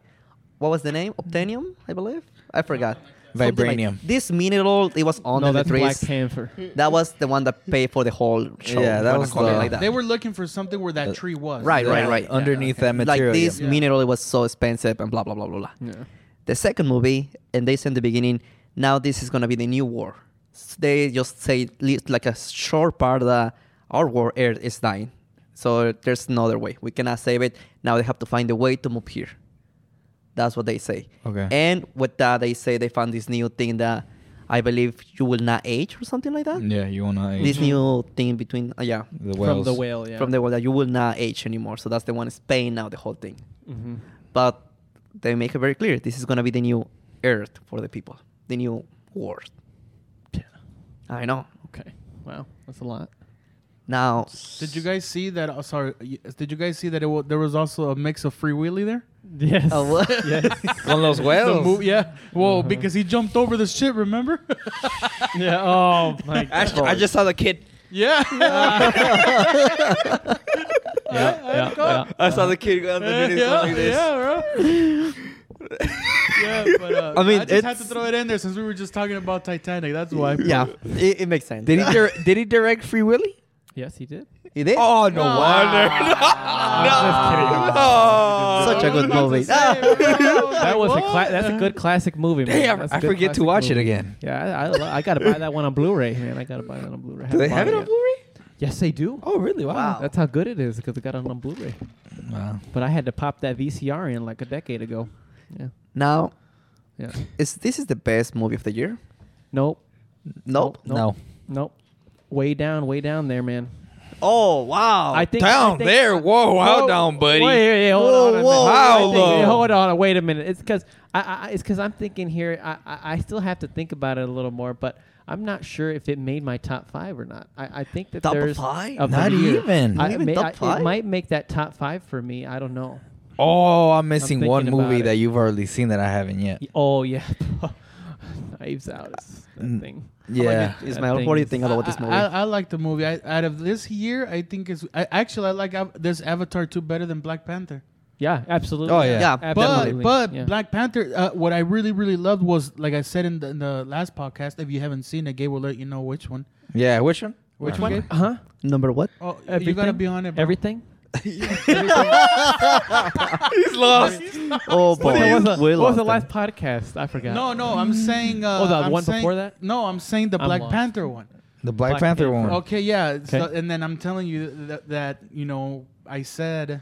[SPEAKER 3] what was the name? Obtanium, I believe. I forgot. Something like-
[SPEAKER 2] Vibranium.
[SPEAKER 3] this mineral, it was on
[SPEAKER 1] no,
[SPEAKER 3] the
[SPEAKER 1] that's Black
[SPEAKER 3] trees.
[SPEAKER 1] Panther.
[SPEAKER 3] that was the one that paid for the whole show.
[SPEAKER 2] Yeah,
[SPEAKER 3] if
[SPEAKER 2] that
[SPEAKER 3] you wanna
[SPEAKER 2] was
[SPEAKER 3] call it
[SPEAKER 2] the-
[SPEAKER 3] like that.
[SPEAKER 4] They were looking for something where
[SPEAKER 2] Uh,
[SPEAKER 4] that tree was.
[SPEAKER 3] Right,
[SPEAKER 2] Yeah,
[SPEAKER 3] right, right.
[SPEAKER 2] Underneath that
[SPEAKER 3] like
[SPEAKER 2] material.
[SPEAKER 3] this
[SPEAKER 4] Yeah.
[SPEAKER 3] mineral, it was so expensive and blah blah blah blah blah.
[SPEAKER 1] Yeah.
[SPEAKER 3] The second movie, and they said in the beginning, now this is gonna be the new war. S- They just say li- like a short part that our war air is dying, so there's another way. We cannot save it. Now they have to find a way to move here. That's what they say.
[SPEAKER 2] Okay.
[SPEAKER 3] And with that, they say they found this new thing that I believe you will not age or something like that.
[SPEAKER 2] Yeah, you wanna
[SPEAKER 3] This new thing between, uh, yeah,
[SPEAKER 2] the
[SPEAKER 1] From the whale, yeah.
[SPEAKER 3] from the world that you will not age anymore. So that's the one Spain now, the whole thing.
[SPEAKER 1] hmm
[SPEAKER 3] But they make it very clear this is going to be the new Earth for the people, the new world.
[SPEAKER 1] Yeah.
[SPEAKER 3] I know.
[SPEAKER 1] Okay. Wow, that's a lot.
[SPEAKER 3] Now,
[SPEAKER 4] Did you guys see that? Oh, sorry. y- Did you guys see that it wa- there was also a mix of freewheelie there?
[SPEAKER 1] Yes.
[SPEAKER 3] Oh, what?
[SPEAKER 1] yes.
[SPEAKER 2] One of those
[SPEAKER 4] The
[SPEAKER 2] whales.
[SPEAKER 4] mo- yeah.
[SPEAKER 3] Uh-huh.
[SPEAKER 4] Well, because he jumped over the shit. Remember?
[SPEAKER 1] yeah. Oh my
[SPEAKER 2] I,
[SPEAKER 1] god.
[SPEAKER 2] sh- I just saw the kid.
[SPEAKER 4] yeah.
[SPEAKER 1] yeah, yeah, yeah.
[SPEAKER 2] I saw the kid go underneath
[SPEAKER 4] yeah,
[SPEAKER 2] like this.
[SPEAKER 4] yeah, bro. yeah, but uh,
[SPEAKER 3] I
[SPEAKER 4] I
[SPEAKER 3] mean,
[SPEAKER 4] mean, I just had
[SPEAKER 3] it's-
[SPEAKER 4] to throw it in there since we were just talking about Titanic. That's why.
[SPEAKER 3] yeah, it, it makes sense.
[SPEAKER 2] Did he dir- did he direct Free Willy?
[SPEAKER 1] Yes, he did.
[SPEAKER 3] He did?
[SPEAKER 2] Oh no wonder.
[SPEAKER 3] Ah. Such a good movie.
[SPEAKER 1] That was a cla- that's a good classic movie. Man.
[SPEAKER 2] Damn,
[SPEAKER 1] That's a
[SPEAKER 2] I
[SPEAKER 1] good
[SPEAKER 2] forget to
[SPEAKER 1] classic
[SPEAKER 2] watch it
[SPEAKER 1] movie.
[SPEAKER 2] again.
[SPEAKER 1] Yeah, I I, lo- I gotta buy that one on Blu-ray, man. I gotta buy that on Blu-ray.
[SPEAKER 2] Do they
[SPEAKER 1] Haven't
[SPEAKER 2] have it
[SPEAKER 1] bought
[SPEAKER 2] on
[SPEAKER 1] yet.
[SPEAKER 2] Blu-ray?
[SPEAKER 1] Yes, they do.
[SPEAKER 2] Oh really?
[SPEAKER 3] Wow.
[SPEAKER 1] That's how good it is because I got it on Blu-ray.
[SPEAKER 2] Wow.
[SPEAKER 1] But I had to pop that VCR in like a decade ago. Yeah,
[SPEAKER 3] Now,
[SPEAKER 1] yeah.
[SPEAKER 3] is this is the best movie of the year?
[SPEAKER 1] Nope,
[SPEAKER 3] Nope.
[SPEAKER 1] Nope. nope. Way down, way down there, man.
[SPEAKER 3] Oh, wow.
[SPEAKER 1] I think I
[SPEAKER 2] Down
[SPEAKER 1] think- uh,
[SPEAKER 2] there. Whoa, how down, buddy?
[SPEAKER 1] Wait, wait, wait, hold on
[SPEAKER 3] Whoa,
[SPEAKER 1] a minute.
[SPEAKER 3] whoa.
[SPEAKER 1] I think-
[SPEAKER 2] How
[SPEAKER 1] hey,
[SPEAKER 2] low?
[SPEAKER 1] hold on, wait a minute. It's because I, I, I- it's because I'm thinking here. I, I, I still have to think about it a little more, but I'm not sure if it made my top five or not. I, I think that
[SPEAKER 3] Top
[SPEAKER 1] there's
[SPEAKER 3] five?
[SPEAKER 1] of the
[SPEAKER 2] Not
[SPEAKER 1] year.
[SPEAKER 2] even.
[SPEAKER 1] I,
[SPEAKER 3] Not even
[SPEAKER 1] may-
[SPEAKER 3] top
[SPEAKER 1] I-
[SPEAKER 3] five?
[SPEAKER 1] It might make that top five for me. I don't know.
[SPEAKER 2] Oh, I'm
[SPEAKER 1] I'm
[SPEAKER 2] missing
[SPEAKER 1] thinking
[SPEAKER 2] one movie
[SPEAKER 1] about
[SPEAKER 2] that
[SPEAKER 1] it.
[SPEAKER 2] you've already seen that I haven't yet.
[SPEAKER 1] Y- Oh yeah, Knives Out is that
[SPEAKER 2] Mm.
[SPEAKER 1] thing.
[SPEAKER 2] Yeah.
[SPEAKER 3] Ismael, what do you think about this movie?
[SPEAKER 4] I, I, I like the movie. I, out of this year, I think it's I, actually I like Av- this Avatar two better than Black Panther.
[SPEAKER 1] Yeah, absolutely.
[SPEAKER 2] Oh, yeah.
[SPEAKER 3] Yeah,
[SPEAKER 1] absolutely.
[SPEAKER 3] Definitely.
[SPEAKER 4] But but
[SPEAKER 1] yeah.
[SPEAKER 4] Black Panther, uh, what I really really loved was like I said in the, in the last podcast. If you haven't seen it, Gabe will let you know which one.
[SPEAKER 2] Yeah, which one?
[SPEAKER 4] Which
[SPEAKER 2] Okay.
[SPEAKER 4] one?
[SPEAKER 2] It
[SPEAKER 1] huh?
[SPEAKER 3] Number what?
[SPEAKER 4] Oh, you
[SPEAKER 1] Everything?
[SPEAKER 4] gotta be on it. Bro.
[SPEAKER 1] Everything.
[SPEAKER 5] He's lost.
[SPEAKER 3] Oh, boy.
[SPEAKER 1] What was the, what
[SPEAKER 3] We
[SPEAKER 1] was
[SPEAKER 3] lost
[SPEAKER 1] the
[SPEAKER 3] him.
[SPEAKER 1] last podcast? I forgot.
[SPEAKER 4] No, no, I'm saying. Uh,
[SPEAKER 1] Oh, the
[SPEAKER 4] I'm
[SPEAKER 1] one
[SPEAKER 4] saying-
[SPEAKER 1] before that?
[SPEAKER 4] No, I'm saying the
[SPEAKER 1] I'm
[SPEAKER 4] Black
[SPEAKER 1] lost.
[SPEAKER 4] Panther one.
[SPEAKER 2] The Black,
[SPEAKER 1] Black
[SPEAKER 2] Panther,
[SPEAKER 1] Panther.
[SPEAKER 2] one.
[SPEAKER 4] Okay, yeah. So,
[SPEAKER 1] Okay.
[SPEAKER 4] and then I'm telling you that, that you know I said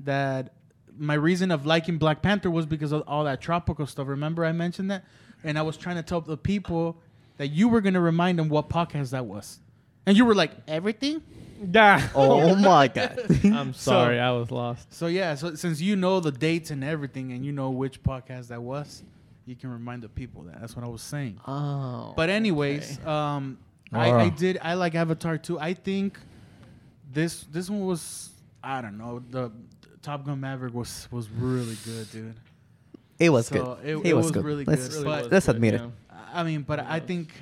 [SPEAKER 4] that my reason of liking Black Panther was because of all that tropical stuff. Remember I mentioned that, and I was trying to tell the people that you were going to remind them what podcast that was, and you were like everything.
[SPEAKER 1] Nah.
[SPEAKER 3] Oh, my God.
[SPEAKER 1] I'm sorry, I was lost.
[SPEAKER 4] So yeah, so since you know the dates and everything, and you know which podcast that was, you can remind the people that. That's what I was saying.
[SPEAKER 1] Oh.
[SPEAKER 4] But anyways, um, I,
[SPEAKER 2] Wow.
[SPEAKER 4] I did. I like Avatar too. I think this this one was I don't know the Top Gun Maverick was was really good, dude.
[SPEAKER 3] It was
[SPEAKER 4] So
[SPEAKER 3] good.
[SPEAKER 4] it-
[SPEAKER 3] it
[SPEAKER 4] it
[SPEAKER 3] was
[SPEAKER 4] was
[SPEAKER 3] good.
[SPEAKER 4] really
[SPEAKER 3] let's,
[SPEAKER 4] good, but-
[SPEAKER 3] let's admit it.
[SPEAKER 4] I I mean, but I think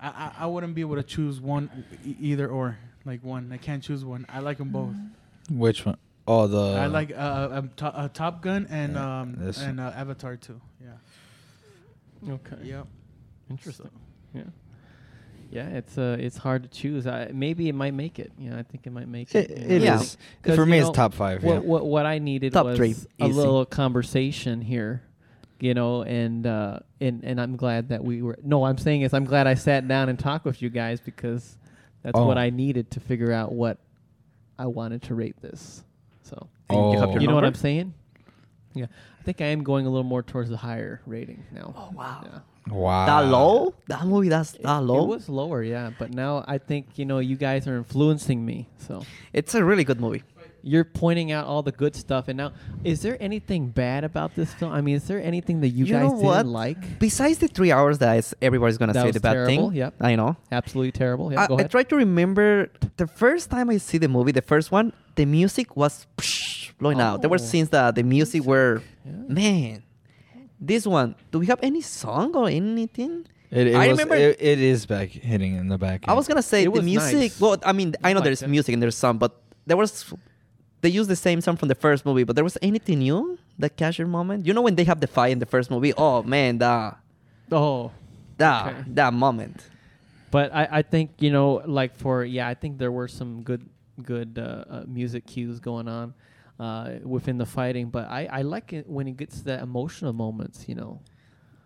[SPEAKER 4] I, I I wouldn't be able to choose one e- either or like one. I can't choose one. I like them both.
[SPEAKER 2] Which one? Oh, the
[SPEAKER 4] I like uh, um, to, uh, Top Gun and
[SPEAKER 2] yeah,
[SPEAKER 4] um
[SPEAKER 2] this
[SPEAKER 4] and uh, Avatar too. Yeah.
[SPEAKER 1] Okay.
[SPEAKER 4] Yep.
[SPEAKER 1] Interesting. Yeah. Yeah, it's uh, it's hard to choose. I, maybe it might make it. You know, I think it might make
[SPEAKER 2] It,
[SPEAKER 1] it. you
[SPEAKER 2] it
[SPEAKER 1] know.
[SPEAKER 3] Yeah.
[SPEAKER 2] is.
[SPEAKER 1] 'Cause,
[SPEAKER 2] For me,
[SPEAKER 1] you
[SPEAKER 2] it's
[SPEAKER 1] know,
[SPEAKER 2] top five.
[SPEAKER 1] What
[SPEAKER 2] yeah.
[SPEAKER 1] what what I needed
[SPEAKER 3] Top
[SPEAKER 1] was
[SPEAKER 3] three,
[SPEAKER 1] a
[SPEAKER 3] easy.
[SPEAKER 1] little conversation here, you know, and uh, and and I'm glad that we were. No, I'm saying is I'm glad I sat down and talked with you guys because that's
[SPEAKER 2] Oh.
[SPEAKER 1] what I needed to figure out what I wanted to rate this. So
[SPEAKER 3] And you have
[SPEAKER 2] Oh.
[SPEAKER 3] your
[SPEAKER 1] you know what
[SPEAKER 3] number?
[SPEAKER 1] I'm saying? Yeah, I think I am going a little more towards the higher rating now.
[SPEAKER 3] Oh, wow.
[SPEAKER 1] Yeah.
[SPEAKER 2] Wow.
[SPEAKER 3] that low? That movie, that's that
[SPEAKER 1] It
[SPEAKER 3] low?
[SPEAKER 1] was lower, yeah, but now I think you know you guys are influencing me. So
[SPEAKER 3] It's a really good movie.
[SPEAKER 1] you're pointing out all the good stuff, and now is there anything bad about this film? I mean, is there anything that you, guys didn't like?
[SPEAKER 3] Besides the three hours that is, everybody's gonna
[SPEAKER 1] That
[SPEAKER 3] say
[SPEAKER 1] was
[SPEAKER 3] the bad
[SPEAKER 1] terrible,
[SPEAKER 3] thing.
[SPEAKER 1] yep.
[SPEAKER 3] I know.
[SPEAKER 1] Absolutely terrible. Yeah,
[SPEAKER 3] I,
[SPEAKER 1] go
[SPEAKER 3] I
[SPEAKER 1] ahead.
[SPEAKER 3] try to remember the first time I see the movie, the first one, the music was blowing out. There were
[SPEAKER 1] Oh.
[SPEAKER 3] scenes that the music were,
[SPEAKER 1] Yeah.
[SPEAKER 3] man. This one, do we have any song or anything?
[SPEAKER 2] It, it
[SPEAKER 3] I
[SPEAKER 2] was,
[SPEAKER 3] remember-
[SPEAKER 2] It, it is back hitting in the back.
[SPEAKER 3] I was
[SPEAKER 2] end.
[SPEAKER 3] gonna say
[SPEAKER 1] It
[SPEAKER 3] the
[SPEAKER 1] was
[SPEAKER 3] music.
[SPEAKER 1] nice.
[SPEAKER 3] Well, I mean, I know
[SPEAKER 1] Like
[SPEAKER 3] there's
[SPEAKER 1] that.
[SPEAKER 3] music and there's some, but there was they used the same song from the first movie. But there was anything new? The cashier moment. You know when they have the fight in the first movie? Oh man, that
[SPEAKER 1] oh,
[SPEAKER 3] that
[SPEAKER 1] Okay.
[SPEAKER 3] that moment.
[SPEAKER 1] but I, I think you know, like for yeah, I think there were some good good uh, uh, music cues going on uh, within the fighting. But I, I like it when it gets to the emotional moments. You know,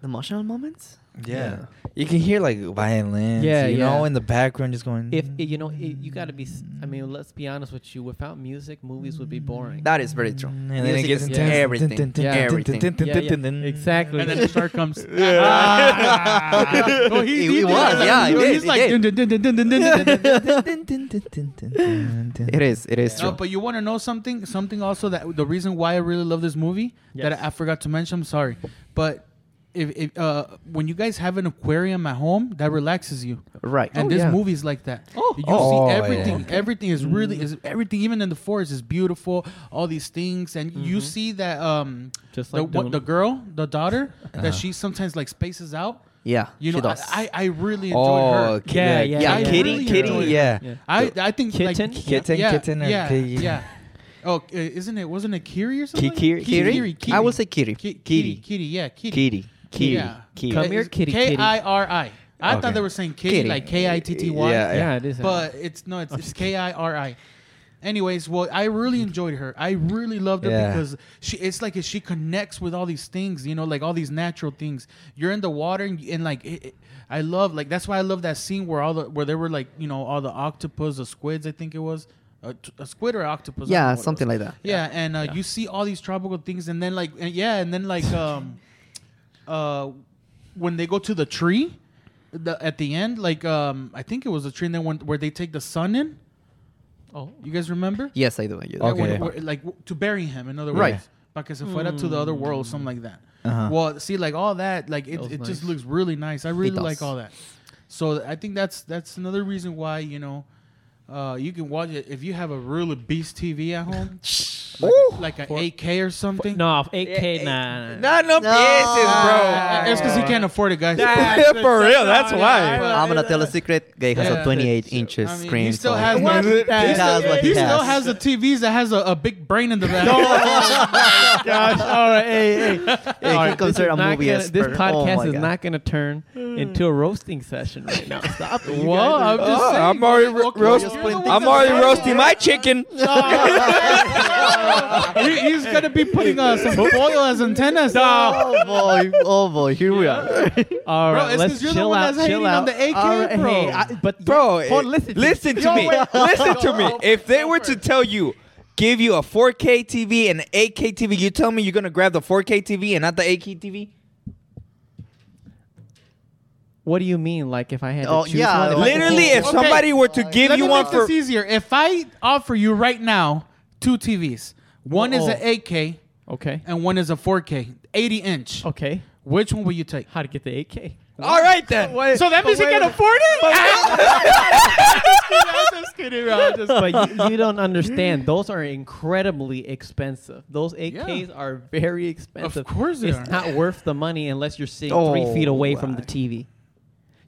[SPEAKER 3] The emotional moments.
[SPEAKER 2] Yeah. You can hear like violins.
[SPEAKER 1] Yeah,
[SPEAKER 2] You know,
[SPEAKER 1] yeah.
[SPEAKER 2] in the background, just going. mm.
[SPEAKER 1] if
[SPEAKER 3] Mm-hmm.
[SPEAKER 1] you know, it, you got to be. s- I mean, let's be honest with you. Without music, movies would be boring.
[SPEAKER 3] That is very true.
[SPEAKER 2] And
[SPEAKER 3] music
[SPEAKER 2] then it gets
[SPEAKER 3] is
[SPEAKER 2] into
[SPEAKER 1] intense.
[SPEAKER 3] everything.
[SPEAKER 1] Yeah.
[SPEAKER 3] Everything.
[SPEAKER 1] Yeah, yeah, exactly.
[SPEAKER 4] And then the shark comes.
[SPEAKER 5] Yeah.
[SPEAKER 4] Ah. No, he,
[SPEAKER 3] It
[SPEAKER 4] he did
[SPEAKER 3] was,
[SPEAKER 4] it.
[SPEAKER 3] yeah, it
[SPEAKER 4] No,
[SPEAKER 3] did,
[SPEAKER 4] he's
[SPEAKER 3] it
[SPEAKER 4] like.
[SPEAKER 3] did.
[SPEAKER 4] dun, dun, dun, dun, dun,
[SPEAKER 2] Oh,
[SPEAKER 4] dun, dun, dun, dun.
[SPEAKER 2] it
[SPEAKER 3] It is. It is
[SPEAKER 4] No,
[SPEAKER 3] true.
[SPEAKER 4] but you want to know something? Something also that the reason why I really love this movie that
[SPEAKER 1] Yes.
[SPEAKER 4] I, I forgot to mention. I'm sorry, but if, if uh, when you guys have an aquarium at home, that relaxes you.
[SPEAKER 3] right.
[SPEAKER 4] And
[SPEAKER 1] Oh,
[SPEAKER 4] this
[SPEAKER 1] yeah.
[SPEAKER 4] movie's like that.
[SPEAKER 1] Oh.
[SPEAKER 4] you
[SPEAKER 2] Oh,
[SPEAKER 4] see
[SPEAKER 2] yeah.
[SPEAKER 4] everything.
[SPEAKER 2] Okay.
[SPEAKER 4] Everything is really is everything. Even in the forest is beautiful. All these things, and you see that um,
[SPEAKER 1] Just
[SPEAKER 4] the,
[SPEAKER 1] like
[SPEAKER 4] what,
[SPEAKER 1] Dune.
[SPEAKER 4] the girl, the daughter, that she sometimes like spaces out.
[SPEAKER 3] yeah.
[SPEAKER 4] You
[SPEAKER 3] she
[SPEAKER 4] know, I,
[SPEAKER 3] does.
[SPEAKER 4] I I really enjoy
[SPEAKER 2] Oh,
[SPEAKER 4] her.
[SPEAKER 2] ki-
[SPEAKER 1] Yeah,
[SPEAKER 2] the
[SPEAKER 1] yeah,
[SPEAKER 2] ki-
[SPEAKER 3] yeah, yeah.
[SPEAKER 2] kitty,
[SPEAKER 4] Really
[SPEAKER 2] kitty,
[SPEAKER 4] enjoy it.
[SPEAKER 2] yeah.
[SPEAKER 1] Yeah.
[SPEAKER 4] I I think like,
[SPEAKER 1] Kitten?
[SPEAKER 2] Kitten, kitten, E. or
[SPEAKER 4] yeah,
[SPEAKER 2] kitty.
[SPEAKER 4] yeah. Oh, uh, isn't it? Wasn't it Kiri or something?
[SPEAKER 2] Kikiri?
[SPEAKER 3] Kiri?
[SPEAKER 4] Kiri.
[SPEAKER 3] I will say Kiri.
[SPEAKER 4] Ki-
[SPEAKER 2] Kitty.
[SPEAKER 4] Kitty. Kitty. Yeah. Kitty.
[SPEAKER 2] Kitty, kitty,
[SPEAKER 4] Yeah.
[SPEAKER 2] kitty.
[SPEAKER 1] Come here, kitty, kitty.
[SPEAKER 4] K i r i. I
[SPEAKER 2] Okay.
[SPEAKER 4] thought they were saying kitty,
[SPEAKER 3] Kitty.
[SPEAKER 4] like K i t t y.
[SPEAKER 2] Yeah.
[SPEAKER 1] yeah, it is.
[SPEAKER 4] But it's no, it's, it's K I R I. Anyways, well, I really enjoyed her. I really loved her
[SPEAKER 2] Yeah.
[SPEAKER 4] because she. It's like she connects with all these things, you know, like all these natural things. You're in the water, and, and like it, it- I love, like that's why I love that scene where all the where there were like you know all the octopus, the squids, I think it was. A, t- a squid or octopus? I don't know
[SPEAKER 3] yeah,
[SPEAKER 4] what it
[SPEAKER 3] something
[SPEAKER 4] was.
[SPEAKER 3] like that.
[SPEAKER 4] Yeah, and uh, you see all these tropical things, and then like and yeah, and then like um, uh, when they go to the tree, the, at the end, like um, I think it was a tree, and then when, where they take the sun in.
[SPEAKER 1] oh,
[SPEAKER 4] You guys remember?
[SPEAKER 3] Yes, I do. I do.
[SPEAKER 4] That
[SPEAKER 2] Okay.
[SPEAKER 4] one where- like w- to bury him, in other
[SPEAKER 3] Right.
[SPEAKER 4] words, because it went up to the other world, something like that.
[SPEAKER 2] Uh-huh.
[SPEAKER 4] Well, see, like all that, like it,
[SPEAKER 1] That was
[SPEAKER 4] it just
[SPEAKER 1] nice.
[SPEAKER 4] looks really nice. I really like
[SPEAKER 3] does.
[SPEAKER 4] all that. So I think that's that's another reason why you know. Uh, you can watch it if you have a really beast TV at home, like, a- like an 8K or something.
[SPEAKER 1] no, 8K, nah, nah, nah.
[SPEAKER 2] No, no,
[SPEAKER 4] Uh, it's because he can't afford it, guys.
[SPEAKER 2] bro. For real, that's why.
[SPEAKER 3] I'm gonna tell a secret. Gay has
[SPEAKER 4] Yeah.
[SPEAKER 3] a 28 inches
[SPEAKER 4] I mean,
[SPEAKER 3] screen.
[SPEAKER 4] he still
[SPEAKER 3] so-
[SPEAKER 4] has
[SPEAKER 2] What?
[SPEAKER 4] he still-
[SPEAKER 2] That's
[SPEAKER 3] what he
[SPEAKER 4] he still
[SPEAKER 3] has.
[SPEAKER 4] has the TVs that has a, a big brain in the back. no,
[SPEAKER 1] Gosh, all right, hey, hey.
[SPEAKER 3] Hey, he considered a movie
[SPEAKER 1] gonna,
[SPEAKER 3] expert.
[SPEAKER 1] this
[SPEAKER 3] Oh
[SPEAKER 1] podcast
[SPEAKER 3] my
[SPEAKER 1] is
[SPEAKER 3] God.
[SPEAKER 1] not going to turn into a roasting session right now. Stop it.
[SPEAKER 4] Well, Hmm. I'm
[SPEAKER 1] Uh,
[SPEAKER 4] just saying.
[SPEAKER 2] I'm already ro-
[SPEAKER 4] Okay,
[SPEAKER 2] roast-
[SPEAKER 4] you're the one
[SPEAKER 2] I'm
[SPEAKER 4] that's
[SPEAKER 2] already
[SPEAKER 4] started
[SPEAKER 2] roasting my chicken.
[SPEAKER 4] He- he's gonna be putting uh, some foil as antennas. No,
[SPEAKER 3] Oh boy! Oh boy! Here we are.
[SPEAKER 1] All
[SPEAKER 4] bro,
[SPEAKER 1] right, let's
[SPEAKER 4] it's because
[SPEAKER 1] chill
[SPEAKER 4] you're the one
[SPEAKER 1] out.
[SPEAKER 4] that's hating
[SPEAKER 1] chill out.
[SPEAKER 4] on the AK,
[SPEAKER 1] All right,
[SPEAKER 4] bro.
[SPEAKER 1] hey, I- but
[SPEAKER 2] Bro,
[SPEAKER 1] yeah, hold-
[SPEAKER 2] eh,
[SPEAKER 1] listen,
[SPEAKER 2] listen to
[SPEAKER 4] Yo,
[SPEAKER 2] me.
[SPEAKER 4] wait.
[SPEAKER 2] Listen to
[SPEAKER 4] Go,
[SPEAKER 2] me.
[SPEAKER 4] go,
[SPEAKER 2] If they
[SPEAKER 4] go
[SPEAKER 2] were to
[SPEAKER 4] first.
[SPEAKER 2] tell you, give you a 4K TV and an 8K TV, you tell me you're gonna grab the 4K TV and not the 8K TV?
[SPEAKER 1] What do you mean? Like if I had
[SPEAKER 3] Oh,
[SPEAKER 1] to choose
[SPEAKER 3] yeah,
[SPEAKER 1] one? if I could
[SPEAKER 2] Literally,
[SPEAKER 1] choose-
[SPEAKER 2] if
[SPEAKER 4] Okay.
[SPEAKER 2] somebody were to give
[SPEAKER 4] Let
[SPEAKER 2] you
[SPEAKER 4] me
[SPEAKER 2] one
[SPEAKER 4] make
[SPEAKER 2] for
[SPEAKER 4] this easier. If I offer you right now two TVs, one is
[SPEAKER 1] Uh-oh.
[SPEAKER 4] an 8K
[SPEAKER 1] okay,
[SPEAKER 4] and one is a 4K, 80 inch.
[SPEAKER 1] okay,
[SPEAKER 4] Which one will you take?
[SPEAKER 1] how to get the 8K?
[SPEAKER 3] Oh,
[SPEAKER 2] all right then.
[SPEAKER 4] So that means you can afford it. I'm just kidding, bro. I'm just kidding.
[SPEAKER 1] but you, you don't understand. Those are incredibly expensive. Those 8Ks are very expensive.
[SPEAKER 4] course they
[SPEAKER 1] it's
[SPEAKER 4] are.
[SPEAKER 1] not worth the money unless you're sitting
[SPEAKER 3] Oh,
[SPEAKER 1] three feet away from the
[SPEAKER 3] I-
[SPEAKER 1] TV.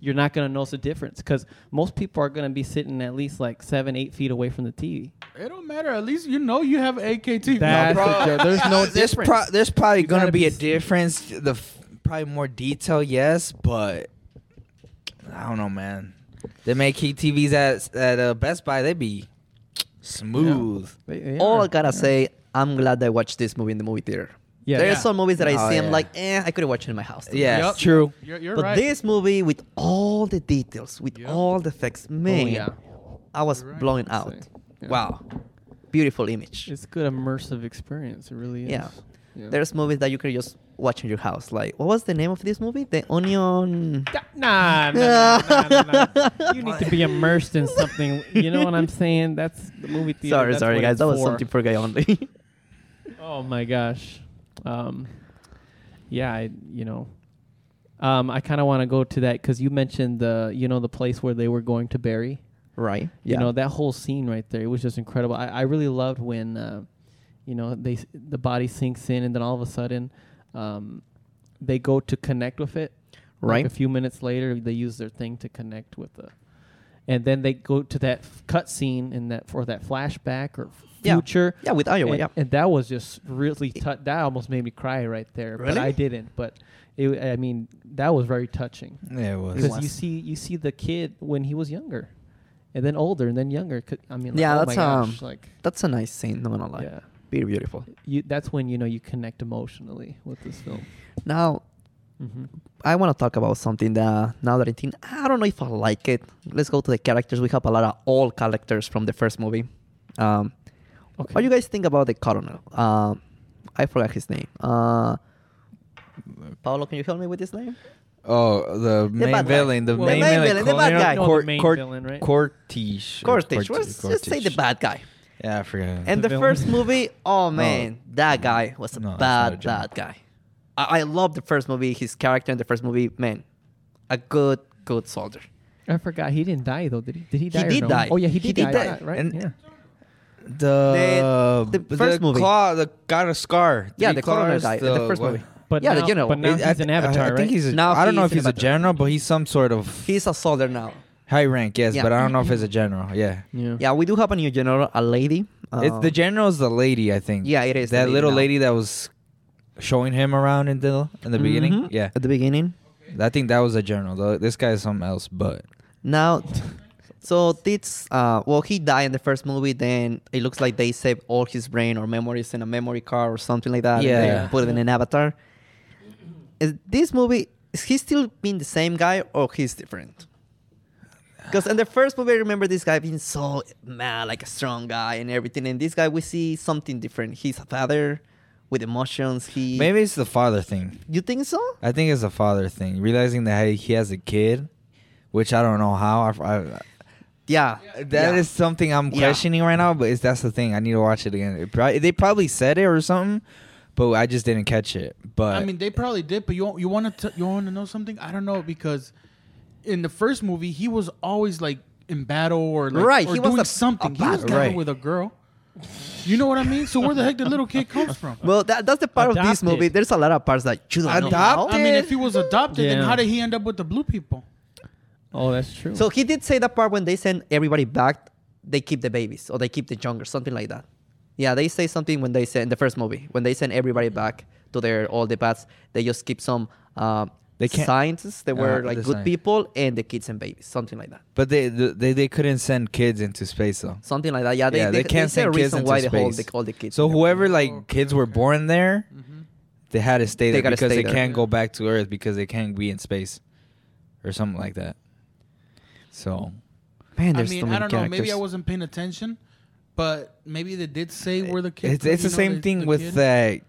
[SPEAKER 1] You're not gonna notice the difference because most people are gonna be sitting at least like seven, eight feet away from the TV.
[SPEAKER 4] It don't matter. At least you know you have AKT.
[SPEAKER 1] That's
[SPEAKER 2] bro.
[SPEAKER 1] the joke. There's no
[SPEAKER 2] There's,
[SPEAKER 1] difference.
[SPEAKER 2] pro- there's probably
[SPEAKER 1] You
[SPEAKER 2] gonna
[SPEAKER 1] gotta
[SPEAKER 2] be,
[SPEAKER 1] be
[SPEAKER 2] a
[SPEAKER 1] s-
[SPEAKER 2] difference. The f- probably more detail, yes, but I don't know, man. They make heat TVs at at uh, Best Buy. They be smooth.
[SPEAKER 1] They- they
[SPEAKER 3] All
[SPEAKER 1] are.
[SPEAKER 3] Oh, I gotta say, I'm glad I watched this movie in the movie theater.
[SPEAKER 1] Yeah.
[SPEAKER 3] There's
[SPEAKER 1] Yeah.
[SPEAKER 3] some movies that I
[SPEAKER 2] Oh,
[SPEAKER 3] see, I'm
[SPEAKER 2] yeah.
[SPEAKER 3] like, eh, I could have watched it in my house. today.
[SPEAKER 2] Yeah,
[SPEAKER 4] Yup.
[SPEAKER 2] true.
[SPEAKER 4] You're, you're
[SPEAKER 3] but
[SPEAKER 4] right.
[SPEAKER 3] this movie with all the details, with
[SPEAKER 4] Yep.
[SPEAKER 3] all the effects,
[SPEAKER 1] Oh,
[SPEAKER 3] man,
[SPEAKER 1] yeah.
[SPEAKER 3] I was
[SPEAKER 4] You're right.
[SPEAKER 3] blown out.
[SPEAKER 1] Say, yeah.
[SPEAKER 3] Wow, beautiful image.
[SPEAKER 1] It's good immersive experience. It really is.
[SPEAKER 3] Yeah.
[SPEAKER 1] Yeah.
[SPEAKER 3] There's movies that you can just watch in your house. Like, what was the name of this movie? The Onion.
[SPEAKER 1] Nah, nah, nah, nah, nah, nah. You need to be immersed in something. You know what I'm saying? That's the movie theater.
[SPEAKER 3] sorry,
[SPEAKER 1] that's
[SPEAKER 3] sorry,
[SPEAKER 1] what
[SPEAKER 3] guys.
[SPEAKER 1] it's
[SPEAKER 3] That was
[SPEAKER 1] for.
[SPEAKER 3] something for guy only.
[SPEAKER 1] Oh my gosh. Um, yeah, I, you know, um, I kind of want to go to that because you mentioned the, you know, the place where they were going to bury.
[SPEAKER 3] right.
[SPEAKER 1] You know that whole scene right there. It was just incredible. I, I really loved when, uh, you know, they s- the body sinks in and then all of a sudden, um, they go to connect with it. Like,
[SPEAKER 3] Right.
[SPEAKER 1] a few minutes later, they use their thing to connect with the, and then they go to that f- cut scene in that for that flashback or f-
[SPEAKER 3] Yeah.
[SPEAKER 1] future.
[SPEAKER 3] Yeah, with Iowa.
[SPEAKER 1] And,
[SPEAKER 3] yeah.
[SPEAKER 1] and that was just really tou- that almost made me cry right there. But
[SPEAKER 3] Really?
[SPEAKER 1] I didn't. But it, I mean, that was very touching
[SPEAKER 2] Yeah, it was.
[SPEAKER 1] because you see you see the kid when he was younger, and then older, and then younger. 'Cause- I mean, like,
[SPEAKER 3] Yeah,
[SPEAKER 1] oh
[SPEAKER 3] that's,
[SPEAKER 1] my gosh,
[SPEAKER 3] um,
[SPEAKER 1] like
[SPEAKER 3] That's a nice scene. No, gonna lie.
[SPEAKER 1] yeah,
[SPEAKER 3] Very beautiful.
[SPEAKER 1] you, that's when you know you connect emotionally with this film.
[SPEAKER 3] Now,
[SPEAKER 1] Mm-hmm.
[SPEAKER 3] I want to talk about something that now that I think I don't know if I like it. Let's go to the characters. We have a lot of old characters from the first movie. Um,
[SPEAKER 1] Okay.
[SPEAKER 3] What do you guys think about the colonel? Um, I forgot his name. Uh, Paolo, can you help me with his name?
[SPEAKER 2] Oh, the main
[SPEAKER 3] bad guy.
[SPEAKER 2] villain, the
[SPEAKER 3] Well,
[SPEAKER 2] main
[SPEAKER 3] the main
[SPEAKER 2] villain,
[SPEAKER 3] villain, the bad
[SPEAKER 2] Cor-
[SPEAKER 3] guy.
[SPEAKER 2] Cor-
[SPEAKER 1] No, the main
[SPEAKER 2] Cor-
[SPEAKER 1] villain, right?
[SPEAKER 2] Cortish. or
[SPEAKER 3] Cortish.
[SPEAKER 2] Corti-
[SPEAKER 3] Let's just say the
[SPEAKER 2] Cortish.
[SPEAKER 3] bad guy.
[SPEAKER 2] Yeah, I forgot.
[SPEAKER 3] And
[SPEAKER 1] The
[SPEAKER 3] the,
[SPEAKER 1] villain.
[SPEAKER 3] first movie, oh man, that guy was a
[SPEAKER 2] No, that's not a
[SPEAKER 3] bad,
[SPEAKER 2] joke.
[SPEAKER 3] bad guy. I, I love the first movie. His character in the first movie, man, a good, good soldier.
[SPEAKER 1] I forgot he didn't die though. Did he? Did he die? or
[SPEAKER 3] did
[SPEAKER 1] no?
[SPEAKER 3] die.
[SPEAKER 1] Oh yeah, he
[SPEAKER 3] He
[SPEAKER 1] did,
[SPEAKER 3] did
[SPEAKER 1] die.
[SPEAKER 3] die.
[SPEAKER 1] Right.
[SPEAKER 2] And-
[SPEAKER 1] yeah.
[SPEAKER 2] the,
[SPEAKER 3] the first movie.
[SPEAKER 2] Claw, the got a scar.
[SPEAKER 3] Yeah,
[SPEAKER 2] Three
[SPEAKER 3] the colonel
[SPEAKER 2] claws,
[SPEAKER 3] guy in the first
[SPEAKER 2] what-
[SPEAKER 3] movie.
[SPEAKER 1] But
[SPEAKER 3] yeah,
[SPEAKER 1] now-
[SPEAKER 3] the general.
[SPEAKER 1] but now-
[SPEAKER 2] I-
[SPEAKER 1] he's an
[SPEAKER 2] I-
[SPEAKER 1] avatar,
[SPEAKER 2] I,
[SPEAKER 1] right?
[SPEAKER 2] think he's. A,
[SPEAKER 3] Now
[SPEAKER 2] I don't know if
[SPEAKER 3] he's an
[SPEAKER 2] he's a
[SPEAKER 3] avatar.
[SPEAKER 2] general, but he's some sort of
[SPEAKER 3] He's a soldier now.
[SPEAKER 2] high rank. Yes,
[SPEAKER 3] Yeah.
[SPEAKER 2] but I don't know if it's a general. Yeah.
[SPEAKER 1] Yeah.
[SPEAKER 3] Yeah, we do have a new general, a lady.
[SPEAKER 2] It's the
[SPEAKER 3] Um,
[SPEAKER 2] general's the lady, I think.
[SPEAKER 3] Yeah, it is the
[SPEAKER 2] that
[SPEAKER 3] lady
[SPEAKER 2] little
[SPEAKER 3] now.
[SPEAKER 2] lady that was showing him around in the in the beginning.
[SPEAKER 3] Mhm.
[SPEAKER 2] Yeah,
[SPEAKER 3] At the beginning.
[SPEAKER 2] I think that was a general. Though this guy is something else, but
[SPEAKER 3] Now, so this, uh, well, he died in the first movie. Then it looks like they saved all his brain or memories in a memory card or something like that. and they
[SPEAKER 2] Yeah.
[SPEAKER 3] put it in an avatar. Is this movie, is he still being the same guy or he's different? Because in the first movie, I remember this guy being so mad, like a strong guy and everything. And this guy, we see something different. He's a father with emotions. He
[SPEAKER 2] maybe it's the father thing.
[SPEAKER 3] you think so?
[SPEAKER 2] I think it's a father thing, realizing that he- he has a kid, which I don't know how. I, I,
[SPEAKER 3] Yeah,
[SPEAKER 2] that is
[SPEAKER 3] yeah.
[SPEAKER 2] something I'm
[SPEAKER 3] Yeah.
[SPEAKER 2] questioning right now, but it's, that's the thing. I need to watch it again. It probably, they probably said it or something, but I just didn't catch it. But
[SPEAKER 4] I mean, they probably did, but you you want to you want to know something? I don't know because in the first movie he was always like in battle or like,
[SPEAKER 3] Right,
[SPEAKER 4] or
[SPEAKER 3] he was
[SPEAKER 4] doing
[SPEAKER 3] a- a
[SPEAKER 4] something. he was
[SPEAKER 3] bad
[SPEAKER 4] never
[SPEAKER 2] guy.
[SPEAKER 4] with a girl. You know what I mean? So where the heck the little kid comes from?
[SPEAKER 3] Well, that, that's the part of this
[SPEAKER 1] Adopted.
[SPEAKER 3] movie. There's a lot of parts that you don't know how.
[SPEAKER 4] I mean, if he was adopted, then
[SPEAKER 1] Yeah.
[SPEAKER 4] how did he end up with the blue people?
[SPEAKER 1] Oh, that's true.
[SPEAKER 3] So he did say that part when they send everybody back, they keep the babies or they keep the young or something like that. Yeah, they say something when they send in the first movie when they send everybody back to their all the paths. They just keep some um,
[SPEAKER 2] They can't-
[SPEAKER 3] scientists that were
[SPEAKER 2] Uh,
[SPEAKER 3] like
[SPEAKER 2] the
[SPEAKER 3] good
[SPEAKER 2] science.
[SPEAKER 3] people and the kids and babies, something like that.
[SPEAKER 2] but they, they they couldn't send kids into space though.
[SPEAKER 3] Something like that. Yeah, they,
[SPEAKER 2] yeah, they, can't
[SPEAKER 3] say a
[SPEAKER 2] send kids
[SPEAKER 3] reason
[SPEAKER 2] into
[SPEAKER 3] why
[SPEAKER 2] space.
[SPEAKER 3] they hold the, all the kids.
[SPEAKER 2] So
[SPEAKER 3] in there.
[SPEAKER 2] whoever like
[SPEAKER 4] Okay,
[SPEAKER 2] kids were
[SPEAKER 4] okay.
[SPEAKER 2] born there, they had to stay
[SPEAKER 3] Mm-hmm. They
[SPEAKER 2] there
[SPEAKER 3] gotta
[SPEAKER 2] because they
[SPEAKER 3] stay there.
[SPEAKER 2] can't go back to Earth because they can't be in space, or something like that. So
[SPEAKER 3] man,
[SPEAKER 4] I
[SPEAKER 3] there's so
[SPEAKER 4] mean,
[SPEAKER 3] many
[SPEAKER 4] I don't know.
[SPEAKER 3] characters.
[SPEAKER 4] Maybe I wasn't paying attention, but maybe they did say where the kid.
[SPEAKER 2] it's, it's the same thing with
[SPEAKER 4] that
[SPEAKER 2] that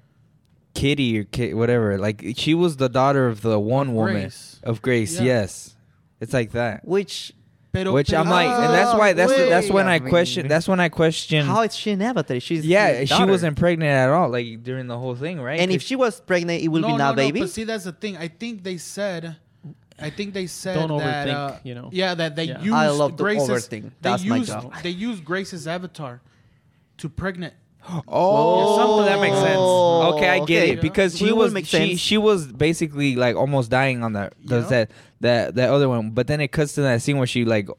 [SPEAKER 2] Kitty or Ki- whatever. Like she was the daughter of the one woman
[SPEAKER 4] Grace.
[SPEAKER 2] of Grace.
[SPEAKER 4] Yeah.
[SPEAKER 2] Yes, it's like that.
[SPEAKER 3] Which
[SPEAKER 4] Pero-
[SPEAKER 2] Which I'm like, and that's
[SPEAKER 3] Oh,
[SPEAKER 2] why that's
[SPEAKER 3] wait
[SPEAKER 2] that's when
[SPEAKER 3] a
[SPEAKER 2] I question.
[SPEAKER 3] minute.
[SPEAKER 2] That's when I question.
[SPEAKER 3] how is she an avatar? She's
[SPEAKER 2] yeah,
[SPEAKER 3] his
[SPEAKER 2] she
[SPEAKER 3] daughter.
[SPEAKER 2] wasn't pregnant at all, like during the whole thing, right?
[SPEAKER 3] And if she was pregnant, it will be now baby.
[SPEAKER 4] but see, that's the thing. I think they said, I think they said
[SPEAKER 1] Don't
[SPEAKER 4] that,
[SPEAKER 1] overthink,
[SPEAKER 4] uh,
[SPEAKER 1] you know.
[SPEAKER 4] Yeah, that they
[SPEAKER 1] Yeah.
[SPEAKER 4] used
[SPEAKER 3] I love to
[SPEAKER 4] Grace's.
[SPEAKER 3] overthink. That's
[SPEAKER 4] they
[SPEAKER 3] my
[SPEAKER 4] used,
[SPEAKER 3] job.
[SPEAKER 4] They used Grace's avatar to pregnant.
[SPEAKER 2] Oh,
[SPEAKER 4] Something
[SPEAKER 2] that makes sense.
[SPEAKER 3] Oh,
[SPEAKER 2] Okay, I get
[SPEAKER 3] okay.
[SPEAKER 2] it because
[SPEAKER 3] We
[SPEAKER 2] she
[SPEAKER 3] will
[SPEAKER 2] was
[SPEAKER 3] make
[SPEAKER 2] she,
[SPEAKER 3] sense.
[SPEAKER 2] she was basically like almost dying on that
[SPEAKER 4] Yeah.
[SPEAKER 2] those- that that that other one. But then it cuts to that scene where she like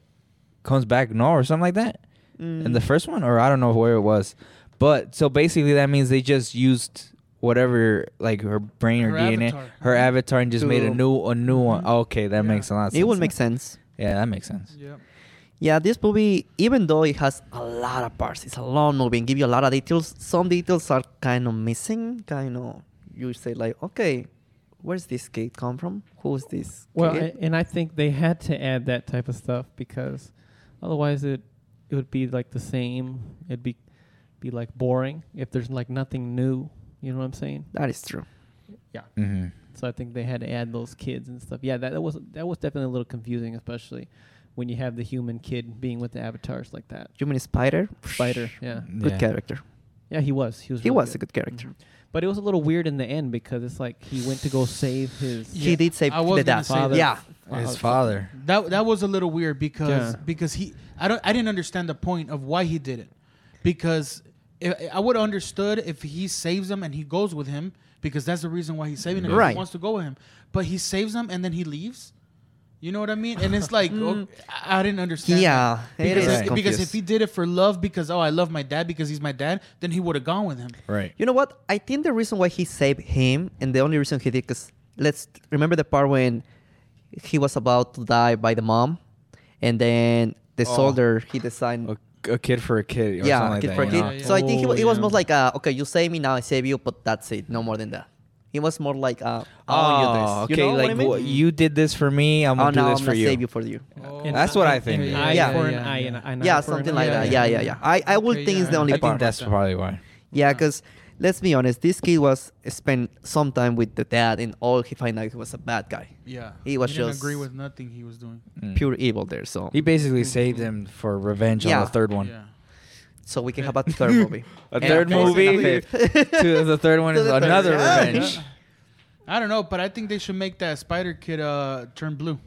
[SPEAKER 2] comes back no or something like that
[SPEAKER 3] Mm.
[SPEAKER 2] in
[SPEAKER 4] Mm.
[SPEAKER 2] the first one, or I don't know where it was. But so basically, that means they just used whatever like her brain or
[SPEAKER 4] Her
[SPEAKER 2] DNA,
[SPEAKER 4] avatar. Mm-hmm.
[SPEAKER 2] her avatar, and just made a
[SPEAKER 3] To-
[SPEAKER 2] new a new one. Okay, that
[SPEAKER 4] Yeah.
[SPEAKER 2] makes a lot. of sense.
[SPEAKER 3] It would make sense.
[SPEAKER 2] Yeah, that makes sense.
[SPEAKER 4] Yep.
[SPEAKER 3] Yeah, this movie, even though it has a lot of parts, it's a long movie and give you a lot of details. Some details are kind of missing. Kind of, you say like, okay, where's this kid come from? Who's this?
[SPEAKER 1] Well,
[SPEAKER 3] kid?
[SPEAKER 1] a- and I think they had to add that type of stuff because otherwise it it would be like the same. It'd be be like boring if there's like nothing new. You know what I'm saying?
[SPEAKER 3] that is true.
[SPEAKER 2] Mm-hmm.
[SPEAKER 1] So I think they had to add those kids and stuff. Yeah, that, that was that was definitely a little confusing, especially when you have the human kid being with the avatars like that.
[SPEAKER 3] Human Spider.
[SPEAKER 1] Spider, yeah,
[SPEAKER 3] Good
[SPEAKER 2] Yeah.
[SPEAKER 3] character.
[SPEAKER 1] yeah, he was. He was.
[SPEAKER 3] He
[SPEAKER 1] really
[SPEAKER 3] was a good character.
[SPEAKER 1] Mhm. But it was a little weird in the end because it's like he went to go save his.
[SPEAKER 4] Yeah.
[SPEAKER 3] He did save
[SPEAKER 4] I was
[SPEAKER 3] the
[SPEAKER 4] gonna
[SPEAKER 3] dad.
[SPEAKER 4] say
[SPEAKER 1] that.
[SPEAKER 3] yeah,
[SPEAKER 2] His father.
[SPEAKER 4] That that was a little weird because
[SPEAKER 1] Yeah.
[SPEAKER 4] because he I don't I didn't understand the point of why he did it because i I would have understood if he saves him and he goes with him because that's the reason why he's saving him 'cause
[SPEAKER 3] Right.
[SPEAKER 4] he wants to go with him but he saves him and then he leaves you know what I mean and it's like
[SPEAKER 1] Mm.
[SPEAKER 4] oh, I I didn't understand
[SPEAKER 3] Yeah,
[SPEAKER 4] that.
[SPEAKER 3] it
[SPEAKER 4] because,
[SPEAKER 2] is
[SPEAKER 4] if- because if
[SPEAKER 3] confused.
[SPEAKER 4] he did it for love because oh I love my dad because he's my dad then he would have gone with him
[SPEAKER 2] Right.
[SPEAKER 3] You know what? I think the reason why he saved him, and the only reason he did, because let's remember the part when he was about to die by the mom, and then the
[SPEAKER 2] Oh.
[SPEAKER 3] soldier he designed.
[SPEAKER 2] A, a kid for a kid. Or
[SPEAKER 3] Yeah,
[SPEAKER 2] something like
[SPEAKER 3] kid
[SPEAKER 2] that,
[SPEAKER 3] for
[SPEAKER 2] you
[SPEAKER 3] kid.
[SPEAKER 2] know?
[SPEAKER 4] Yeah,
[SPEAKER 3] So I think he, wa-
[SPEAKER 1] Oh,
[SPEAKER 3] it was
[SPEAKER 1] yeah.
[SPEAKER 3] more like, uh, okay, you save me now, I save you, but that's it, no more than that. It was more like, uh,
[SPEAKER 2] Oh,
[SPEAKER 3] I'll do
[SPEAKER 2] okay.
[SPEAKER 3] this. You know
[SPEAKER 2] like
[SPEAKER 3] what I mean?
[SPEAKER 2] wha- you did this for me. I'm
[SPEAKER 3] oh,
[SPEAKER 2] gonna
[SPEAKER 3] now
[SPEAKER 2] do
[SPEAKER 3] I'm
[SPEAKER 2] this for
[SPEAKER 3] gonna
[SPEAKER 2] you.
[SPEAKER 3] save you for you.
[SPEAKER 1] And
[SPEAKER 2] That's what I think,
[SPEAKER 1] and
[SPEAKER 2] yeah.
[SPEAKER 1] Eye
[SPEAKER 3] Yeah.
[SPEAKER 1] for Oh. an
[SPEAKER 4] Yeah.
[SPEAKER 1] eye and, and
[SPEAKER 3] yeah,
[SPEAKER 1] eye for
[SPEAKER 3] something
[SPEAKER 1] an
[SPEAKER 3] like
[SPEAKER 1] eye.
[SPEAKER 3] that. Yeah, yeah, yeah. I, I would
[SPEAKER 4] Okay,
[SPEAKER 3] think it's
[SPEAKER 4] yeah.
[SPEAKER 3] the only
[SPEAKER 2] I think
[SPEAKER 3] part.
[SPEAKER 2] that's probably why.
[SPEAKER 3] Yeah, because let's be honest, this kid was spent some time with the dad, and all he find out he was a bad guy,
[SPEAKER 4] yeah
[SPEAKER 3] He was
[SPEAKER 4] didn't
[SPEAKER 3] just-
[SPEAKER 4] agree with nothing he was doing
[SPEAKER 2] Mm.
[SPEAKER 3] pure evil there. So
[SPEAKER 2] He basically saved him for revenge
[SPEAKER 3] Yeah.
[SPEAKER 2] on the third one.
[SPEAKER 4] yeah
[SPEAKER 3] so we can have a third movie.
[SPEAKER 2] A
[SPEAKER 3] And
[SPEAKER 2] third
[SPEAKER 3] fourth and a
[SPEAKER 2] movie
[SPEAKER 3] fifth.
[SPEAKER 2] to the third one
[SPEAKER 3] To
[SPEAKER 2] is
[SPEAKER 3] the third,
[SPEAKER 2] another
[SPEAKER 3] yeah.
[SPEAKER 2] revenge.
[SPEAKER 4] I don't know but I think they should make that spider kid uh turn blue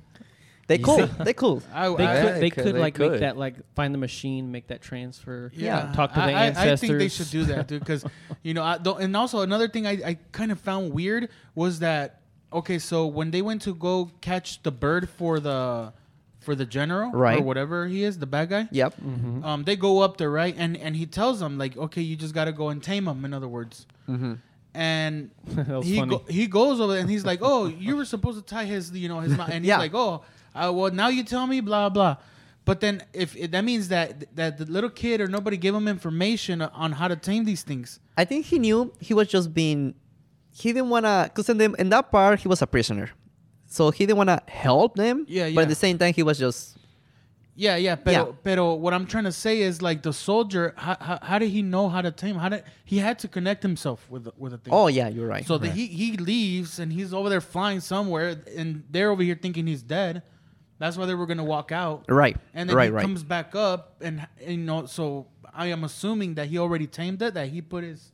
[SPEAKER 3] They
[SPEAKER 2] You
[SPEAKER 3] cool.
[SPEAKER 2] see?
[SPEAKER 3] They cool.
[SPEAKER 4] I,
[SPEAKER 1] They
[SPEAKER 4] I-
[SPEAKER 1] could,
[SPEAKER 2] they
[SPEAKER 1] they
[SPEAKER 2] could-
[SPEAKER 1] could,
[SPEAKER 2] they
[SPEAKER 1] like
[SPEAKER 2] could.
[SPEAKER 1] make that like find the machine, make that transfer. uh,
[SPEAKER 3] Yeah.
[SPEAKER 1] talk to
[SPEAKER 4] I-
[SPEAKER 1] the
[SPEAKER 4] I,
[SPEAKER 1] ancestors.
[SPEAKER 4] I think they should do that, dude, because you know. I don't, and also another thing I, I kind of found weird was that okay, so when they went to go catch the bird for the for the general
[SPEAKER 3] Right.
[SPEAKER 4] or whatever he is, the bad guy.
[SPEAKER 3] Yep.
[SPEAKER 1] Mm-hmm.
[SPEAKER 4] Um, they go up there, right? And and he tells them like, okay, you just gotta go and tame him. In other words.
[SPEAKER 2] Mm-hmm.
[SPEAKER 4] And
[SPEAKER 1] That was
[SPEAKER 4] he
[SPEAKER 1] funny.
[SPEAKER 4] go, he goes over there and he's like, "Oh, you were supposed to tie his, you know, his mouth." And he's
[SPEAKER 3] Yeah.
[SPEAKER 4] like, "Oh, uh, well, now you tell me, blah blah." But then if it, that means that that the little kid or nobody gave him information on how to tame these things.
[SPEAKER 3] I think he knew he was just being. He didn't wanna. Cause in, them, in that part he was a prisoner, so he didn't wanna help them.
[SPEAKER 4] Yeah,
[SPEAKER 3] But
[SPEAKER 4] yeah.
[SPEAKER 3] at the same time he was just.
[SPEAKER 4] Yeah, yeah, pero,
[SPEAKER 3] Yeah.
[SPEAKER 4] pero what I'm trying to say is like the soldier, how, how, how did he know how to tame? How did he had to connect himself with the- with a thing?
[SPEAKER 3] Oh yeah, you're right.
[SPEAKER 4] so that he he leaves and he's over there flying somewhere, and they're over here thinking he's dead. That's why they were gonna walk out.
[SPEAKER 3] right.
[SPEAKER 4] And then
[SPEAKER 3] right.
[SPEAKER 4] he
[SPEAKER 3] right.
[SPEAKER 4] comes back up, and, and, you know, so I am assuming that he already tamed it, that he put his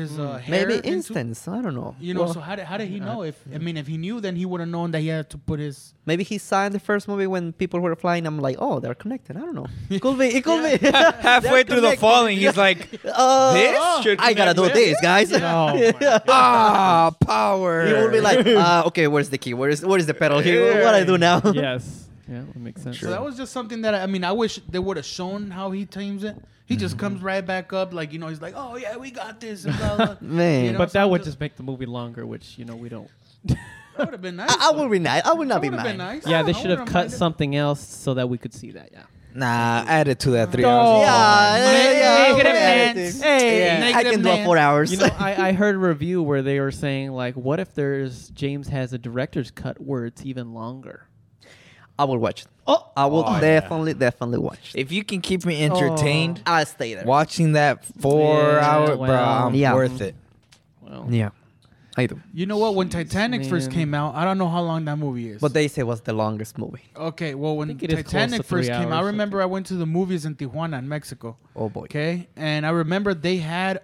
[SPEAKER 4] his uh, hair
[SPEAKER 3] Hmm, Maybe
[SPEAKER 4] into-
[SPEAKER 3] instance. I don't know.
[SPEAKER 4] you know,
[SPEAKER 3] Well,
[SPEAKER 4] so how did how did he know? If I mean, if he knew, then he would have known that he had to put his.
[SPEAKER 3] maybe he saw in the first movie when people were flying. I'm like, oh, they're connected. I don't know. It could be. It could be.
[SPEAKER 2] Halfway through the falling, he's like,
[SPEAKER 3] Uh,
[SPEAKER 2] This should
[SPEAKER 3] I gotta do
[SPEAKER 2] connect
[SPEAKER 3] this, guys.
[SPEAKER 2] ah, power.
[SPEAKER 3] He will be like, uh, okay, where's the key? Where's where's the pedal here? What I do now?
[SPEAKER 1] yes. Yeah, that makes sense.
[SPEAKER 4] So that was just something that I, I mean, I wish they would have shown how he tames it. He
[SPEAKER 3] Mm-hmm.
[SPEAKER 4] just comes right back up, like you know, he's like, "Oh yeah, we got this." And blah, blah.
[SPEAKER 3] Man.
[SPEAKER 4] You know,
[SPEAKER 1] but
[SPEAKER 4] so
[SPEAKER 1] that
[SPEAKER 4] I'm
[SPEAKER 1] would just make the movie longer, which you know we don't.
[SPEAKER 4] that would have been nice.
[SPEAKER 3] I, I
[SPEAKER 4] though.
[SPEAKER 3] would be nice. I would not
[SPEAKER 4] That
[SPEAKER 3] be
[SPEAKER 4] would've
[SPEAKER 3] mad.
[SPEAKER 4] been nice.
[SPEAKER 1] Yeah,
[SPEAKER 4] I
[SPEAKER 1] they should have
[SPEAKER 4] wouldn't
[SPEAKER 1] cut
[SPEAKER 4] mind it.
[SPEAKER 1] something else so that we could see that. Yeah.
[SPEAKER 2] nah, add it to that three
[SPEAKER 1] No.
[SPEAKER 2] hours.
[SPEAKER 3] Yeah, yeah, yeah,
[SPEAKER 1] Negative
[SPEAKER 3] yeah,
[SPEAKER 1] ants.
[SPEAKER 3] yeah.
[SPEAKER 1] Hey.
[SPEAKER 3] I can do it four hours.
[SPEAKER 1] You know, I, I heard a review where they were saying like, what if there's James has a director's cut where it's even longer?
[SPEAKER 3] I will watch it. Oh, I will definitely, definitely watch it. Oh,
[SPEAKER 2] If you can keep me entertained,
[SPEAKER 3] I'll stay there.
[SPEAKER 2] watching that four
[SPEAKER 1] Yeah,
[SPEAKER 2] hour, bro,
[SPEAKER 1] well.
[SPEAKER 2] I'm
[SPEAKER 3] Yeah.
[SPEAKER 2] worth it.
[SPEAKER 1] Well,
[SPEAKER 3] Yeah, I do.
[SPEAKER 4] You know what? When Titanic first
[SPEAKER 1] man.
[SPEAKER 4] came out, I don't know how long that movie is.
[SPEAKER 3] But they say it was the longest movie.
[SPEAKER 4] Okay, well, when
[SPEAKER 1] think it is close to
[SPEAKER 4] Titanic first
[SPEAKER 1] three
[SPEAKER 4] came, I
[SPEAKER 1] hours, I
[SPEAKER 4] remember I went to the movies in Tijuana, in Mexico.
[SPEAKER 3] Oh boy.
[SPEAKER 4] Okay, and I remember they had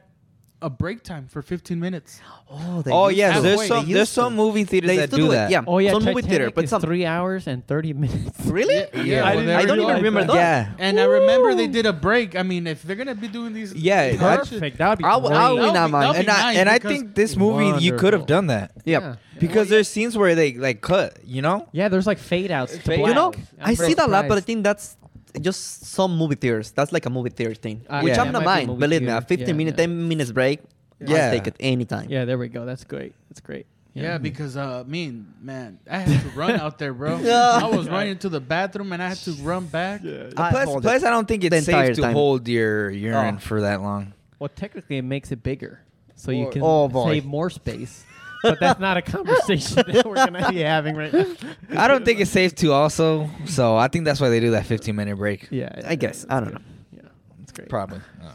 [SPEAKER 4] a break time for 15 minutes.
[SPEAKER 3] Oh, they
[SPEAKER 2] Oh
[SPEAKER 3] used
[SPEAKER 2] yeah,
[SPEAKER 3] to.
[SPEAKER 2] there's
[SPEAKER 4] Halfway.
[SPEAKER 2] some
[SPEAKER 3] They
[SPEAKER 2] there's
[SPEAKER 3] used
[SPEAKER 2] some
[SPEAKER 3] to.
[SPEAKER 2] movie theaters
[SPEAKER 3] They
[SPEAKER 2] that
[SPEAKER 3] used to
[SPEAKER 2] do
[SPEAKER 3] do it,
[SPEAKER 2] that.
[SPEAKER 3] yeah.
[SPEAKER 1] Oh yeah,
[SPEAKER 3] Some movie
[SPEAKER 1] Titanic
[SPEAKER 3] theater, but
[SPEAKER 1] is
[SPEAKER 3] some-
[SPEAKER 1] three hours and thirty minutes.
[SPEAKER 3] Really?
[SPEAKER 4] Yeah,
[SPEAKER 2] yeah, I
[SPEAKER 4] well,
[SPEAKER 1] didn't-
[SPEAKER 4] there
[SPEAKER 1] I
[SPEAKER 4] you
[SPEAKER 1] don't
[SPEAKER 4] go.
[SPEAKER 1] even remember that.
[SPEAKER 2] Yeah.
[SPEAKER 4] And I remember they did a break. I mean, if they're gonna be doing these,
[SPEAKER 2] Yeah,
[SPEAKER 4] that
[SPEAKER 2] that's-
[SPEAKER 4] shit-
[SPEAKER 1] Perfect. That would be
[SPEAKER 3] I w- I
[SPEAKER 1] great.
[SPEAKER 3] would not
[SPEAKER 4] be-
[SPEAKER 3] mind.
[SPEAKER 4] that'd
[SPEAKER 2] And
[SPEAKER 4] be
[SPEAKER 2] I
[SPEAKER 4] nice
[SPEAKER 2] and I
[SPEAKER 4] because-
[SPEAKER 2] think this movie you could have
[SPEAKER 1] Wonderful.
[SPEAKER 2] done that
[SPEAKER 3] Yep.
[SPEAKER 1] Yeah.
[SPEAKER 2] because there's scenes where they like cut, you know.
[SPEAKER 1] Yeah, there's like fade outs. To
[SPEAKER 2] Fade-
[SPEAKER 1] black.
[SPEAKER 3] You know,
[SPEAKER 1] I'm
[SPEAKER 3] i
[SPEAKER 1] very
[SPEAKER 3] see that a lot, but I
[SPEAKER 1] surprised.
[SPEAKER 3] think that's just some movie theaters. That's like a movie theater thing,
[SPEAKER 1] Uh,
[SPEAKER 3] which
[SPEAKER 2] yeah,
[SPEAKER 3] I'm
[SPEAKER 1] might
[SPEAKER 2] it
[SPEAKER 3] not
[SPEAKER 1] be
[SPEAKER 3] mind.
[SPEAKER 1] movie
[SPEAKER 3] Believe me, a
[SPEAKER 1] theater.
[SPEAKER 3] 15
[SPEAKER 1] Yeah,
[SPEAKER 3] minute,
[SPEAKER 1] yeah.
[SPEAKER 3] 10 minutes break,
[SPEAKER 2] Yeah.
[SPEAKER 3] I'll take it anytime.
[SPEAKER 1] Yeah, there we go. That's great. That's great.
[SPEAKER 4] Yeah, because uh, me and man, I had to run out there, bro. I was running to the bathroom and I had to run back.
[SPEAKER 5] Yeah.
[SPEAKER 1] Ah,
[SPEAKER 3] I
[SPEAKER 2] plus,
[SPEAKER 3] hold
[SPEAKER 2] plus
[SPEAKER 3] it
[SPEAKER 2] I don't think
[SPEAKER 3] the
[SPEAKER 2] it's
[SPEAKER 3] entire
[SPEAKER 2] safe to
[SPEAKER 3] time.
[SPEAKER 2] hold your urine
[SPEAKER 3] Oh.
[SPEAKER 2] for that long.
[SPEAKER 1] Well, technically, it makes it bigger, so you can
[SPEAKER 3] Oh, boy.
[SPEAKER 1] save more space. but that's not a conversation that we're gonna be having right now.
[SPEAKER 2] I don't think it's safe to also. So I think that's why they do that 15 minute break.
[SPEAKER 1] Yeah,
[SPEAKER 3] I guess. I don't know.
[SPEAKER 1] Yeah, that's great.
[SPEAKER 2] Probably. Uh,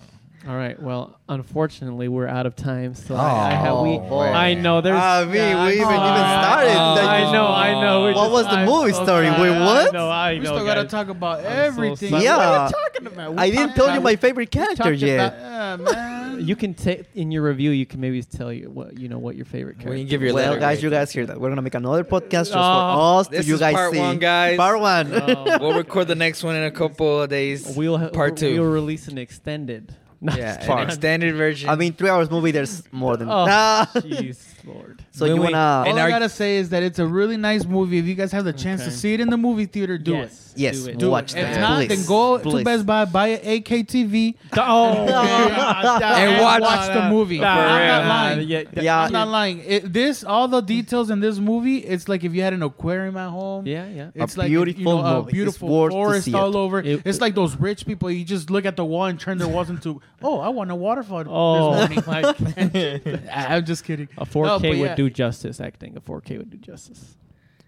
[SPEAKER 1] All right. Well, unfortunately, we're out of time, so I, I have we.
[SPEAKER 3] Oh, boy.
[SPEAKER 1] I know there's. Uh,
[SPEAKER 3] Ah, we- we even- even started.
[SPEAKER 1] I know. I know. we
[SPEAKER 3] What
[SPEAKER 1] just-
[SPEAKER 3] was the
[SPEAKER 1] I-
[SPEAKER 3] movie
[SPEAKER 1] oh,
[SPEAKER 3] story?
[SPEAKER 1] I-
[SPEAKER 3] Wait, what?
[SPEAKER 1] I know. I know.
[SPEAKER 4] We still
[SPEAKER 1] guys.
[SPEAKER 4] gotta talk about
[SPEAKER 1] so
[SPEAKER 4] everything.
[SPEAKER 1] sorry.
[SPEAKER 4] What are
[SPEAKER 3] Yeah.
[SPEAKER 4] you talking about? We
[SPEAKER 3] I didn't
[SPEAKER 4] talked
[SPEAKER 3] tell you
[SPEAKER 4] about-
[SPEAKER 3] my favorite
[SPEAKER 4] we
[SPEAKER 3] character
[SPEAKER 4] talked
[SPEAKER 3] yet.
[SPEAKER 4] about- yeah, man.
[SPEAKER 1] You can take in your review. You can maybe tell you what you know what your favorite character.
[SPEAKER 2] When you give your
[SPEAKER 3] well,
[SPEAKER 2] letter
[SPEAKER 3] guys,
[SPEAKER 2] grade.
[SPEAKER 3] you guys hear that. We're gonna make another podcast just
[SPEAKER 1] Oh,
[SPEAKER 3] for us. to
[SPEAKER 2] this
[SPEAKER 3] you
[SPEAKER 2] is
[SPEAKER 3] guys
[SPEAKER 2] part
[SPEAKER 3] see.
[SPEAKER 2] one, guys.
[SPEAKER 3] Part one.
[SPEAKER 1] Oh.
[SPEAKER 2] we'll record the next one in a couple of days.
[SPEAKER 1] we'll ha-
[SPEAKER 2] part two.
[SPEAKER 1] We'll release an extended. Not
[SPEAKER 2] yeah,
[SPEAKER 1] just
[SPEAKER 2] an
[SPEAKER 1] part.
[SPEAKER 2] extended version.
[SPEAKER 3] I mean, three hours movie. There's more than.
[SPEAKER 1] Oh,
[SPEAKER 3] Ah.
[SPEAKER 1] jeez, Lord.
[SPEAKER 3] so
[SPEAKER 2] When
[SPEAKER 3] you
[SPEAKER 2] we-
[SPEAKER 3] wanna?
[SPEAKER 2] and
[SPEAKER 4] All I
[SPEAKER 2] our-
[SPEAKER 4] gotta say is that it's a really nice movie. If you guys have the chance to
[SPEAKER 1] Okay.
[SPEAKER 4] see it in the movie theater, do
[SPEAKER 1] yes,
[SPEAKER 3] Yes,
[SPEAKER 1] Do it.
[SPEAKER 4] it. Do
[SPEAKER 3] Watch
[SPEAKER 4] it. If
[SPEAKER 2] that,
[SPEAKER 4] not,
[SPEAKER 3] please.
[SPEAKER 4] then go to
[SPEAKER 3] Please.
[SPEAKER 4] Best Buy, buy an AKTV,
[SPEAKER 1] Oh,
[SPEAKER 4] God. And watch the movie.
[SPEAKER 1] Nah,
[SPEAKER 4] I'm not
[SPEAKER 1] nah,
[SPEAKER 4] lying.
[SPEAKER 1] Yeah, that-
[SPEAKER 3] Yeah.
[SPEAKER 4] I'm not lying. It, this, all the details in this movie, it's like if you had an aquarium at home.
[SPEAKER 1] Yeah, yeah.
[SPEAKER 4] It's
[SPEAKER 3] A
[SPEAKER 4] like
[SPEAKER 3] beautiful
[SPEAKER 4] you know, a
[SPEAKER 3] movie. It's
[SPEAKER 4] beautiful
[SPEAKER 3] worth to
[SPEAKER 4] forest
[SPEAKER 3] see
[SPEAKER 4] all
[SPEAKER 3] it.
[SPEAKER 4] over.
[SPEAKER 1] It-
[SPEAKER 4] it's like those rich people. You just look at the wall and turn their walls into. Oh, I want a waterfall.
[SPEAKER 1] Oh,
[SPEAKER 4] this morning." Like, I'm just kidding.
[SPEAKER 1] a 4K
[SPEAKER 4] No, but
[SPEAKER 1] would
[SPEAKER 4] yeah.
[SPEAKER 1] do justice. Acting a 4K would do justice.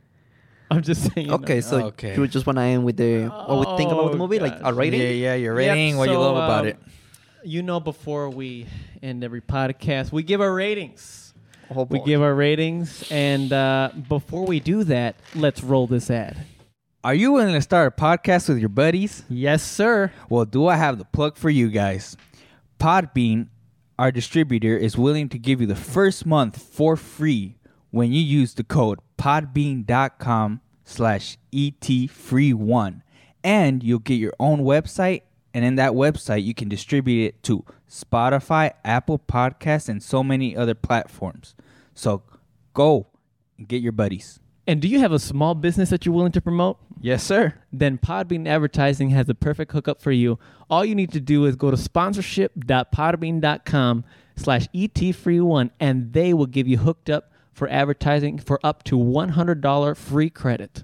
[SPEAKER 1] I'm just saying.
[SPEAKER 3] Oh, Okay, so
[SPEAKER 2] Okay.
[SPEAKER 3] you just wanna end with the what we think about the
[SPEAKER 1] Oh,
[SPEAKER 3] movie, like
[SPEAKER 1] gosh.
[SPEAKER 3] a rating.
[SPEAKER 2] Yeah, yeah, your
[SPEAKER 1] Yep,
[SPEAKER 2] rating, what you
[SPEAKER 1] so,
[SPEAKER 2] love about
[SPEAKER 1] um,
[SPEAKER 2] it.
[SPEAKER 1] You know, before we end every podcast, we give our ratings.
[SPEAKER 3] Oh,
[SPEAKER 1] We
[SPEAKER 3] boy.
[SPEAKER 1] give our ratings, and uh, before we do that, let's roll this ad.
[SPEAKER 2] Are you willing to start a podcast with your buddies?
[SPEAKER 1] Yes, sir.
[SPEAKER 2] Well, do I have the plug for you guys? Podbean, our distributor, is willing to give you the first month for free when you use the code podbean.com slash etfree1. And you'll get your own website, and in that website, you can distribute it to Spotify, Apple Podcasts, and so many other platforms. So go and get your buddies.
[SPEAKER 1] And do you have a small business that you're willing to promote?
[SPEAKER 2] Yes, sir.
[SPEAKER 1] then Podbean Advertising has the perfect hookup for you. All you need to do is go to sponsorship.podbean.com slash E etfree1 and they will give you hooked up for advertising for up to $100 free credit.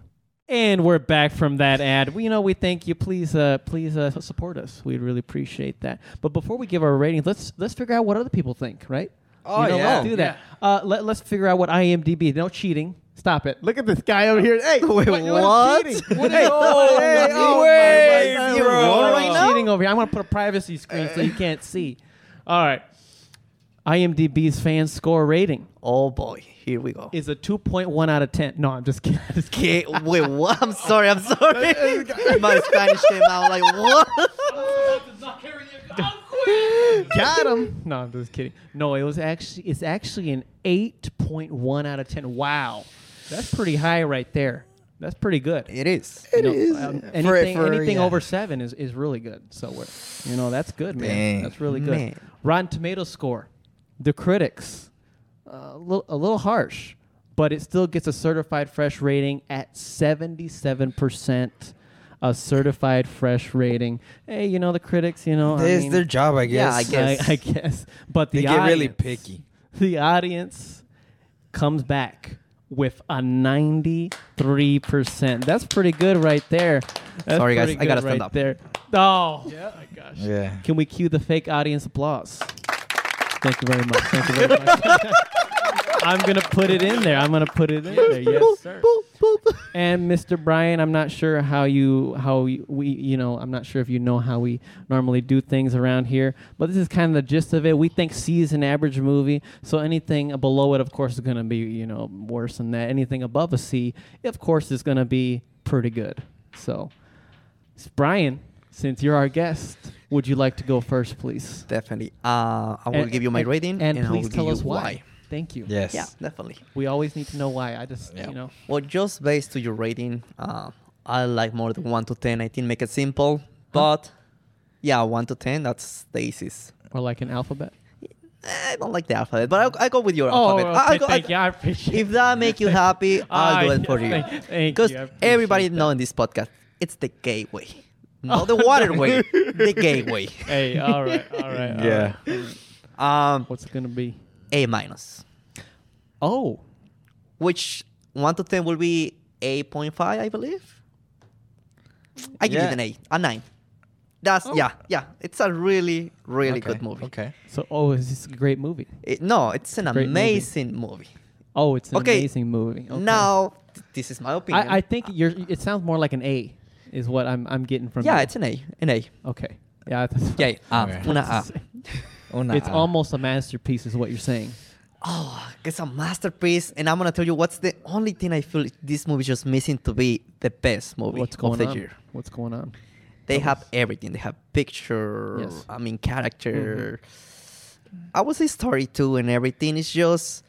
[SPEAKER 1] And we're back from that ad. We, you know, we thank you. Please, uh, please uh, support us. We'd really appreciate that. But before we give our ratings, let's let's figure out what other people think, right? Oh
[SPEAKER 2] yeah.
[SPEAKER 1] let's do that. Uh, let, let's figure out what IMDb. No cheating. Stop it. Look at this guy over here. Hey,
[SPEAKER 3] Wait,
[SPEAKER 1] what-
[SPEAKER 3] what?
[SPEAKER 1] cheating?
[SPEAKER 3] Hey, oh,
[SPEAKER 2] hey, oh,
[SPEAKER 3] wait,
[SPEAKER 2] my
[SPEAKER 3] you
[SPEAKER 2] God.
[SPEAKER 3] rolling
[SPEAKER 1] What
[SPEAKER 3] right
[SPEAKER 1] am I
[SPEAKER 3] now?
[SPEAKER 1] cheating over here? I'm gonna put a privacy screen so you can't see. All right. IMDb's fan score rating
[SPEAKER 3] Oh boy, here we go.
[SPEAKER 1] is a 2.1 out of 10. No, I'm just kidding. I'm just kidding.
[SPEAKER 3] Okay, wait, what? I'm sorry, I'm sorry. My Spanish came out like what? Got him.
[SPEAKER 1] No, I'm just kidding. No, it was actually it's actually an 8.1 out of 10. Wow, that's pretty high right there. That's pretty good.
[SPEAKER 3] It is.
[SPEAKER 1] It is.
[SPEAKER 2] For-
[SPEAKER 1] um, anything
[SPEAKER 2] for-
[SPEAKER 1] anything
[SPEAKER 2] yeah.
[SPEAKER 1] over seven is, is really good. So we're, you know that's good, man.
[SPEAKER 2] Dang.
[SPEAKER 1] That's really good.
[SPEAKER 3] Man.
[SPEAKER 1] Rotten Tomato score, the critics, uh, a, little, a little harsh, but it still gets a certified fresh rating at seventy seven percent. A certified fresh rating. Hey, you know the critics. You know, I
[SPEAKER 2] It's
[SPEAKER 1] mean,
[SPEAKER 2] their job, I
[SPEAKER 3] Yeah,
[SPEAKER 2] guess.
[SPEAKER 3] I guess.
[SPEAKER 1] I, I guess. But the
[SPEAKER 2] They get really
[SPEAKER 1] audience-
[SPEAKER 2] picky.
[SPEAKER 1] The audience comes back with a 93%. That's pretty good right there. That's
[SPEAKER 3] Sorry, guys.
[SPEAKER 1] pretty
[SPEAKER 3] I gotta
[SPEAKER 1] good
[SPEAKER 3] stand
[SPEAKER 1] right
[SPEAKER 3] up.
[SPEAKER 1] There. Oh.
[SPEAKER 2] Yeah.
[SPEAKER 1] Can we cue the fake audience applause? Thank you very much. Thank you very much. I'm going to put it in there. I'm going to put it in there. Yes, sir. And Mr. Brian, I'm not sure how you how you- we you know I'm not sure if you know how we normally do things around here, but this is kind of the gist of it. We think C is an average movie, so anything below it, of course, is going to be you know worse than that. Anything above a C, of course, is going to be pretty good. So, s- Brian, since you're our guest, would you like to go first, please?
[SPEAKER 3] Definitely. Uh, I will
[SPEAKER 1] And-
[SPEAKER 3] give you my
[SPEAKER 1] and-
[SPEAKER 3] rating,
[SPEAKER 1] and,
[SPEAKER 3] I
[SPEAKER 1] please
[SPEAKER 3] will
[SPEAKER 1] tell
[SPEAKER 3] give
[SPEAKER 1] us
[SPEAKER 3] you
[SPEAKER 1] why. Thank you.
[SPEAKER 2] Yes.
[SPEAKER 3] Yeah, definitely.
[SPEAKER 1] We always need to know why. I just
[SPEAKER 2] Yeah.
[SPEAKER 1] you know
[SPEAKER 3] Well, just based to your rating, uh, I like more than one to ten. I think make it simple, but yeah, one to ten. That's the easiest. Eh,
[SPEAKER 1] or like an alphabet.
[SPEAKER 3] I don't like the alphabet, but I, I go with your alphabet. I- I go- I-
[SPEAKER 1] Oh, you. I appreciate
[SPEAKER 3] if that make you happy, I'll do it for you.
[SPEAKER 1] Thank, thank
[SPEAKER 3] Because
[SPEAKER 1] you, I appreciate
[SPEAKER 3] everybody
[SPEAKER 1] that.
[SPEAKER 3] know in this podcast, it's the gateway, not the waterway, the gateway.
[SPEAKER 1] Hey, all right, all right. all
[SPEAKER 2] Yeah.
[SPEAKER 1] right.
[SPEAKER 3] Um,
[SPEAKER 1] What's it gonna be?
[SPEAKER 3] A minus.
[SPEAKER 1] Oh,
[SPEAKER 3] which one to ten will be eight point five, I believe. I give
[SPEAKER 2] Yeah.
[SPEAKER 3] it an eight, a nine. That's
[SPEAKER 2] Oh.
[SPEAKER 3] yeah, yeah. It's a really,
[SPEAKER 2] Okay,
[SPEAKER 3] really good movie.
[SPEAKER 2] Okay.
[SPEAKER 1] So, oh, it's it's a great movie.
[SPEAKER 3] It- no, it's an
[SPEAKER 1] Great movie.
[SPEAKER 3] amazing movie.
[SPEAKER 1] Oh, it's an
[SPEAKER 3] Okay.
[SPEAKER 1] amazing movie. Okay.
[SPEAKER 3] Now, th- this is my opinion.
[SPEAKER 1] I, I think you're. It sounds more like an A, is what I'm. I'm getting from.
[SPEAKER 3] yeah,
[SPEAKER 1] you.
[SPEAKER 3] it's an A, an A.
[SPEAKER 1] okay. Yeah, that's what
[SPEAKER 3] Yeah,
[SPEAKER 1] I
[SPEAKER 3] ah,
[SPEAKER 2] Alright.
[SPEAKER 3] una
[SPEAKER 1] was
[SPEAKER 3] A.
[SPEAKER 1] gonna say.
[SPEAKER 2] Una
[SPEAKER 1] It's
[SPEAKER 2] A.
[SPEAKER 1] almost a masterpiece, is what you're saying.
[SPEAKER 3] Oh, it's a masterpiece, and I'm gonna tell you what's the only thing I feel this movie just missing to be the best movie
[SPEAKER 1] What's going
[SPEAKER 3] of the
[SPEAKER 1] on?
[SPEAKER 3] year.
[SPEAKER 1] What's going on?
[SPEAKER 3] They have everything. They have picture.
[SPEAKER 1] Yes. Mm-hmm.
[SPEAKER 3] I mean, character. I would say story too, and everything. It's just,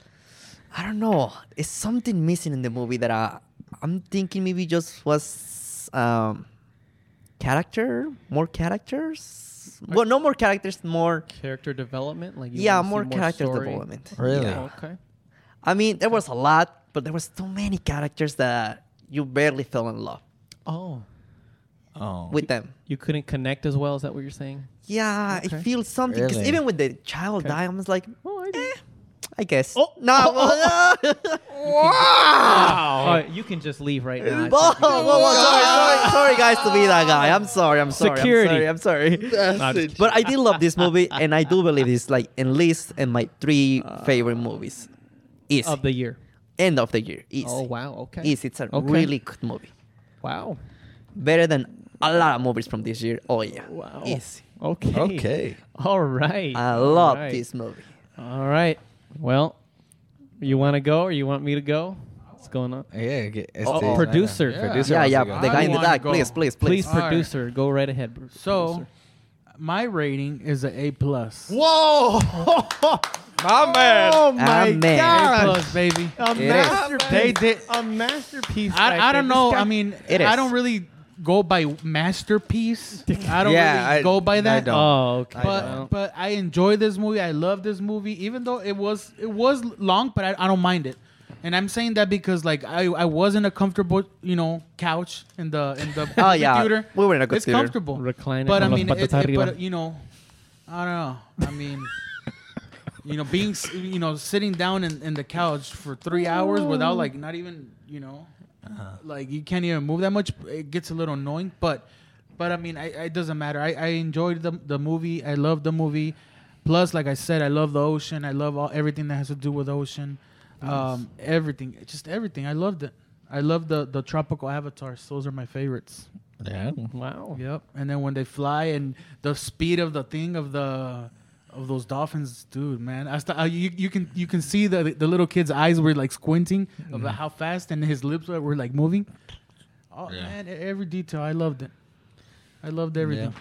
[SPEAKER 3] I don't know. It's something missing in the movie that I, I'm thinking maybe just was um, character, more characters. Well, no more characters, more.
[SPEAKER 1] Character development, like
[SPEAKER 3] yeah, more character development.
[SPEAKER 2] Really?
[SPEAKER 3] Yeah.
[SPEAKER 1] Okay.
[SPEAKER 3] I mean, there was a lot, but there was too many characters that you barely fell in love
[SPEAKER 1] Oh,
[SPEAKER 2] Oh.
[SPEAKER 3] with them.
[SPEAKER 1] you couldn't connect as well. Is that what you're saying?
[SPEAKER 3] Yeah, I
[SPEAKER 1] Okay.
[SPEAKER 3] feel something. 'cause
[SPEAKER 2] Really?
[SPEAKER 3] even with the child
[SPEAKER 1] Okay.
[SPEAKER 3] dying, I was like,
[SPEAKER 1] Oh, I
[SPEAKER 3] eh,
[SPEAKER 1] did.
[SPEAKER 3] I guess.
[SPEAKER 1] Oh,
[SPEAKER 3] no.
[SPEAKER 1] oh,
[SPEAKER 5] Wow.
[SPEAKER 1] you can just leave right now.
[SPEAKER 3] Whoa, whoa, whoa, sorry, sorry, sorry, guys, to be that guy. I'm sorry, I'm sorry,
[SPEAKER 1] Security.
[SPEAKER 3] I'm sorry, I'm sorry.
[SPEAKER 1] No, I'm just
[SPEAKER 3] But I did love this movie, and I do believe it's like at least in my three favorite movies. Easy.
[SPEAKER 1] Uh, of the year.
[SPEAKER 3] End of the year. Easy.
[SPEAKER 1] Oh wow. Okay.
[SPEAKER 3] Easy. It's a
[SPEAKER 1] Okay.
[SPEAKER 3] really good movie.
[SPEAKER 1] Wow.
[SPEAKER 3] Better than a lot of movies from this year. Oh, yeah.
[SPEAKER 1] Wow.
[SPEAKER 3] Easy.
[SPEAKER 1] Okay.
[SPEAKER 2] Okay.
[SPEAKER 1] All right.
[SPEAKER 3] I love
[SPEAKER 1] All right.
[SPEAKER 3] this movie.
[SPEAKER 1] All right. Well, you want to go or you want me to go? What's going on?
[SPEAKER 2] Yeah. get- este-
[SPEAKER 1] Oh, oh. Producer. Yeah.
[SPEAKER 2] Producer
[SPEAKER 3] yeah,
[SPEAKER 2] wants
[SPEAKER 3] yeah.
[SPEAKER 2] to go.
[SPEAKER 3] The guy in the
[SPEAKER 4] I wanna
[SPEAKER 3] dark.
[SPEAKER 4] go.
[SPEAKER 3] Please, please, please.
[SPEAKER 1] Please,
[SPEAKER 4] All right.
[SPEAKER 1] producer, go right ahead. br-
[SPEAKER 4] So,
[SPEAKER 1] producer.
[SPEAKER 4] my rating is an A plus.
[SPEAKER 5] Whoa. My man.
[SPEAKER 2] Oh,
[SPEAKER 3] my Amen.
[SPEAKER 4] A
[SPEAKER 3] gosh.
[SPEAKER 4] plus, baby.
[SPEAKER 1] a
[SPEAKER 2] is.
[SPEAKER 1] masterpiece.
[SPEAKER 4] They did.
[SPEAKER 1] a masterpiece. right
[SPEAKER 4] I, I
[SPEAKER 1] there.
[SPEAKER 4] don't
[SPEAKER 1] This
[SPEAKER 4] know.
[SPEAKER 1] guy-
[SPEAKER 4] I mean,
[SPEAKER 3] It is.
[SPEAKER 4] I don't really go by masterpiece. I don't
[SPEAKER 2] Yeah,
[SPEAKER 4] really
[SPEAKER 2] I-
[SPEAKER 4] go by
[SPEAKER 2] I
[SPEAKER 4] that.
[SPEAKER 2] don't.
[SPEAKER 1] Oh, okay.
[SPEAKER 4] But but I enjoy this movie. I love this movie, even though it was it was long, but I, I don't mind it. And I'm saying that because like I, I was in a comfortable you know couch in the in the
[SPEAKER 3] Oh, yeah.
[SPEAKER 4] theater.
[SPEAKER 3] We were in a good
[SPEAKER 4] it's
[SPEAKER 3] theater.
[SPEAKER 4] comfortable.
[SPEAKER 1] Reclining
[SPEAKER 4] but I
[SPEAKER 1] con las
[SPEAKER 4] mean,
[SPEAKER 1] patas
[SPEAKER 4] it, it,
[SPEAKER 1] arriba.
[SPEAKER 4] but you know, I don't know. I mean, you know, being s- you know sitting down in, in the couch for three hours without like not even you know,
[SPEAKER 1] Uh-huh.
[SPEAKER 4] like you can't even move that much. It gets a little annoying, but but I mean, I, I- it doesn't matter. I, I enjoyed the the movie. I love the movie. Plus, like I said, I love the ocean. I love all everything that has to do with ocean. Um, everything, just everything. I loved it. I love the the tropical avatars. Those are my favorites.
[SPEAKER 2] Yeah.
[SPEAKER 1] wow.
[SPEAKER 4] Yep. And then when they fly and the speed of the thing of the of those dolphins, dude, man. I st- uh, you, you can you can see the the little kid's eyes were like squinting of
[SPEAKER 3] Mm-hmm.
[SPEAKER 4] how fast and his lips were, were like moving. Oh
[SPEAKER 2] Yeah.
[SPEAKER 4] man, e- every detail. I loved it. I loved everything.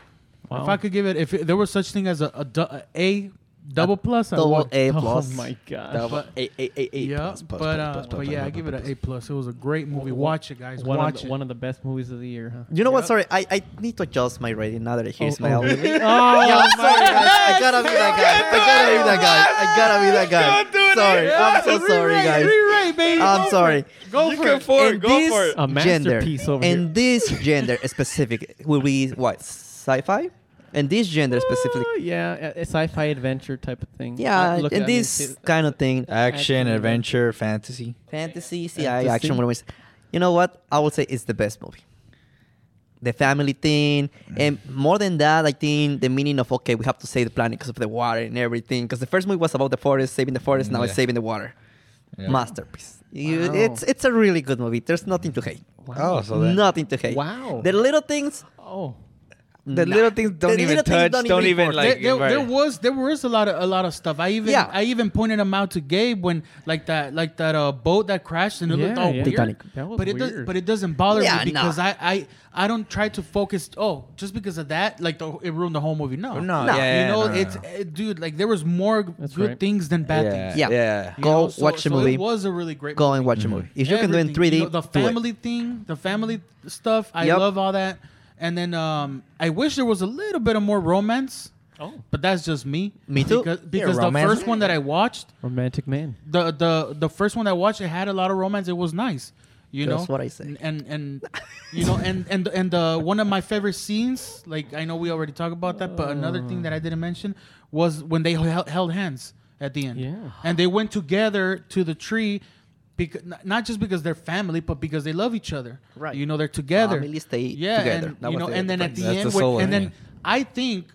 [SPEAKER 1] Wow.
[SPEAKER 4] If I could give it, if it, there was such thing as a a, du- a, a double plus, I
[SPEAKER 3] Double
[SPEAKER 4] would.
[SPEAKER 3] A
[SPEAKER 1] oh
[SPEAKER 3] plus.
[SPEAKER 1] my gosh.
[SPEAKER 3] Double
[SPEAKER 4] But-
[SPEAKER 3] A, A, A, A.
[SPEAKER 4] yeah,
[SPEAKER 3] plus, plus,
[SPEAKER 4] but
[SPEAKER 3] plus,
[SPEAKER 4] uh,
[SPEAKER 3] plus,
[SPEAKER 4] but
[SPEAKER 3] plus,
[SPEAKER 4] yeah,
[SPEAKER 3] plus,
[SPEAKER 4] I give
[SPEAKER 3] plus,
[SPEAKER 4] it
[SPEAKER 3] plus.
[SPEAKER 4] an A plus. It was a great movie. Watch it, guys.
[SPEAKER 1] One of,
[SPEAKER 4] Watch
[SPEAKER 1] the,
[SPEAKER 4] it.
[SPEAKER 1] one of the best movies of the year, huh?
[SPEAKER 3] You know what? Sorry, I, I need to adjust my rating now that I hear Ismael.
[SPEAKER 1] oh,
[SPEAKER 3] Yeah, I'm sorry, guys. I gotta be that guy. I gotta be that guy. I gotta be that guy.
[SPEAKER 5] Don't do it.
[SPEAKER 3] Sorry, I'm so
[SPEAKER 5] Yeah,
[SPEAKER 3] sorry,
[SPEAKER 5] rewrite,
[SPEAKER 3] guys.
[SPEAKER 4] Rewrite, baby.
[SPEAKER 3] I'm sorry.
[SPEAKER 4] Go
[SPEAKER 5] You
[SPEAKER 4] for
[SPEAKER 5] can
[SPEAKER 4] it.
[SPEAKER 5] for it.
[SPEAKER 3] And
[SPEAKER 5] Go for
[SPEAKER 3] this
[SPEAKER 5] it.
[SPEAKER 1] A masterpiece
[SPEAKER 3] gender,
[SPEAKER 1] over
[SPEAKER 3] and
[SPEAKER 1] here.
[SPEAKER 3] this gender specific will be what sci-fi, and this gender specifically,
[SPEAKER 1] Uh, yeah, a, a sci-fi adventure type of thing.
[SPEAKER 3] yeah,
[SPEAKER 1] Uh, look, I
[SPEAKER 3] and
[SPEAKER 1] mean,
[SPEAKER 3] this
[SPEAKER 1] it-
[SPEAKER 3] kind of thing, uh,
[SPEAKER 1] Action,
[SPEAKER 2] Action, adventure, fantasy.
[SPEAKER 3] fantasy, CI,
[SPEAKER 1] Fantasy.
[SPEAKER 3] action, whatever. it's- You know what? I would say it's the best movie. The family thing, and more than that, I think the meaning of okay, we have to save the planet because of the water and everything. Because the first movie was about the forest, saving the forest. Now it's
[SPEAKER 2] Yeah.
[SPEAKER 3] saving the water. masterpiece. You,
[SPEAKER 1] Wow.
[SPEAKER 3] It's it's a really good movie. There's nothing to hate.
[SPEAKER 2] Oh, so then.
[SPEAKER 3] nothing to hate.
[SPEAKER 1] Wow.
[SPEAKER 3] The little things.
[SPEAKER 1] oh,
[SPEAKER 2] The
[SPEAKER 3] nah.
[SPEAKER 2] little things don't
[SPEAKER 3] The
[SPEAKER 2] even
[SPEAKER 3] little things
[SPEAKER 2] touch. Don't, even
[SPEAKER 3] import.
[SPEAKER 2] like.
[SPEAKER 4] there, there, there
[SPEAKER 2] right.
[SPEAKER 4] was there was a lot of a lot of stuff. I even
[SPEAKER 3] Yeah.
[SPEAKER 4] I even pointed them out to Gabe when like that like that uh, boat that crashed and it looked
[SPEAKER 1] Yeah,
[SPEAKER 4] all
[SPEAKER 1] yeah.
[SPEAKER 4] weird.
[SPEAKER 3] Titanic.
[SPEAKER 1] That was
[SPEAKER 4] but it does,
[SPEAKER 1] weird.
[SPEAKER 4] but it doesn't bother
[SPEAKER 3] Yeah,
[SPEAKER 4] me because
[SPEAKER 3] nah.
[SPEAKER 4] I, I I don't try to focus. Oh, just because of that, like the, it ruined the whole movie. No,
[SPEAKER 2] No,
[SPEAKER 3] Nah.
[SPEAKER 2] yeah,
[SPEAKER 4] you know
[SPEAKER 2] no, no,
[SPEAKER 4] it's
[SPEAKER 2] no.
[SPEAKER 4] uh, dude. Like there was more
[SPEAKER 1] That's
[SPEAKER 4] good
[SPEAKER 1] right.
[SPEAKER 4] things than bad things.
[SPEAKER 3] Yeah.
[SPEAKER 2] Yeah.
[SPEAKER 4] You
[SPEAKER 3] Go
[SPEAKER 4] know, so-
[SPEAKER 3] watch the
[SPEAKER 4] so
[SPEAKER 3] movie.
[SPEAKER 4] It was a really great.
[SPEAKER 3] Go
[SPEAKER 4] movie.
[SPEAKER 3] and watch a movie. If you can do it in
[SPEAKER 4] Everything.
[SPEAKER 3] 3D,
[SPEAKER 4] You know, the
[SPEAKER 3] do it.
[SPEAKER 4] family thing, the family stuff. I
[SPEAKER 3] Yep.
[SPEAKER 4] love all that. And then um, I wish there was a little bit of more romance.
[SPEAKER 1] oh,
[SPEAKER 4] But that's just me.
[SPEAKER 3] Me too.
[SPEAKER 4] Because,
[SPEAKER 3] Yeah,
[SPEAKER 4] because the
[SPEAKER 2] romance.
[SPEAKER 4] first one that I watched,
[SPEAKER 1] romantic man.
[SPEAKER 4] the the the first one that I watched, it had a lot of romance. It was nice. You
[SPEAKER 3] That's
[SPEAKER 4] know
[SPEAKER 3] what I say.
[SPEAKER 4] And and you know and and and the one of my favorite scenes, like I know we already talked about that, but another thing that I didn't mention was when they hel- held hands at the end.
[SPEAKER 1] Yeah.
[SPEAKER 4] And they went together to the tree because not just because they're family, but because they love each other.
[SPEAKER 1] Right.
[SPEAKER 4] You know, they're together.
[SPEAKER 3] Family stay
[SPEAKER 4] yeah,
[SPEAKER 3] together.
[SPEAKER 4] And,
[SPEAKER 3] That
[SPEAKER 4] you
[SPEAKER 3] was
[SPEAKER 4] know,
[SPEAKER 3] the
[SPEAKER 4] and then at the
[SPEAKER 2] difference.
[SPEAKER 4] end,
[SPEAKER 2] That's the
[SPEAKER 4] when-
[SPEAKER 2] soul
[SPEAKER 4] and
[SPEAKER 2] area.
[SPEAKER 4] then I think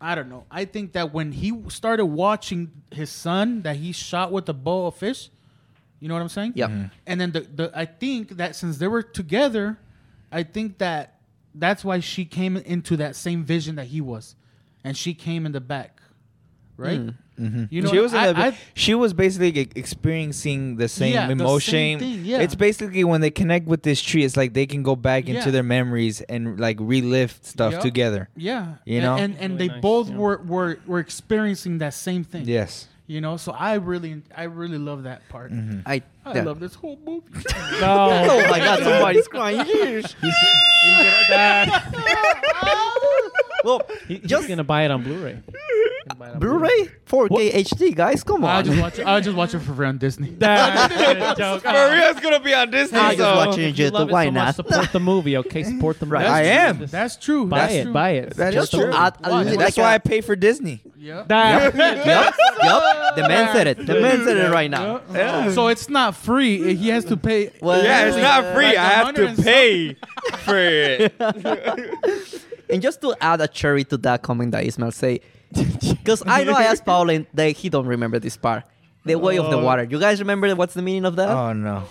[SPEAKER 4] I don't know. I think that when he started watching his son that he shot with a bow of fish, you know what I'm saying?
[SPEAKER 3] Yeah.
[SPEAKER 2] Mm-hmm.
[SPEAKER 3] Mhm.
[SPEAKER 4] And then the, the I think that since they were together, I think that that's why she came into that same vision that he was, and she came in the back, right?
[SPEAKER 3] Mm.
[SPEAKER 4] Mm-hmm. You know,
[SPEAKER 2] she was in
[SPEAKER 4] I-
[SPEAKER 2] the-
[SPEAKER 4] I-
[SPEAKER 2] she was basically e- experiencing the same
[SPEAKER 4] Yeah, the same
[SPEAKER 2] emotion.
[SPEAKER 4] thing, yeah.
[SPEAKER 2] It's basically when they connect with this tree, it's like they can go back into
[SPEAKER 4] Yeah.
[SPEAKER 2] their memories and like relive stuff
[SPEAKER 4] Yup.
[SPEAKER 2] together.
[SPEAKER 4] Yeah,
[SPEAKER 2] You
[SPEAKER 4] and-
[SPEAKER 2] know?
[SPEAKER 4] and and
[SPEAKER 1] Really
[SPEAKER 4] they
[SPEAKER 1] nice,
[SPEAKER 4] both
[SPEAKER 1] yeah.
[SPEAKER 4] were were were experiencing that same thing.
[SPEAKER 2] Yes.
[SPEAKER 4] you know. So I really I really love that part.
[SPEAKER 2] Mm-hmm.
[SPEAKER 3] I,
[SPEAKER 4] I
[SPEAKER 3] yeah.
[SPEAKER 4] love this whole movie.
[SPEAKER 1] No.
[SPEAKER 3] Oh my god, somebody's crying. Yeesh. well,
[SPEAKER 1] He- he's
[SPEAKER 3] just
[SPEAKER 1] gonna buy it on Blu-ray. Gonna buy it on
[SPEAKER 3] Blu-ray, 4K HD, guys. Come
[SPEAKER 4] I
[SPEAKER 3] on.
[SPEAKER 4] just watch it. I just watch it for free on Disney.
[SPEAKER 1] That's a joke.
[SPEAKER 2] Maria's gonna be on Disney.
[SPEAKER 3] I just
[SPEAKER 2] so-
[SPEAKER 3] watch it.
[SPEAKER 1] If you
[SPEAKER 3] Just
[SPEAKER 1] love it
[SPEAKER 3] why
[SPEAKER 1] so much,
[SPEAKER 3] not?
[SPEAKER 1] support the movie, okay? Support the movie.
[SPEAKER 3] Right. I
[SPEAKER 2] am.
[SPEAKER 1] Just
[SPEAKER 4] That's true.
[SPEAKER 1] buy
[SPEAKER 4] That's
[SPEAKER 1] it.
[SPEAKER 4] true.
[SPEAKER 1] Buy it.
[SPEAKER 2] That
[SPEAKER 3] just
[SPEAKER 2] is
[SPEAKER 3] to
[SPEAKER 2] true.
[SPEAKER 3] add a
[SPEAKER 4] Why?
[SPEAKER 3] little,
[SPEAKER 2] That's
[SPEAKER 3] like
[SPEAKER 2] why I
[SPEAKER 3] a-
[SPEAKER 2] pay for Disney.
[SPEAKER 4] Yep.
[SPEAKER 1] That-
[SPEAKER 3] Yup, yup. The man said it. The man said it right now.
[SPEAKER 4] Yep. So it's not free. He has to pay.
[SPEAKER 3] Well,
[SPEAKER 2] Yeah, it's not free.
[SPEAKER 4] Like
[SPEAKER 2] I have
[SPEAKER 4] 100 and
[SPEAKER 2] to pay for it.
[SPEAKER 3] And just to add a cherry to that comment that Ismail say, because I know I asked Paul and they, he don't remember this part. The way of the
[SPEAKER 2] Uh,
[SPEAKER 3] water. You guys remember what's the meaning of that?
[SPEAKER 2] Oh no.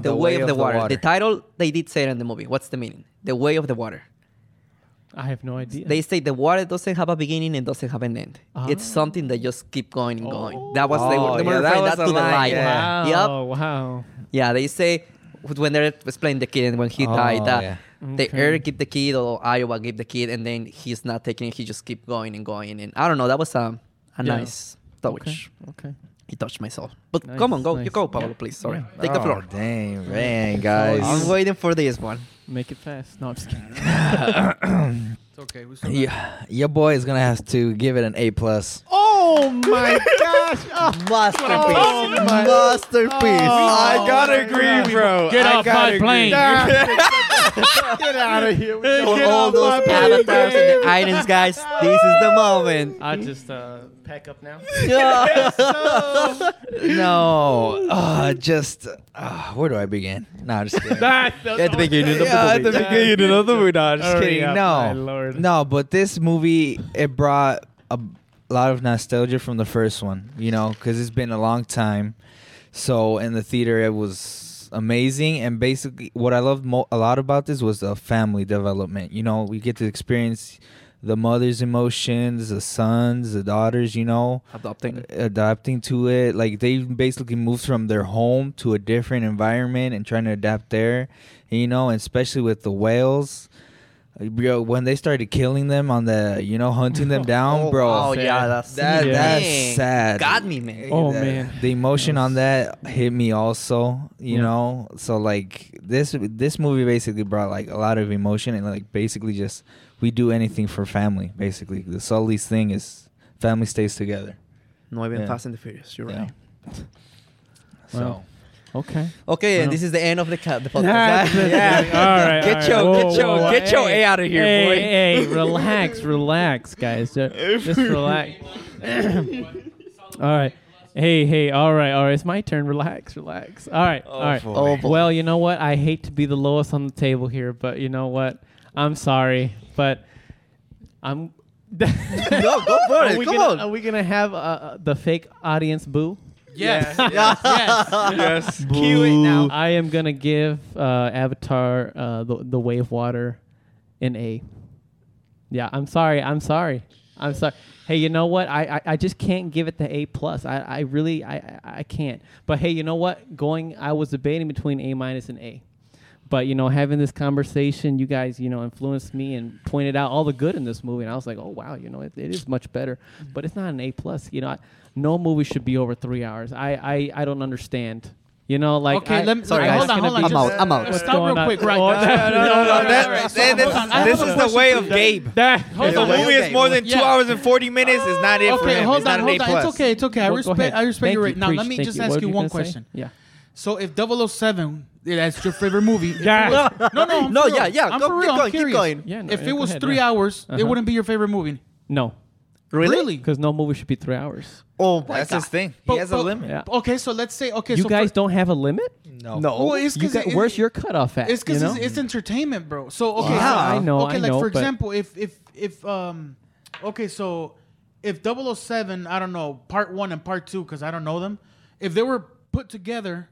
[SPEAKER 3] the, way, of the, water. The title they did say it in the movie. What's the meaning? The way of the water.
[SPEAKER 1] I have no idea.
[SPEAKER 3] They say the water doesn't have a beginning and doesn't have an end. It's something that just keep going and going. That was they
[SPEAKER 2] Ah. Oh,
[SPEAKER 3] were, they
[SPEAKER 2] yeah,
[SPEAKER 3] were
[SPEAKER 2] that
[SPEAKER 3] referring
[SPEAKER 2] was
[SPEAKER 3] that,
[SPEAKER 2] a
[SPEAKER 3] to the
[SPEAKER 2] line,
[SPEAKER 3] light.
[SPEAKER 2] yeah.
[SPEAKER 3] Yep.
[SPEAKER 1] Wow. Wow.
[SPEAKER 3] Yeah, they say when they're explaining the kid and when he
[SPEAKER 2] Oh,
[SPEAKER 3] died, that
[SPEAKER 2] yeah.
[SPEAKER 3] the air give the kid or Iowa give the kid, and then he's not taking it. He just keep going and going. And I don't know. That was um, a
[SPEAKER 1] Yeah.
[SPEAKER 3] nice touch.
[SPEAKER 1] Okay.
[SPEAKER 3] He touched myself. But
[SPEAKER 1] Nice,
[SPEAKER 3] come on, go.
[SPEAKER 1] nice.
[SPEAKER 3] You go, Pablo, please. Sorry.
[SPEAKER 1] Yeah.
[SPEAKER 3] Take the
[SPEAKER 2] Oh,
[SPEAKER 3] floor.
[SPEAKER 2] Dang, man, guys.
[SPEAKER 3] I'm waiting for this one.
[SPEAKER 1] Make it fast. No, I'm just kidding.
[SPEAKER 4] It's okay. We still got-
[SPEAKER 2] Yeah, your boy is gonna have to give it an A plus.
[SPEAKER 1] Oh my gosh.
[SPEAKER 3] Masterpiece.
[SPEAKER 1] Oh, my-
[SPEAKER 3] Masterpiece.
[SPEAKER 2] I gotta agree, bro.
[SPEAKER 4] Get
[SPEAKER 2] I
[SPEAKER 4] off
[SPEAKER 2] gotta
[SPEAKER 4] my
[SPEAKER 2] agree.
[SPEAKER 4] plane.
[SPEAKER 5] Get out of here.
[SPEAKER 3] For all those avatars and the items, guys, this is the moment.
[SPEAKER 1] I just uh, pack up now.
[SPEAKER 2] No, uh, just uh, where do I begin? No, I'm just kidding.
[SPEAKER 3] At the beginning of the
[SPEAKER 2] yeah, at
[SPEAKER 3] movie.
[SPEAKER 2] the beginning of the movie. No, I'm just
[SPEAKER 1] Hurry
[SPEAKER 2] kidding.
[SPEAKER 1] up,
[SPEAKER 2] no,
[SPEAKER 1] my lord.
[SPEAKER 2] no, but this movie it brought a lot of nostalgia from the first one, you know, because it's been a long time. So in the theater, it was amazing, and basically, what I loved mo- a lot about this was the family development. You know, we get to experience the mother's emotions, the sons, the daughters. You know,
[SPEAKER 3] Adopting.
[SPEAKER 2] Uh, adapting to it. Like they basically moved from their home to a different environment and trying to adapt there, you know, and especially with the whales. Bro, when they started killing them on the, you know, hunting them down,
[SPEAKER 3] Oh,
[SPEAKER 2] bro.
[SPEAKER 3] Oh, yeah, that's
[SPEAKER 2] That,
[SPEAKER 1] Yeah.
[SPEAKER 2] That's
[SPEAKER 3] Dang.
[SPEAKER 2] sad.
[SPEAKER 3] Got me, man.
[SPEAKER 1] Oh,
[SPEAKER 2] That-
[SPEAKER 1] man.
[SPEAKER 2] the emotion on that hit me also. You
[SPEAKER 1] Yeah.
[SPEAKER 2] know, so like this this movie basically brought like a lot of emotion and like basically just we do anything for family. Basically, the Sully's thing is family stays together.
[SPEAKER 3] No, I've been
[SPEAKER 2] Yeah.
[SPEAKER 3] Fast and the Furious. You're right.
[SPEAKER 2] So
[SPEAKER 1] Wow. Okay.
[SPEAKER 3] Okay, and
[SPEAKER 1] Well.
[SPEAKER 3] this is the end of the, ca- the
[SPEAKER 1] That's
[SPEAKER 3] podcast.
[SPEAKER 1] the- All right.
[SPEAKER 2] Get your-
[SPEAKER 1] all right.
[SPEAKER 2] get your- get your
[SPEAKER 1] hey,
[SPEAKER 2] A out of here,
[SPEAKER 1] hey,
[SPEAKER 2] boy.
[SPEAKER 1] Hey, relax, relax, guys. Ju- Just relax. all right. Hey, hey. All right, all right. It's my turn. Relax, relax. All right, all right.
[SPEAKER 3] Oh, boy.
[SPEAKER 1] Well, you know what? I hate to be the lowest on the table here, but you know what? I'm sorry, but I'm. no,
[SPEAKER 3] no, go for it.
[SPEAKER 1] we
[SPEAKER 3] Come
[SPEAKER 1] gonna,
[SPEAKER 3] on.
[SPEAKER 1] Are we gonna have uh, uh, the fake audience boo?
[SPEAKER 4] Yes. Yes. yes.
[SPEAKER 2] yes.
[SPEAKER 3] Cue it now.
[SPEAKER 1] I am gonna give uh, Avatar uh, the the Wave Water an A. Yeah, I'm sorry. I'm sorry. I'm sorry. Hey, you know what? I, I, I just can't give it the A plus. I, I really I, I I can't. But hey, you know what? Going, I was debating between A minus and A. But you know, having this conversation, you guys, you know, influenced me and pointed out all the good in this movie, and I was like, oh wow, you know, it, it is much better. But it's not an A plus. You know, I, no movie should be over three hours. I I, I don't understand. You know, like
[SPEAKER 4] okay.
[SPEAKER 1] I-
[SPEAKER 4] let me.
[SPEAKER 3] Sorry,
[SPEAKER 4] hold
[SPEAKER 3] guys.
[SPEAKER 4] on. Hold on.
[SPEAKER 3] I'm
[SPEAKER 4] just-
[SPEAKER 3] out. I'm out.
[SPEAKER 4] uh,
[SPEAKER 1] What's
[SPEAKER 4] Stop
[SPEAKER 1] going
[SPEAKER 4] real
[SPEAKER 1] on?
[SPEAKER 4] quick. Right.
[SPEAKER 1] Oh, no,
[SPEAKER 4] now.
[SPEAKER 1] no, no,
[SPEAKER 4] All right,
[SPEAKER 1] that-
[SPEAKER 4] all right, so
[SPEAKER 2] that-
[SPEAKER 4] hold
[SPEAKER 2] this-
[SPEAKER 4] on. I have
[SPEAKER 2] this
[SPEAKER 4] a
[SPEAKER 2] is the
[SPEAKER 4] question
[SPEAKER 2] way
[SPEAKER 4] for
[SPEAKER 2] of
[SPEAKER 4] you.
[SPEAKER 2] Gabe.
[SPEAKER 1] That- hold
[SPEAKER 2] The
[SPEAKER 1] on.
[SPEAKER 3] way of
[SPEAKER 2] movie is
[SPEAKER 3] Gabe.
[SPEAKER 2] more than two
[SPEAKER 4] Yeah.
[SPEAKER 2] hours and forty minutes. It's not it for
[SPEAKER 4] Okay,
[SPEAKER 2] him.
[SPEAKER 4] hold
[SPEAKER 2] it's not
[SPEAKER 4] on,
[SPEAKER 2] an
[SPEAKER 4] hold
[SPEAKER 2] A
[SPEAKER 4] on.
[SPEAKER 2] plus.
[SPEAKER 4] It's okay, it's okay. I
[SPEAKER 1] Well, go ahead.
[SPEAKER 4] respect, I respect
[SPEAKER 1] Thank
[SPEAKER 4] you right now. Let
[SPEAKER 1] Preach.
[SPEAKER 4] me
[SPEAKER 1] Thank
[SPEAKER 4] just
[SPEAKER 1] you.
[SPEAKER 4] ask
[SPEAKER 1] What
[SPEAKER 4] you
[SPEAKER 1] were
[SPEAKER 4] one
[SPEAKER 1] gonna say?
[SPEAKER 4] question.
[SPEAKER 1] Yeah.
[SPEAKER 4] So if 007, yeah, that's your favorite movie. if it
[SPEAKER 1] Yeah.
[SPEAKER 4] was- no, no, I'm
[SPEAKER 3] No,
[SPEAKER 4] for real.
[SPEAKER 3] yeah, yeah,
[SPEAKER 4] I'm
[SPEAKER 3] go-
[SPEAKER 4] for
[SPEAKER 3] keep
[SPEAKER 4] real. I'm
[SPEAKER 3] going, keep
[SPEAKER 4] curious.
[SPEAKER 3] going.
[SPEAKER 1] Yeah, no,
[SPEAKER 4] if
[SPEAKER 1] yeah,
[SPEAKER 4] it
[SPEAKER 1] go
[SPEAKER 4] was
[SPEAKER 1] ahead,
[SPEAKER 4] three
[SPEAKER 1] yeah.
[SPEAKER 4] hours, it
[SPEAKER 1] Uh-huh.
[SPEAKER 4] wouldn't be your favorite movie.
[SPEAKER 1] No.
[SPEAKER 3] Really?
[SPEAKER 1] because no movie should be three hours.
[SPEAKER 3] Oh my
[SPEAKER 2] That's
[SPEAKER 3] god.
[SPEAKER 2] his thing.
[SPEAKER 4] But-
[SPEAKER 2] he has a
[SPEAKER 4] but-
[SPEAKER 2] limit.
[SPEAKER 1] Yeah.
[SPEAKER 4] Okay, so let's say okay.
[SPEAKER 1] you
[SPEAKER 4] so
[SPEAKER 1] guys
[SPEAKER 4] for-
[SPEAKER 1] don't have a limit.
[SPEAKER 2] No.
[SPEAKER 3] No.
[SPEAKER 4] Well, it's
[SPEAKER 1] You
[SPEAKER 4] 'cause
[SPEAKER 1] got,
[SPEAKER 4] it-
[SPEAKER 1] where's your cutoff at?
[SPEAKER 4] It's because
[SPEAKER 1] you know?
[SPEAKER 4] it's, it's entertainment, bro. So okay,
[SPEAKER 3] Yeah,
[SPEAKER 4] so-
[SPEAKER 3] I
[SPEAKER 1] know,
[SPEAKER 4] Okay,
[SPEAKER 1] I
[SPEAKER 4] like
[SPEAKER 1] know,
[SPEAKER 4] for
[SPEAKER 1] but-
[SPEAKER 4] example, if if if um, okay, so if 007, I don't know, part one and part two, because I don't know them. If they were put together,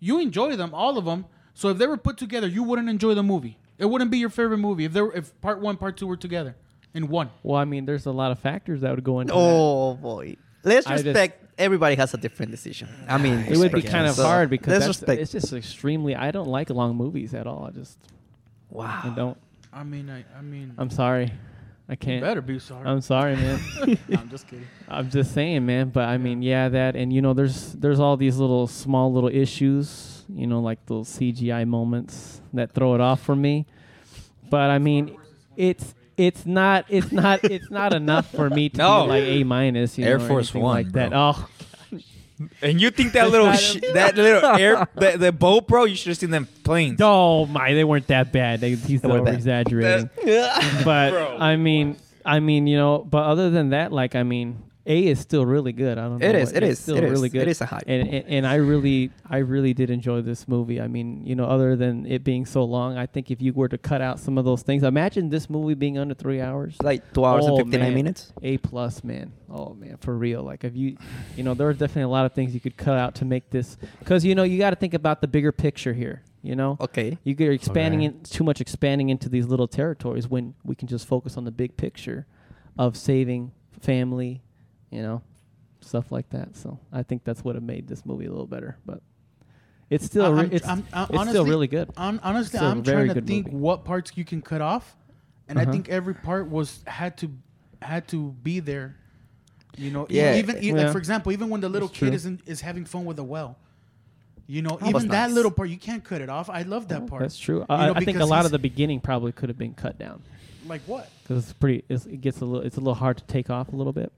[SPEAKER 4] you enjoy them, all of them. So if they were put together, you wouldn't enjoy the movie. It wouldn't be your favorite movie if they were, if part one, part two were together in one.
[SPEAKER 1] well, I mean, there's a lot of factors that would go into. that.
[SPEAKER 3] Oh boy. Let's
[SPEAKER 1] I just-
[SPEAKER 3] respect everybody has a different decision. I mean,
[SPEAKER 1] It would be
[SPEAKER 3] yeah,
[SPEAKER 1] kind of
[SPEAKER 3] so
[SPEAKER 1] hard because
[SPEAKER 3] let's
[SPEAKER 1] that's,
[SPEAKER 3] respect.
[SPEAKER 1] it's just extremely. I don't like long movies at all. I just I
[SPEAKER 3] wow.
[SPEAKER 1] don't.
[SPEAKER 4] I mean, I I mean,
[SPEAKER 1] I'm sorry, I
[SPEAKER 4] you
[SPEAKER 1] can't.
[SPEAKER 4] better be sorry.
[SPEAKER 1] I'm sorry, man.
[SPEAKER 4] No, I'm just kidding.
[SPEAKER 1] I'm just saying, man. But I mean, yeah, that and you know, there's there's all these little small little issues, you know, like those CGI moments that throw it off for me. But I mean, it's it's not it's not it's not enough for me to
[SPEAKER 2] No.
[SPEAKER 1] be like a minus. You
[SPEAKER 2] Air
[SPEAKER 1] know, or
[SPEAKER 2] Force
[SPEAKER 1] anything
[SPEAKER 2] One,
[SPEAKER 1] like that.
[SPEAKER 2] bro.
[SPEAKER 1] Oh,
[SPEAKER 2] And you think that little sh- that little air the, the boat, bro? You should have seen them planes.
[SPEAKER 1] oh my, they weren't that bad. They, he's
[SPEAKER 3] weren't
[SPEAKER 1] over
[SPEAKER 3] bad.
[SPEAKER 1] exaggerating.
[SPEAKER 3] Yeah.
[SPEAKER 1] but
[SPEAKER 2] Bro.
[SPEAKER 1] I mean, I mean, you know, but other than that, like, I mean, A is still really good. I don't. know
[SPEAKER 3] It is,
[SPEAKER 1] what-
[SPEAKER 3] it
[SPEAKER 1] it's
[SPEAKER 3] is,
[SPEAKER 1] Still
[SPEAKER 3] it is,
[SPEAKER 1] really good.
[SPEAKER 3] it is a hype.
[SPEAKER 1] And, and and I really, I really did enjoy this movie. I mean, you know, other than it being so long, I think if you were to cut out some of those things, imagine this movie being under three hours.
[SPEAKER 3] like 2 hours
[SPEAKER 1] Oh,
[SPEAKER 3] and 59
[SPEAKER 1] man.
[SPEAKER 3] minutes.
[SPEAKER 1] A plus, man. Oh man, for real. Like if you, you know, there are definitely a lot of things you could cut out to make this, because you know you got to think about the bigger picture here. You know,
[SPEAKER 3] Okay.
[SPEAKER 1] you get expanding in, too much expanding into these little territories when we can just focus on the big picture of saving family, you know, stuff like that. So I think that's what have made this movie a little better. But it's still
[SPEAKER 4] I'm-
[SPEAKER 1] re- it's,
[SPEAKER 4] I'm- I'm-
[SPEAKER 1] it's still
[SPEAKER 4] honestly-
[SPEAKER 1] really good.
[SPEAKER 4] Hon- honestly,
[SPEAKER 1] Still a
[SPEAKER 4] I'm
[SPEAKER 1] very
[SPEAKER 4] trying to
[SPEAKER 1] good
[SPEAKER 4] think
[SPEAKER 1] movie.
[SPEAKER 4] what parts you can cut off, and
[SPEAKER 1] Uh-huh.
[SPEAKER 4] I think every part was had to had to be there. You know, e-
[SPEAKER 2] Yeah.
[SPEAKER 4] even e-
[SPEAKER 1] Yeah.
[SPEAKER 4] like for example, even when the little
[SPEAKER 1] That's
[SPEAKER 4] kid
[SPEAKER 1] true.
[SPEAKER 4] is in, is having fun with the well, you know,
[SPEAKER 3] was
[SPEAKER 4] even that
[SPEAKER 3] nice.
[SPEAKER 4] little part you can't cut it off. I love that part.
[SPEAKER 1] Oh, That's true.
[SPEAKER 4] You
[SPEAKER 1] I,
[SPEAKER 4] know,
[SPEAKER 1] I think a
[SPEAKER 4] because
[SPEAKER 1] lot
[SPEAKER 4] he's-
[SPEAKER 1] of the beginning probably could have been cut down
[SPEAKER 4] like what
[SPEAKER 1] because it's pretty. It's, it gets a little. It's a little hard to take off a little bit.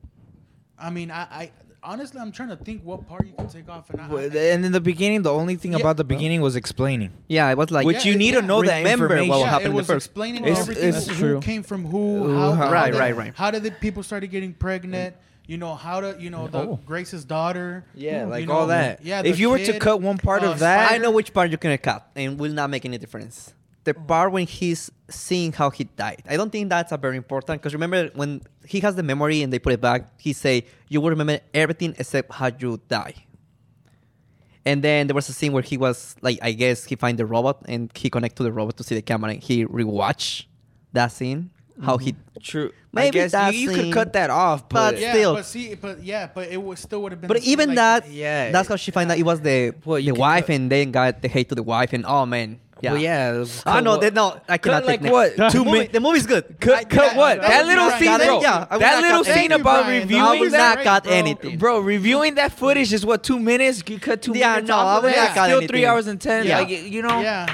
[SPEAKER 4] I mean. I, I honestly, I'm trying to think what part you can take off, and I,
[SPEAKER 2] Well, And in the beginning, the only thing
[SPEAKER 4] Yeah.
[SPEAKER 2] about the beginning was explaining.
[SPEAKER 3] Yeah, it was like
[SPEAKER 2] Which
[SPEAKER 4] you need to
[SPEAKER 2] know that
[SPEAKER 3] remember
[SPEAKER 2] information.
[SPEAKER 3] what
[SPEAKER 4] yeah,
[SPEAKER 3] happened
[SPEAKER 4] it
[SPEAKER 3] in
[SPEAKER 4] was
[SPEAKER 3] the first.
[SPEAKER 4] explaining
[SPEAKER 2] It's-
[SPEAKER 4] everything
[SPEAKER 2] it's
[SPEAKER 4] who
[SPEAKER 1] true.
[SPEAKER 4] came from who,
[SPEAKER 2] Ooh,
[SPEAKER 4] how,
[SPEAKER 2] how-
[SPEAKER 4] how
[SPEAKER 3] Right,
[SPEAKER 4] did-
[SPEAKER 3] right, right.
[SPEAKER 4] How did the people started getting pregnant? You know how to, you know, the
[SPEAKER 1] Oh.
[SPEAKER 4] Grace's daughter.
[SPEAKER 2] Yeah,
[SPEAKER 4] you
[SPEAKER 2] like
[SPEAKER 4] know,
[SPEAKER 2] all that.
[SPEAKER 4] Yeah,
[SPEAKER 2] If
[SPEAKER 4] the
[SPEAKER 2] you were to
[SPEAKER 4] kid, uh,
[SPEAKER 2] cut one part of that-
[SPEAKER 4] Spider-
[SPEAKER 3] I know which part you can cut and will not make any difference. The
[SPEAKER 2] Oh.
[SPEAKER 3] part when he's seeing how he died. I don't think that's a very important because remember when he has the memory and they put it back, he say you will remember everything except how you die. And then there was a scene where he was like, I guess he find the robot and he connect to the robot to see the camera and he rewatch that scene how he.
[SPEAKER 2] True.
[SPEAKER 3] Maybe
[SPEAKER 2] I guess
[SPEAKER 3] that
[SPEAKER 2] you, you could
[SPEAKER 3] scene-
[SPEAKER 2] cut that off, but,
[SPEAKER 3] But
[SPEAKER 4] yeah,
[SPEAKER 3] still.
[SPEAKER 4] but see, but yeah, but it would still would have been.
[SPEAKER 3] But
[SPEAKER 4] the same,
[SPEAKER 3] even
[SPEAKER 4] like,
[SPEAKER 3] that,
[SPEAKER 2] yeah.
[SPEAKER 3] that's how she find out it was the
[SPEAKER 2] Well, you
[SPEAKER 3] the
[SPEAKER 2] can
[SPEAKER 3] wife
[SPEAKER 2] cut-
[SPEAKER 3] and then got the hate to the wife and oh man, yeah,
[SPEAKER 2] yeah. Well, yeah.
[SPEAKER 3] I
[SPEAKER 2] cut
[SPEAKER 3] know
[SPEAKER 2] what-
[SPEAKER 3] that no, I cannot
[SPEAKER 2] Cut
[SPEAKER 3] take
[SPEAKER 2] like
[SPEAKER 3] next.
[SPEAKER 2] what?
[SPEAKER 3] The
[SPEAKER 2] Two
[SPEAKER 3] movie-
[SPEAKER 2] minutes.
[SPEAKER 3] The movie's good. I-
[SPEAKER 2] Cut, cut
[SPEAKER 4] that-
[SPEAKER 2] what?
[SPEAKER 4] that
[SPEAKER 2] That
[SPEAKER 4] was
[SPEAKER 2] little
[SPEAKER 4] right.
[SPEAKER 2] scene,
[SPEAKER 4] Got it?
[SPEAKER 2] bro.
[SPEAKER 3] Yeah, I would
[SPEAKER 2] that
[SPEAKER 3] not
[SPEAKER 2] little
[SPEAKER 3] cut
[SPEAKER 2] scene
[SPEAKER 4] anything.
[SPEAKER 2] about
[SPEAKER 4] Thank you, Brian.
[SPEAKER 3] I
[SPEAKER 2] reviewing
[SPEAKER 3] would
[SPEAKER 2] that.
[SPEAKER 3] not cut
[SPEAKER 4] Bro.
[SPEAKER 3] anything.
[SPEAKER 2] Bro, reviewing that footage is what two minutes. You cut two
[SPEAKER 3] Yeah,
[SPEAKER 2] minutes
[SPEAKER 3] no, I
[SPEAKER 2] off of
[SPEAKER 3] would
[SPEAKER 2] that.
[SPEAKER 3] not cut
[SPEAKER 2] Still three
[SPEAKER 3] anything.
[SPEAKER 2] hours and ten.
[SPEAKER 3] Yeah.
[SPEAKER 2] Like you know.
[SPEAKER 4] Yeah,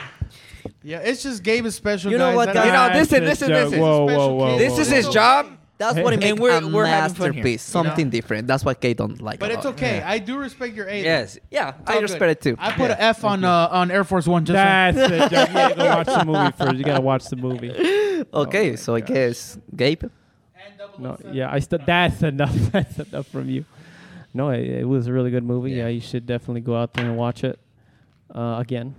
[SPEAKER 4] yeah, it's just Gabe is special.
[SPEAKER 3] You know
[SPEAKER 4] guys.
[SPEAKER 3] what,
[SPEAKER 4] That-
[SPEAKER 3] guys?
[SPEAKER 2] You know, this is
[SPEAKER 1] That's
[SPEAKER 2] this
[SPEAKER 1] a
[SPEAKER 2] is this
[SPEAKER 1] joke.
[SPEAKER 2] is.
[SPEAKER 1] Whoa,
[SPEAKER 4] Special
[SPEAKER 1] whoa, whoa,
[SPEAKER 4] kid.
[SPEAKER 2] This
[SPEAKER 1] whoa,
[SPEAKER 2] is
[SPEAKER 1] whoa.
[SPEAKER 2] his job.
[SPEAKER 3] That's what
[SPEAKER 2] And
[SPEAKER 3] it makes
[SPEAKER 2] we're-
[SPEAKER 3] a
[SPEAKER 2] we're having fun here.
[SPEAKER 3] masterpiece. Something
[SPEAKER 4] Yeah.
[SPEAKER 3] different. That's what Kate don't like.
[SPEAKER 4] But it's
[SPEAKER 3] about it.
[SPEAKER 4] okay. I do respect your A. though.
[SPEAKER 2] Oh, Yes.
[SPEAKER 3] Yeah,
[SPEAKER 4] It's
[SPEAKER 3] I
[SPEAKER 4] all good.
[SPEAKER 3] respect it too.
[SPEAKER 4] I put an F on uh, on Air Force One. Just so-
[SPEAKER 1] That's it. You gotta go watch the movie first. You gotta watch the movie.
[SPEAKER 3] okay,
[SPEAKER 1] Oh my
[SPEAKER 3] so I
[SPEAKER 1] gosh.
[SPEAKER 3] guess Gabe.
[SPEAKER 4] And 007.
[SPEAKER 1] No, yeah, I st- that's enough. That's enough from you. No, it, it was a really good movie. Yeah.
[SPEAKER 2] Yeah.
[SPEAKER 1] you should definitely go out there and watch it uh, again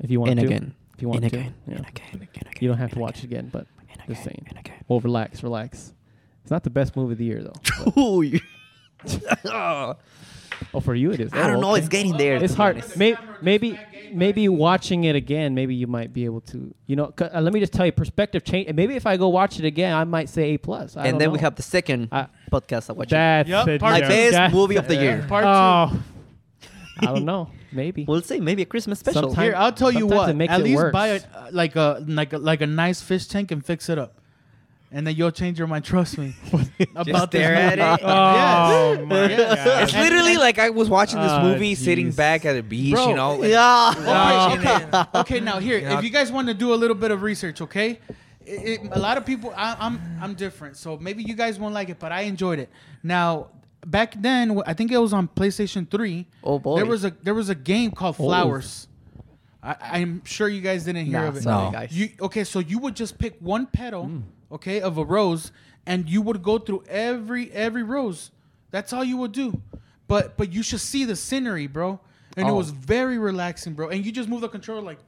[SPEAKER 1] if you want
[SPEAKER 3] And
[SPEAKER 1] to.
[SPEAKER 3] again.
[SPEAKER 1] if you want
[SPEAKER 3] And
[SPEAKER 1] to,
[SPEAKER 3] again.
[SPEAKER 1] yeah.
[SPEAKER 3] And again. And again.
[SPEAKER 1] you don't have to
[SPEAKER 3] And
[SPEAKER 1] watch it
[SPEAKER 3] again.
[SPEAKER 1] again. But
[SPEAKER 3] And again.
[SPEAKER 1] just saying,
[SPEAKER 3] And again.
[SPEAKER 1] well, relax, relax. It's not the best movie of the year though. but-
[SPEAKER 3] Ooh. I
[SPEAKER 1] oh, for you it is. Oh,
[SPEAKER 3] don't know.
[SPEAKER 1] okay.
[SPEAKER 3] It's getting there. to
[SPEAKER 1] It's
[SPEAKER 3] be
[SPEAKER 1] hard.
[SPEAKER 3] honest.
[SPEAKER 1] Maybe, maybe, maybe watching it again. Maybe you might be able to. You know, 'cause, uh, let me just tell you, perspective change. and Maybe if I go watch it again, I might say A plus. I
[SPEAKER 3] And
[SPEAKER 1] don't
[SPEAKER 3] then
[SPEAKER 1] know.
[SPEAKER 3] we have the second
[SPEAKER 1] I-
[SPEAKER 3] podcast I watched.
[SPEAKER 1] That's
[SPEAKER 4] Yup,
[SPEAKER 1] it,
[SPEAKER 4] part
[SPEAKER 3] My
[SPEAKER 1] yeah.
[SPEAKER 4] two.
[SPEAKER 3] best
[SPEAKER 1] That's-
[SPEAKER 3] movie of the year.
[SPEAKER 4] Part two.
[SPEAKER 1] Oh, I don't know. Maybe.
[SPEAKER 3] We'll say maybe a Christmas special.
[SPEAKER 1] Sometime-
[SPEAKER 4] Here, I'll tell you
[SPEAKER 1] Sometimes it
[SPEAKER 4] what.
[SPEAKER 1] makes
[SPEAKER 4] At
[SPEAKER 1] it
[SPEAKER 4] least
[SPEAKER 1] worse.
[SPEAKER 4] buy a uh, like a like a, like a nice fish tank and fix it up, and then you'll change your mind. Trust me. about
[SPEAKER 2] Just stare at
[SPEAKER 4] this movie.
[SPEAKER 2] it.
[SPEAKER 1] Oh,
[SPEAKER 4] Yes.
[SPEAKER 1] my
[SPEAKER 4] Yes.
[SPEAKER 1] God.
[SPEAKER 2] It's
[SPEAKER 4] And-
[SPEAKER 2] literally
[SPEAKER 4] and-
[SPEAKER 2] like I was watching this
[SPEAKER 1] Ah,
[SPEAKER 2] movie
[SPEAKER 1] jeez.
[SPEAKER 2] sitting back at a beach,
[SPEAKER 4] Bro,
[SPEAKER 2] you know. like-
[SPEAKER 3] yeah.
[SPEAKER 2] Oh,
[SPEAKER 4] Okay, okay. okay, now here,
[SPEAKER 2] Yeah.
[SPEAKER 4] if you guys want to do a little bit of research, okay? It, it- a lot of people, I, I'm I'm different, so maybe you guys won't like it, but I enjoyed it. Now, back then, wh- I think it was on PlayStation Three.
[SPEAKER 3] Oh, boy. Oh.
[SPEAKER 4] there was a there was a game called Flowers. I, I'm sure you guys didn't hear
[SPEAKER 3] Nah,
[SPEAKER 4] of it.
[SPEAKER 3] sorry,
[SPEAKER 2] No.
[SPEAKER 3] guys.
[SPEAKER 4] You okay? So you would just pick one petal, okay, of a rose, and you would go through every every rose. That's all you would do. But but you should see the scenery, bro. And it
[SPEAKER 2] Oh.
[SPEAKER 4] was very relaxing, bro. And you just move the controller like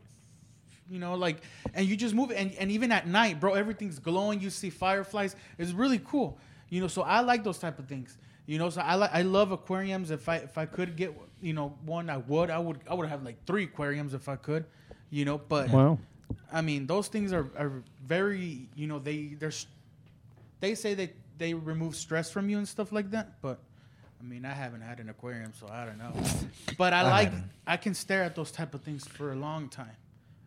[SPEAKER 4] you know, like and you just move it. and, and even at night, bro, everything's glowing, you see fireflies. It's really cool. You know, so I like those type of things. You know, so I like I love aquariums. If I if I could get you know one, I would. I would I would have like three aquariums if I could. You know, but
[SPEAKER 1] Wow.
[SPEAKER 4] I mean, those things are, are very, you know, they they're, s- they say that they remove stress from you and stuff like that. But I mean, I haven't had an aquarium, so I don't know. but I like I can stare at those type of things for a long time.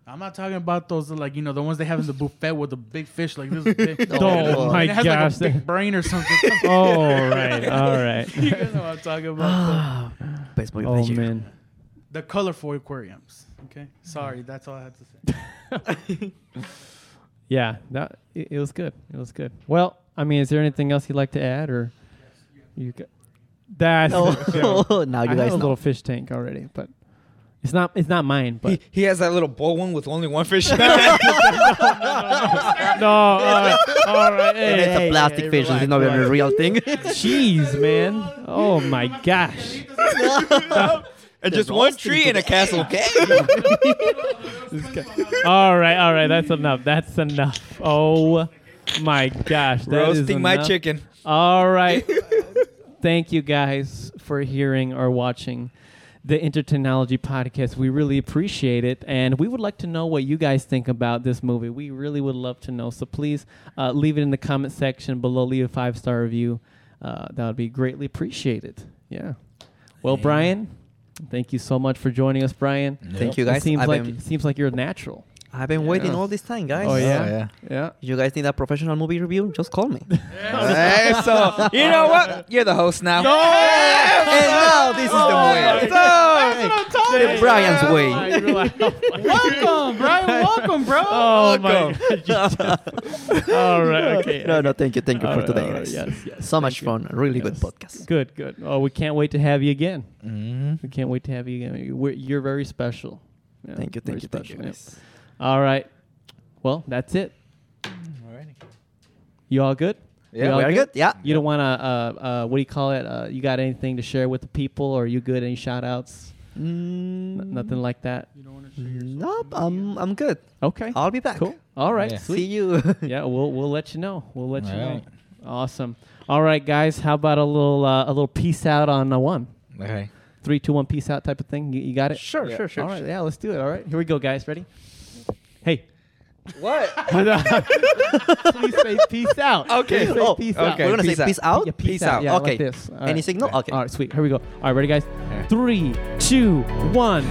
[SPEAKER 4] I'm not talking about those like you know the ones they have in the buffet with the big fish like this. Big,
[SPEAKER 1] Oh, my
[SPEAKER 4] and it has
[SPEAKER 1] gosh.
[SPEAKER 4] like a big brain or something.
[SPEAKER 1] all right. All right.
[SPEAKER 4] you guys know what I'm talking about.
[SPEAKER 3] Baseball
[SPEAKER 1] Oh man.
[SPEAKER 4] the colorful aquariums. Okay, sorry, that's all I had to say.
[SPEAKER 1] Yeah, that it, it was good. It was good. Well, I mean, is there anything else you'd like to add, or you got that's
[SPEAKER 3] No, Oh, now you
[SPEAKER 1] I have
[SPEAKER 3] guys
[SPEAKER 1] a little
[SPEAKER 3] know.
[SPEAKER 1] fish tank already, but it's not it's not mine. But
[SPEAKER 2] he, he has that little bowl one with only one fish. in it.
[SPEAKER 1] no, all right, all right.
[SPEAKER 3] And
[SPEAKER 1] Hey,
[SPEAKER 3] it's
[SPEAKER 1] hey,
[SPEAKER 3] a plastic
[SPEAKER 1] hey,
[SPEAKER 3] fish.
[SPEAKER 1] relax,
[SPEAKER 3] it's not even a
[SPEAKER 1] relax.
[SPEAKER 3] real thing.
[SPEAKER 1] Jeez, man. Oh my gosh.
[SPEAKER 2] and just one tree and a castle.
[SPEAKER 1] All right, all right. That's enough. That's enough. Oh my gosh. that is
[SPEAKER 2] Roasting my
[SPEAKER 1] enough.
[SPEAKER 2] chicken.
[SPEAKER 1] All right. Thank you guys for hearing or watching the Intertechnology podcast. We really appreciate it. And we would like to know what you guys think about this movie. We really would love to know. So please uh, leave it in the comment section below. Leave a five star review. Uh, that would be greatly appreciated. Yeah. Well, Brian, thank you so much for joining us, Brian.
[SPEAKER 3] Thank you
[SPEAKER 1] It
[SPEAKER 3] guys.
[SPEAKER 1] seems
[SPEAKER 3] I've
[SPEAKER 1] like
[SPEAKER 3] been,
[SPEAKER 1] it seems like you're a natural.
[SPEAKER 3] I've been waiting all this time, guys.
[SPEAKER 1] Oh, yeah?
[SPEAKER 2] yeah.
[SPEAKER 1] Yeah.
[SPEAKER 3] You guys need a professional movie review? Just call me. and
[SPEAKER 1] Oh,
[SPEAKER 2] Hey, so you know what? You're the host now.
[SPEAKER 3] now this is the way. The Brian's way.
[SPEAKER 4] Welcome, Brian. Welcome, bro.
[SPEAKER 1] Oh my God. All right. Okay.
[SPEAKER 3] No, no, thank you, thank you
[SPEAKER 1] All
[SPEAKER 3] for
[SPEAKER 1] right,
[SPEAKER 3] today,
[SPEAKER 1] all right,
[SPEAKER 3] guys.
[SPEAKER 1] yes, yes,
[SPEAKER 3] so much
[SPEAKER 1] you.
[SPEAKER 3] fun. Really good
[SPEAKER 1] Yes.
[SPEAKER 3] podcast.
[SPEAKER 1] Good, good. Oh, we can't wait to have you again.
[SPEAKER 2] Mm-hmm.
[SPEAKER 1] We can't wait to have you again. We're, you're very special. Yeah,
[SPEAKER 3] Thank you,
[SPEAKER 1] very
[SPEAKER 3] thank you, thank you,
[SPEAKER 1] special, yeah.
[SPEAKER 3] guys.
[SPEAKER 1] All right. Well, that's it.
[SPEAKER 2] Alrighty.
[SPEAKER 1] You all good?
[SPEAKER 2] Yeah,
[SPEAKER 1] You all
[SPEAKER 3] We are good. Yeah.
[SPEAKER 1] You don't want to, uh, uh, what do you call it? Uh, you got anything to share with the people? Or you good? Any shout outs?
[SPEAKER 3] Mm,
[SPEAKER 1] Nothing like that?
[SPEAKER 4] You don't want to
[SPEAKER 3] Nope. I'm I'm good.
[SPEAKER 1] Okay.
[SPEAKER 3] I'll be back.
[SPEAKER 1] Cool. All right.
[SPEAKER 2] Yeah.
[SPEAKER 1] Sweet.
[SPEAKER 3] See you.
[SPEAKER 1] yeah, we'll we'll let you know. We'll let you
[SPEAKER 2] All
[SPEAKER 1] know.
[SPEAKER 2] right.
[SPEAKER 1] Awesome. All right, guys. How about a little uh, a little peace out on uh, one,
[SPEAKER 2] Okay.
[SPEAKER 1] three, two, one, peace out type of thing. You, you got it?
[SPEAKER 3] Sure,
[SPEAKER 2] Yeah.
[SPEAKER 3] sure, sure.
[SPEAKER 1] All right. Yeah, let's do it. All right. Here we go, guys. Ready? Hey.
[SPEAKER 2] What?
[SPEAKER 1] Please say peace out.
[SPEAKER 2] Okay.
[SPEAKER 1] Please say
[SPEAKER 3] Oh,
[SPEAKER 1] peace
[SPEAKER 2] okay.
[SPEAKER 1] out.
[SPEAKER 3] We're gonna
[SPEAKER 2] peace
[SPEAKER 3] say
[SPEAKER 2] out.
[SPEAKER 3] peace out.
[SPEAKER 1] Yeah,
[SPEAKER 2] peace out.
[SPEAKER 1] Yeah,
[SPEAKER 3] okay.
[SPEAKER 1] Like this. All
[SPEAKER 3] Any
[SPEAKER 1] right.
[SPEAKER 3] signal? Okay.
[SPEAKER 1] All right. Sweet. Here we go. All right. Ready, guys?
[SPEAKER 2] right.
[SPEAKER 3] Ah!
[SPEAKER 1] Three, two, one.